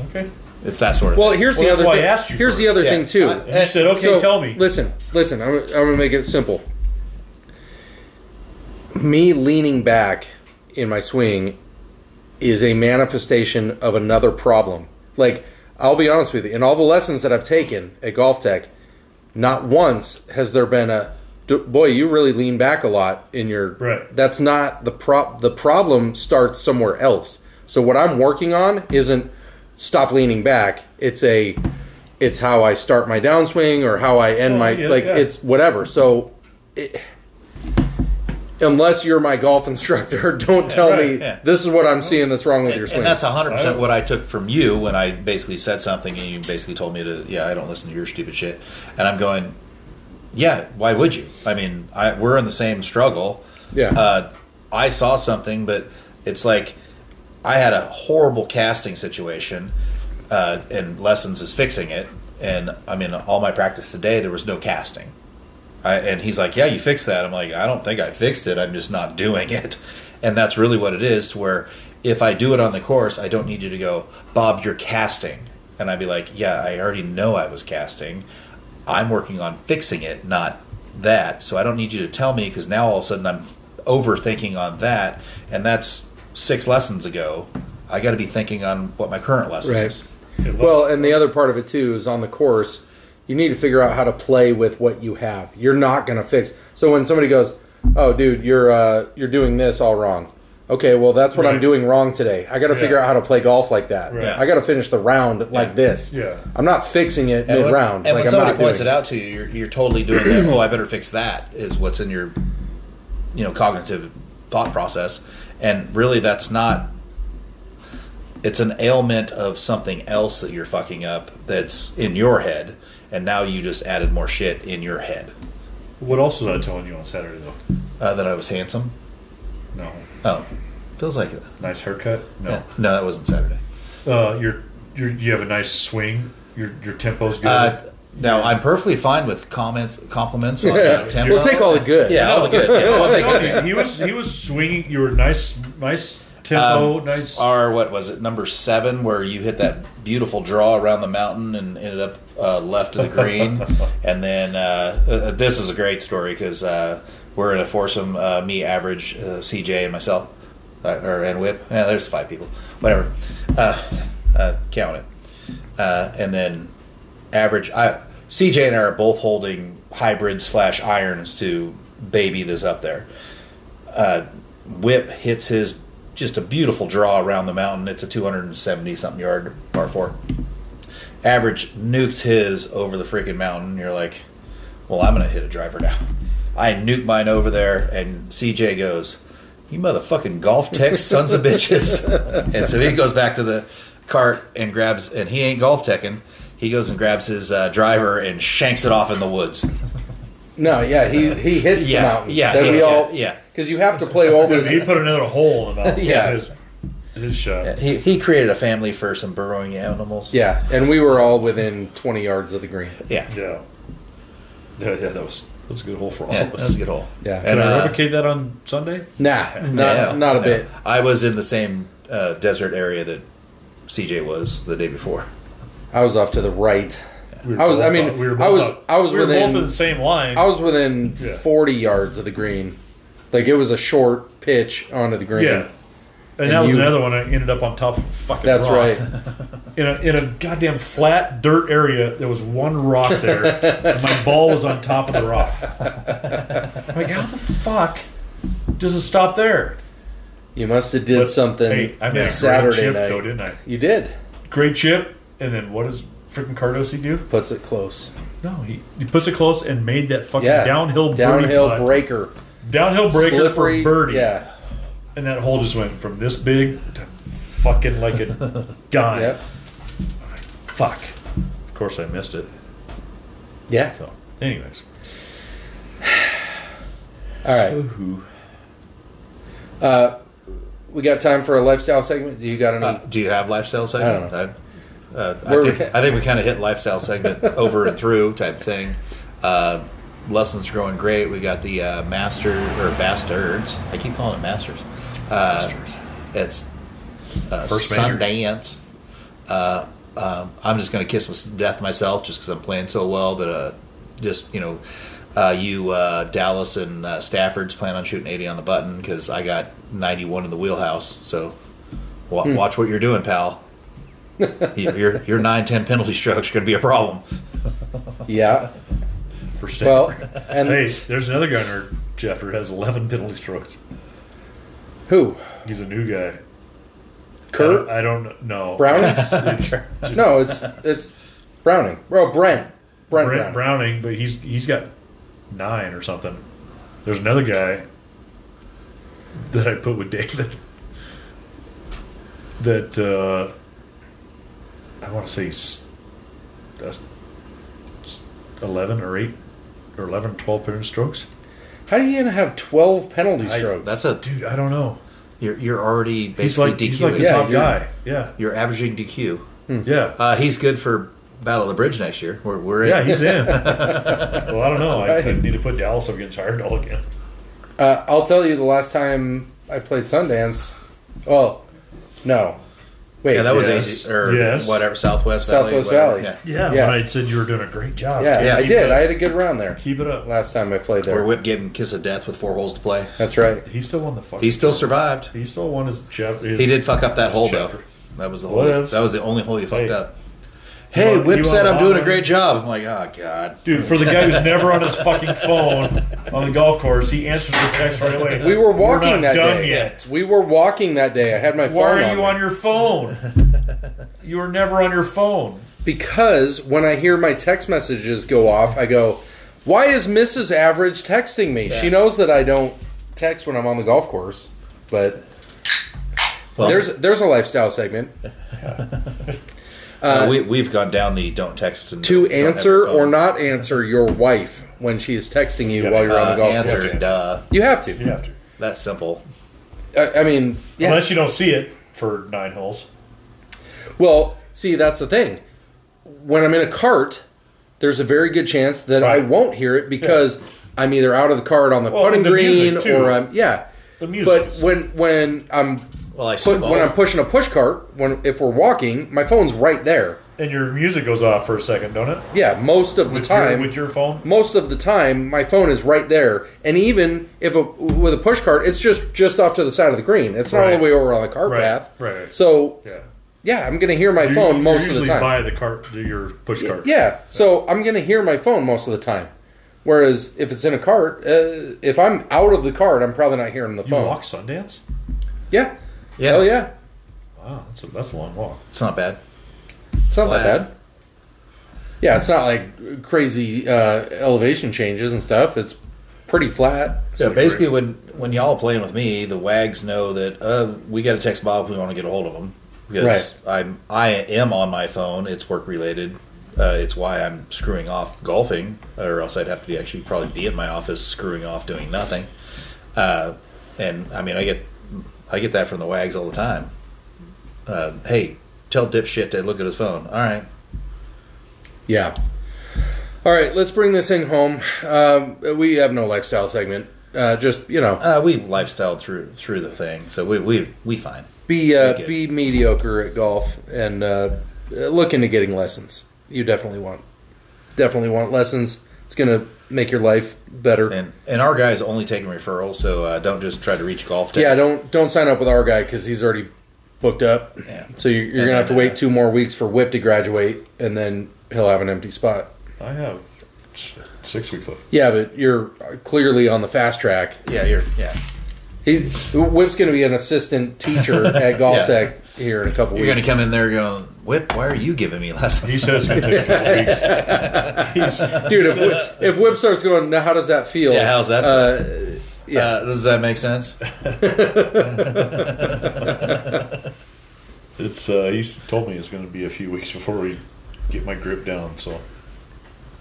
Speaker 3: Okay.
Speaker 2: It's that sort of.
Speaker 1: Well,
Speaker 2: thing.
Speaker 1: here's
Speaker 3: Well,
Speaker 1: the
Speaker 3: that's
Speaker 1: other.
Speaker 3: why I
Speaker 1: thing.
Speaker 3: asked you
Speaker 1: here's the
Speaker 3: first.
Speaker 1: other
Speaker 2: Yeah.
Speaker 1: thing too.
Speaker 2: I-
Speaker 3: And you said, "Okay,
Speaker 1: So,
Speaker 3: tell me."
Speaker 1: Listen, listen. I'm, I'm gonna make it simple. Me leaning back in my swing is a manifestation of another problem. Like I'll be honest with you. In all the lessons that I've taken at Golf Tech, not once has there been a "D- boy. You really lean back a lot in your.
Speaker 3: Right.
Speaker 1: That's not the prop. The problem starts somewhere else. So what I'm working on isn't stop leaning back. It's a. It's how I start my downswing or how I end
Speaker 3: Oh,
Speaker 1: my
Speaker 3: yeah,
Speaker 1: like.
Speaker 3: yeah.
Speaker 1: It's whatever. So. It, Unless you're my golf instructor, don't tell me
Speaker 3: right,
Speaker 2: yeah.
Speaker 1: this is what I'm seeing that's wrong with your swing.
Speaker 2: And that's
Speaker 3: Oh.
Speaker 2: 100% what I took from you when I basically said something and you basically told me to, yeah, I don't listen to your stupid shit. And I'm going, yeah, why would you? I mean, I, we're in the same struggle.
Speaker 1: Yeah.
Speaker 2: Uh, I saw something, but it's like I had a horrible casting situation, uh, and Lessons is fixing it. And I mean, all my practice today, there was no casting. I, and he's like, "Yeah, you fixed that." I'm like, "I don't think I fixed it. I'm just not doing it." And that's really what it is. To where if I do it on the course, I don't need you to go, "Bob, you're casting," and I'd be like, "Yeah, I already know I was casting. I'm working on fixing it, not that. So I don't need you to tell me because now all of a sudden I'm overthinking on that, and that's six lessons ago. I got to be thinking on what my current lesson is.
Speaker 1: Right. Well, and the other part of it too is on the course, you need to figure out how to play with what you have. You're not going to fix. So when somebody goes, "Oh, dude, you're uh, you're doing this all wrong." Okay, well, that's what I'm
Speaker 3: Right.
Speaker 1: doing wrong today. I got to
Speaker 3: Yeah.
Speaker 1: figure out how to play golf like that.
Speaker 3: Right.
Speaker 1: I got to finish the round like this.
Speaker 3: Yeah.
Speaker 1: I'm not fixing it
Speaker 2: And
Speaker 1: mid
Speaker 2: when-
Speaker 1: round.
Speaker 2: And
Speaker 1: like
Speaker 2: when
Speaker 1: I'm
Speaker 2: somebody
Speaker 1: not
Speaker 2: points
Speaker 1: doing
Speaker 2: it out to you, you're, you're totally doing that. Oh, I better fix that. Is what's in your, you know, cognitive thought process, and really that's not. It's an ailment of something else that you're fucking up that's in your head, and now you just added more shit in your head.
Speaker 3: What else was I telling you on Saturday though?
Speaker 2: Uh, that I was handsome.
Speaker 3: No,
Speaker 2: Oh, feels like it.
Speaker 3: nice haircut. No,
Speaker 2: No, that wasn't Saturday.
Speaker 3: uh, you're, you're you have a nice swing. Your your tempo's good.
Speaker 2: Uh, no, I'm perfectly fine with comments, compliments on uh,
Speaker 1: it.
Speaker 2: tempo.
Speaker 1: We'll take all the good.
Speaker 2: Yeah, all the good. Yeah, we'll
Speaker 3: I
Speaker 2: take
Speaker 3: told
Speaker 2: good.
Speaker 3: you, he was he was swinging. You were nice, nice tempo,
Speaker 1: Um,
Speaker 3: nice.
Speaker 1: uh,
Speaker 2: our what was it number seven where you hit that beautiful draw around the mountain and ended up uh, left of the green and then uh, uh, this is a great story because uh, we're in a foursome uh, me average uh, cj and myself uh, or and whip yeah, there's five people whatever uh, uh, count it uh, and then average I, cj and i are both holding hybrid slash irons to baby this up there whip hits his just a beautiful draw around the mountain. It's a 270 something yard par four. Average nukes his over the freaking mountain. You're like, well, I'm gonna hit a driver now. I nuke mine over there, and CJ goes, "You motherfucking golf tech sons of bitches!" and so he goes back to the cart and grabs, and he ain't golf teching. He goes and grabs his uh, driver and shanks it off in the woods.
Speaker 1: No, yeah, he he hits
Speaker 2: Yeah,
Speaker 1: the mountain.
Speaker 2: yeah,
Speaker 1: that
Speaker 2: yeah,
Speaker 1: we
Speaker 2: yeah,
Speaker 1: all
Speaker 2: yeah.
Speaker 1: because you have to play over.
Speaker 3: he put another hole in the mountain.
Speaker 1: Yeah.
Speaker 3: his, his shot.
Speaker 2: He, he created a family for some burrowing animals.
Speaker 1: yeah, and we were all within 20 yards of the green.
Speaker 2: yeah.
Speaker 3: Yeah. Yeah, yeah, that was that was a good hole for all
Speaker 2: Yeah,
Speaker 3: of
Speaker 2: that
Speaker 3: us.
Speaker 2: was a good hole.
Speaker 1: Yeah.
Speaker 3: Can
Speaker 2: And,
Speaker 3: I
Speaker 2: uh,
Speaker 3: replicate that on Sunday?
Speaker 1: Nah, not
Speaker 2: yeah,
Speaker 1: not a
Speaker 2: yeah.
Speaker 1: bit.
Speaker 2: I was in the same uh, desert area that CJ was the day before.
Speaker 1: I was off to the right.
Speaker 3: We were
Speaker 1: I was-
Speaker 3: both
Speaker 1: I mean,
Speaker 3: up- we were
Speaker 1: I
Speaker 3: both
Speaker 1: was-
Speaker 3: up.
Speaker 1: I was
Speaker 3: we were
Speaker 1: within-
Speaker 3: both in the same line.
Speaker 1: I was within
Speaker 3: Yeah.
Speaker 1: 40 yards of the green. Like it was a short pitch onto the green.
Speaker 3: yeah. And, that
Speaker 1: And
Speaker 3: was
Speaker 1: you-
Speaker 3: another one. I ended up on top of a fucking.
Speaker 1: That's
Speaker 3: rock.
Speaker 1: right.
Speaker 3: In a, in a goddamn flat dirt area, there was one rock there, and my ball was on top of the rock. I'm like, how the fuck does it stop there?
Speaker 1: You must have did
Speaker 3: But,
Speaker 1: something
Speaker 3: Hey, I made a great
Speaker 1: Saturday
Speaker 3: chip,
Speaker 1: night.
Speaker 3: though, didn't I?
Speaker 1: You did.
Speaker 3: Great chip. And then what does freaking Cardosi do?
Speaker 1: Puts it close.
Speaker 3: No, he, he puts it close and made that fucking
Speaker 1: Yeah.
Speaker 3: downhill birdie
Speaker 1: downhill
Speaker 3: putt.
Speaker 1: breaker.
Speaker 3: downhill breaker
Speaker 1: Slippery.
Speaker 3: for birdie.
Speaker 1: Yeah.
Speaker 3: and that hole just went from this big to fucking like a dime.
Speaker 1: Yep.
Speaker 3: Fuck. Of course, I missed it.
Speaker 1: Yeah.
Speaker 3: So, anyways,
Speaker 1: All right. Uh, we got time for a lifestyle segment. Do you got any?
Speaker 2: Uh, do you have lifestyle segment? I, uh, I,
Speaker 1: Where we
Speaker 2: think,
Speaker 1: at?
Speaker 2: I think we kind of hit lifestyle segment over and through type thing. Uh, lessons growing great. We got the uh, master or bastards. I keep calling it masters. Uh, It's uh,
Speaker 3: First major.
Speaker 2: Sundance. Uh, um, I'm just going to kiss with death myself just because I'm playing so well that uh, just, you know, uh, you, uh, Dallas and uh, Stafford's plan on shooting 80 on the button
Speaker 3: Hmm.
Speaker 2: because I got 91 in the wheelhouse. So wa- watch what you're doing, pal. You- your your nine ten penalty stroke's going to be a problem.
Speaker 1: Yeah.
Speaker 3: for Stanford.
Speaker 1: Well, and
Speaker 3: hey, there's another guy in our chapter that has 11 penalty strokes.
Speaker 1: who?
Speaker 3: He's a new guy. Uh,
Speaker 1: Kurt
Speaker 3: I don't, I don't know.
Speaker 1: Browning? no, it's it's Browning. Well, Brent. Brent,
Speaker 3: Brent
Speaker 1: Browning.
Speaker 3: Browning, but he's he's got nine or something. There's another guy that I put with David that uh, I want to say s- that's s- 11 or 8 or 11, 12 penalty strokes.
Speaker 1: How do you gonna have twelve penalty strokes?
Speaker 2: That's a
Speaker 3: Dude, I don't know.
Speaker 2: you're you're already
Speaker 3: He's
Speaker 2: basically
Speaker 3: like,
Speaker 2: DQ.
Speaker 3: he's like the
Speaker 1: Yeah,
Speaker 3: top
Speaker 1: you're-
Speaker 3: guy. Yeah.
Speaker 2: You're averaging DQ.
Speaker 3: Yeah.
Speaker 2: Uh, he's good for Battle of the Bridge next year. We're we're in.
Speaker 3: Yeah, he's in. well, I don't know. I, I
Speaker 1: Right.
Speaker 3: need to put Dallas up against Iredall again.
Speaker 1: Uh, I'll tell you the last time I played Sundance. Well, no. Wait.
Speaker 2: yeah, that was
Speaker 1: yes.
Speaker 2: easy or
Speaker 3: Yes.
Speaker 2: whatever Southwest Valley,
Speaker 1: Southwest
Speaker 2: whatever,
Speaker 1: Valley.
Speaker 2: yeah.
Speaker 3: Yeah,
Speaker 1: Yeah.
Speaker 3: when I said you were doing a great job.
Speaker 1: Yeah,
Speaker 3: Keep
Speaker 1: I
Speaker 3: it
Speaker 1: did.
Speaker 3: up.
Speaker 1: I had a good round there
Speaker 3: Keep it up.
Speaker 1: last time I played
Speaker 2: Where
Speaker 1: there.
Speaker 2: Whip gave him kiss of death with four holes to play.
Speaker 1: That's right.
Speaker 3: He still won the fucking.
Speaker 2: He still
Speaker 3: tournament.
Speaker 2: survived.
Speaker 3: He still won his job. His,
Speaker 2: He did fuck up that
Speaker 3: His
Speaker 2: hole though.
Speaker 3: chapter.
Speaker 2: That was the
Speaker 3: What
Speaker 2: hole.
Speaker 3: if-
Speaker 2: That was the only hole you fucked
Speaker 3: Hey.
Speaker 2: up. Hey,
Speaker 3: You want-
Speaker 2: Whip
Speaker 3: you
Speaker 2: said
Speaker 3: want
Speaker 2: I'm doing a
Speaker 3: Bob?
Speaker 2: great job. I'm like, oh god.
Speaker 3: Dude, for the guy who's never on his fucking phone on the golf course, he answers the text right away.
Speaker 1: We were walking
Speaker 3: not
Speaker 1: that
Speaker 3: done
Speaker 1: day.
Speaker 3: Yet.
Speaker 1: We were walking that day. I had my
Speaker 3: Why
Speaker 1: phone
Speaker 3: are you
Speaker 1: me.
Speaker 3: on your phone? you were never on your phone.
Speaker 1: because when I hear my text messages go off, I go, "Why is Mrs. Average texting me? She knows that I don't text when I'm on the golf course." But
Speaker 2: Well,
Speaker 1: there's there's a lifestyle segment
Speaker 2: uh, we we've gone down the don't text and
Speaker 1: to
Speaker 2: don't have your
Speaker 1: answer
Speaker 2: phone.
Speaker 1: or not answer your wife when she is texting you
Speaker 3: Yeah,
Speaker 1: while you're on
Speaker 2: Uh,
Speaker 1: the golf
Speaker 2: answer,
Speaker 1: course.
Speaker 2: duh.
Speaker 1: You have to.
Speaker 3: You have to,
Speaker 2: That's simple.
Speaker 1: I, I mean, yeah.
Speaker 3: unless you don't see it for nine holes.
Speaker 1: Well, see, that's the thing. When I'm in a cart, there's a very good chance that I
Speaker 3: Right.
Speaker 1: won't hear it because I'm either out of the cart on the
Speaker 3: Well,
Speaker 1: putting
Speaker 3: and the
Speaker 1: green
Speaker 3: music, too.
Speaker 1: or I'm yeah.
Speaker 3: The music.
Speaker 1: But
Speaker 3: is-
Speaker 1: when when I'm
Speaker 2: Well, I
Speaker 1: put,
Speaker 2: still
Speaker 1: when I'm pushing a push cart, when if we're walking, my phone's right there.
Speaker 3: and your music goes off for a second, don't it?
Speaker 1: Yeah, most of the
Speaker 3: With
Speaker 1: time.
Speaker 3: your, with your phone.
Speaker 1: most of the time, my phone is right there, and even if a, with a push cart, it's just just off to the side of the green. It's not all
Speaker 3: Right.
Speaker 1: the way over on the cart
Speaker 3: Right,
Speaker 1: path.
Speaker 3: right.
Speaker 1: So
Speaker 3: Yeah.
Speaker 1: yeah, I'm gonna hear my
Speaker 3: You're-
Speaker 1: phone
Speaker 3: you're
Speaker 1: most of the
Speaker 3: usually
Speaker 1: time.
Speaker 3: By the cart, your push cart.
Speaker 1: Yeah, so I'm gonna hear my phone most of the time. Whereas if it's in a cart, uh, if I'm out of the cart, I'm probably not hearing the
Speaker 3: You
Speaker 1: phone.
Speaker 3: walk Sundance?
Speaker 1: Yeah.
Speaker 2: Yeah.
Speaker 1: hell yeah,
Speaker 3: Wow, that's a, that's a long walk.
Speaker 2: It's not bad.
Speaker 1: it's not
Speaker 2: Flat.
Speaker 1: that bad. Yeah, it's not like crazy uh, elevation changes and stuff. It's pretty flat.
Speaker 2: Yeah, basically, when when y'all are playing with me, the wags know that uh, we got to text Bob if we want to get a hold of him because
Speaker 1: Right.
Speaker 2: I'm I am on my phone. It's work related. Uh, it's why I'm screwing off golfing, or else I'd have to be actually probably be in my office screwing off doing nothing. Uh, and I mean, I get I get that from the wags all the time. Uh, hey, tell dipshit to look at his phone. All right,
Speaker 1: Yeah. All right, let's bring this thing home. Um, we have no lifestyle segment. Uh, just you know,
Speaker 2: uh, we lifestyle through through the thing, so we we we fine.
Speaker 1: be
Speaker 2: Thank
Speaker 1: uh,
Speaker 2: you.
Speaker 1: be mediocre at golf and uh, look into getting lessons. You definitely want definitely want lessons. It's gonna make your life better.
Speaker 2: And and our guy's only taking referrals, so uh, don't just try to reach golf. Tech.
Speaker 1: yeah, don't don't sign up with our guy because he's already booked up.
Speaker 2: Yeah.
Speaker 1: So you're, you're
Speaker 2: And
Speaker 1: gonna have to
Speaker 2: then, uh,
Speaker 1: wait two more weeks for Whip to graduate, and then he'll have an empty spot.
Speaker 3: I have s- six weeks left.
Speaker 1: Yeah, but you're clearly on the fast track.
Speaker 2: yeah, you're yeah.
Speaker 1: He Whip's going to be an assistant teacher at Golf
Speaker 2: Yeah.
Speaker 1: Tech here in a couple
Speaker 2: You're
Speaker 1: weeks.
Speaker 2: gonna come in there going, Whip, why are you giving me lessons?
Speaker 3: He said it's going to take a couple weeks. He's,
Speaker 1: dude. If, Whip- if Whip starts going, now how does that feel?
Speaker 2: yeah, how's that?
Speaker 1: Uh, yeah.
Speaker 2: Uh, does that make sense?
Speaker 3: it's uh, he's told me it's going to be a few weeks before we get my grip down. So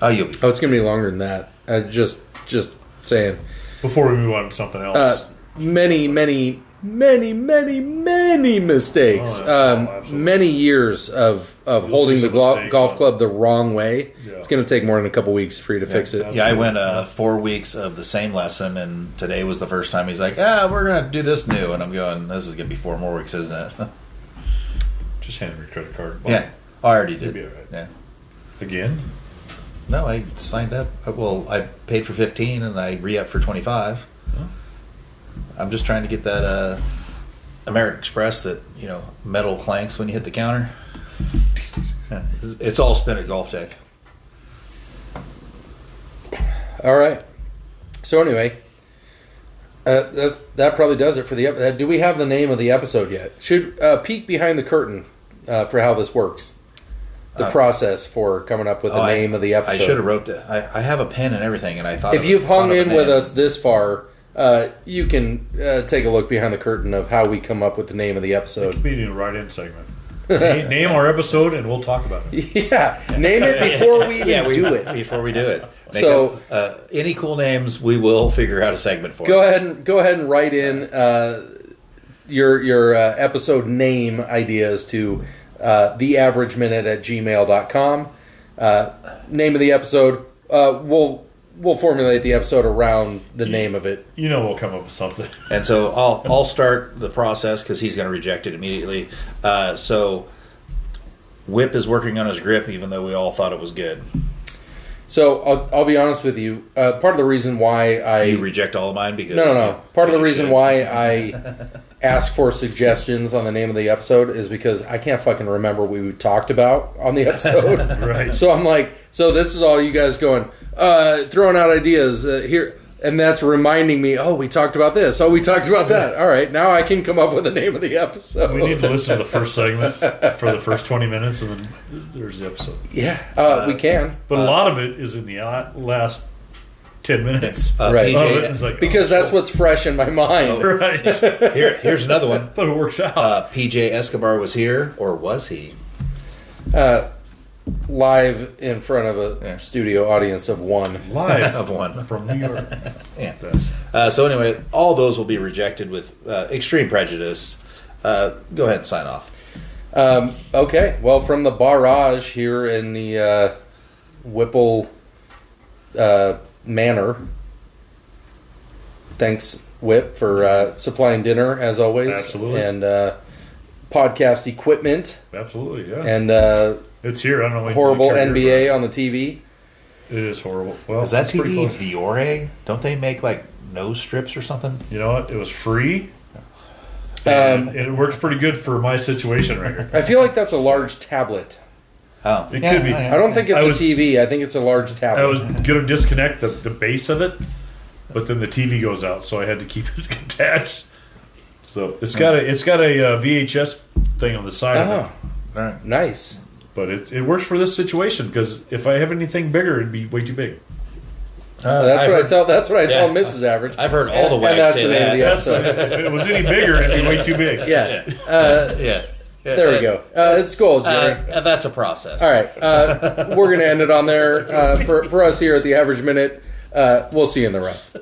Speaker 2: Oh, you'll be.
Speaker 1: oh, it's going to be longer than that. I just just saying.
Speaker 3: before we move on to something else,
Speaker 1: Uh, many, many, many, many, many mistakes.
Speaker 3: Oh, yeah.
Speaker 1: um,
Speaker 3: Oh, absolutely.
Speaker 1: many years of of
Speaker 3: You'll
Speaker 1: holding
Speaker 3: see
Speaker 1: the
Speaker 3: some
Speaker 1: glo-
Speaker 3: mistakes
Speaker 1: golf
Speaker 3: on-
Speaker 1: club the wrong way.
Speaker 3: Yeah.
Speaker 1: It's going to take more than a couple weeks for you to fix it.
Speaker 2: Yeah, I went uh, four weeks of the same lesson, and today was the first time he's like, "Ah, we're gonna do this new," and I'm going, "This is gonna be four more weeks, isn't it?"
Speaker 3: just hand him your credit card.
Speaker 2: yeah, I already did.
Speaker 3: be all right.
Speaker 2: Yeah,
Speaker 3: Again,
Speaker 2: no, I signed up. Uh, Well, I paid for
Speaker 1: Oh.
Speaker 2: 15, and I re up for 25. I'm just trying to get that uh, American Express that you know metal clanks when you hit the counter. Yeah, it's- It's all spent at golf tech.
Speaker 1: All right. So anyway, uh, that's, that probably does it for the episode. Do we have the name of the episode yet? Should uh, peek behind the curtain uh, for how this works, the
Speaker 2: Uh,
Speaker 1: process for coming up with the
Speaker 2: Oh, I-
Speaker 1: name of the
Speaker 2: I
Speaker 1: episode.
Speaker 2: should have wrote that. I, I have a pen and everything, and I thought
Speaker 1: if
Speaker 2: of-
Speaker 1: you've hung
Speaker 2: thought of
Speaker 1: in
Speaker 2: a
Speaker 1: with
Speaker 2: name.
Speaker 1: us this far, uh, you can uh, take a look behind the curtain of how we come up with the name of the episode.
Speaker 3: We need a write-in segment. Na- Name our episode, and we'll talk about it.
Speaker 1: Yeah, name it before we even
Speaker 2: yeah, we
Speaker 1: do it.
Speaker 2: before we do it. Make
Speaker 1: So-
Speaker 2: up, uh, any cool names, we will figure out a segment for.
Speaker 1: Go ahead and go ahead and write in uh, your your uh, episode name ideas to uh, theaverageminute at gmail.com. Uh, name of the episode. Uh, we'll we'll formulate the episode around the name of it.
Speaker 3: You know, we'll come up with something.
Speaker 2: And so I'll I'll start the process because he's going to reject it immediately. Uh, so Whip is working on his grip, even though we all thought it was good.
Speaker 1: So I'll, I'll be honest with you. Uh, part of the reason why I
Speaker 2: You reject all of mine because
Speaker 1: No, no, no. Part of the
Speaker 2: you
Speaker 1: reason
Speaker 2: should.
Speaker 1: why I ask for suggestions on the name of the episode is because I can't fucking remember what we talked about on the episode.
Speaker 3: Right.
Speaker 1: So I'm like, so this is all you guys going, uh, throwing out ideas uh, here. And that's reminding me, oh, we talked about this. Oh, we talked about that. All right, now I can come up with the name of the episode.
Speaker 3: We need to listen to the first segment for the first 20 minutes, and then there's the episode.
Speaker 1: yeah, uh, we can.
Speaker 3: But a lot of it is in the la- last 10 minutes.
Speaker 2: Uh,
Speaker 1: Right.
Speaker 3: Of Oh, it,
Speaker 2: PJ,
Speaker 3: it's like,
Speaker 1: Because that's what's fresh in my mind.
Speaker 3: right.
Speaker 2: here, here's another one.
Speaker 3: but it works out.
Speaker 2: Uh, PJ Escobar was here, or was he?
Speaker 1: Live in front of a
Speaker 2: Yeah.
Speaker 1: studio audience of one.
Speaker 3: Live
Speaker 2: Of one.
Speaker 3: from New York.
Speaker 2: Yeah.
Speaker 3: That's-
Speaker 2: Uh, so anyway, all those will be rejected with uh, extreme prejudice. Uh, go ahead and sign off.
Speaker 1: Um, okay, well, from the barrage here in the uh, Whipple uh, Manor. Thanks, Whip, for uh, supplying dinner as always,
Speaker 3: Absolutely.
Speaker 1: and uh, podcast equipment
Speaker 3: Absolutely, yeah.
Speaker 1: and uh,
Speaker 3: it's here. I don't know. what you
Speaker 1: horrible
Speaker 3: carry around.
Speaker 1: NBA on the TV.
Speaker 3: It is horrible. Well,
Speaker 2: Is that
Speaker 3: it's pretty
Speaker 2: TV
Speaker 3: close.
Speaker 2: Viore? Don't they make like nose strips or something?
Speaker 3: You know what? It was free.
Speaker 1: Um,
Speaker 3: It works pretty good for my situation right here.
Speaker 1: I feel like that's a large tablet.
Speaker 2: Oh,
Speaker 3: It could be.
Speaker 1: I don't think it's
Speaker 3: I
Speaker 1: a
Speaker 3: was-
Speaker 1: TV. I think it's a large
Speaker 3: I
Speaker 1: tablet.
Speaker 3: was going to disconnect the, the base of it, but then the TV goes out, so I had to keep it attached. So
Speaker 2: Hmm.
Speaker 3: it's got a it's got a uh, VHS thing on the side of
Speaker 1: oh,
Speaker 2: Uh-huh.
Speaker 3: it,
Speaker 2: All right.
Speaker 1: nice.
Speaker 3: but it, it works for this situation because if I have anything bigger, it'd be way too big.
Speaker 2: Uh,
Speaker 1: That's
Speaker 2: I've
Speaker 1: what I
Speaker 2: heard,
Speaker 1: tell. That's what I tell
Speaker 2: Yeah.
Speaker 1: Mrs. Average.
Speaker 2: I've heard all the
Speaker 1: And
Speaker 2: wags
Speaker 1: that's
Speaker 2: say
Speaker 1: the name of
Speaker 2: that.
Speaker 1: the
Speaker 3: That's
Speaker 1: episode.
Speaker 3: if it was any bigger, it'd be way too big.
Speaker 1: Yeah. Uh,
Speaker 2: yeah.
Speaker 1: There we go. Uh, it's gold, Jerry.
Speaker 2: Uh, that's a process.
Speaker 1: All right. Uh, we're going to end it on there. Uh, for, for us here at the average minute, uh, we'll see you in the rough.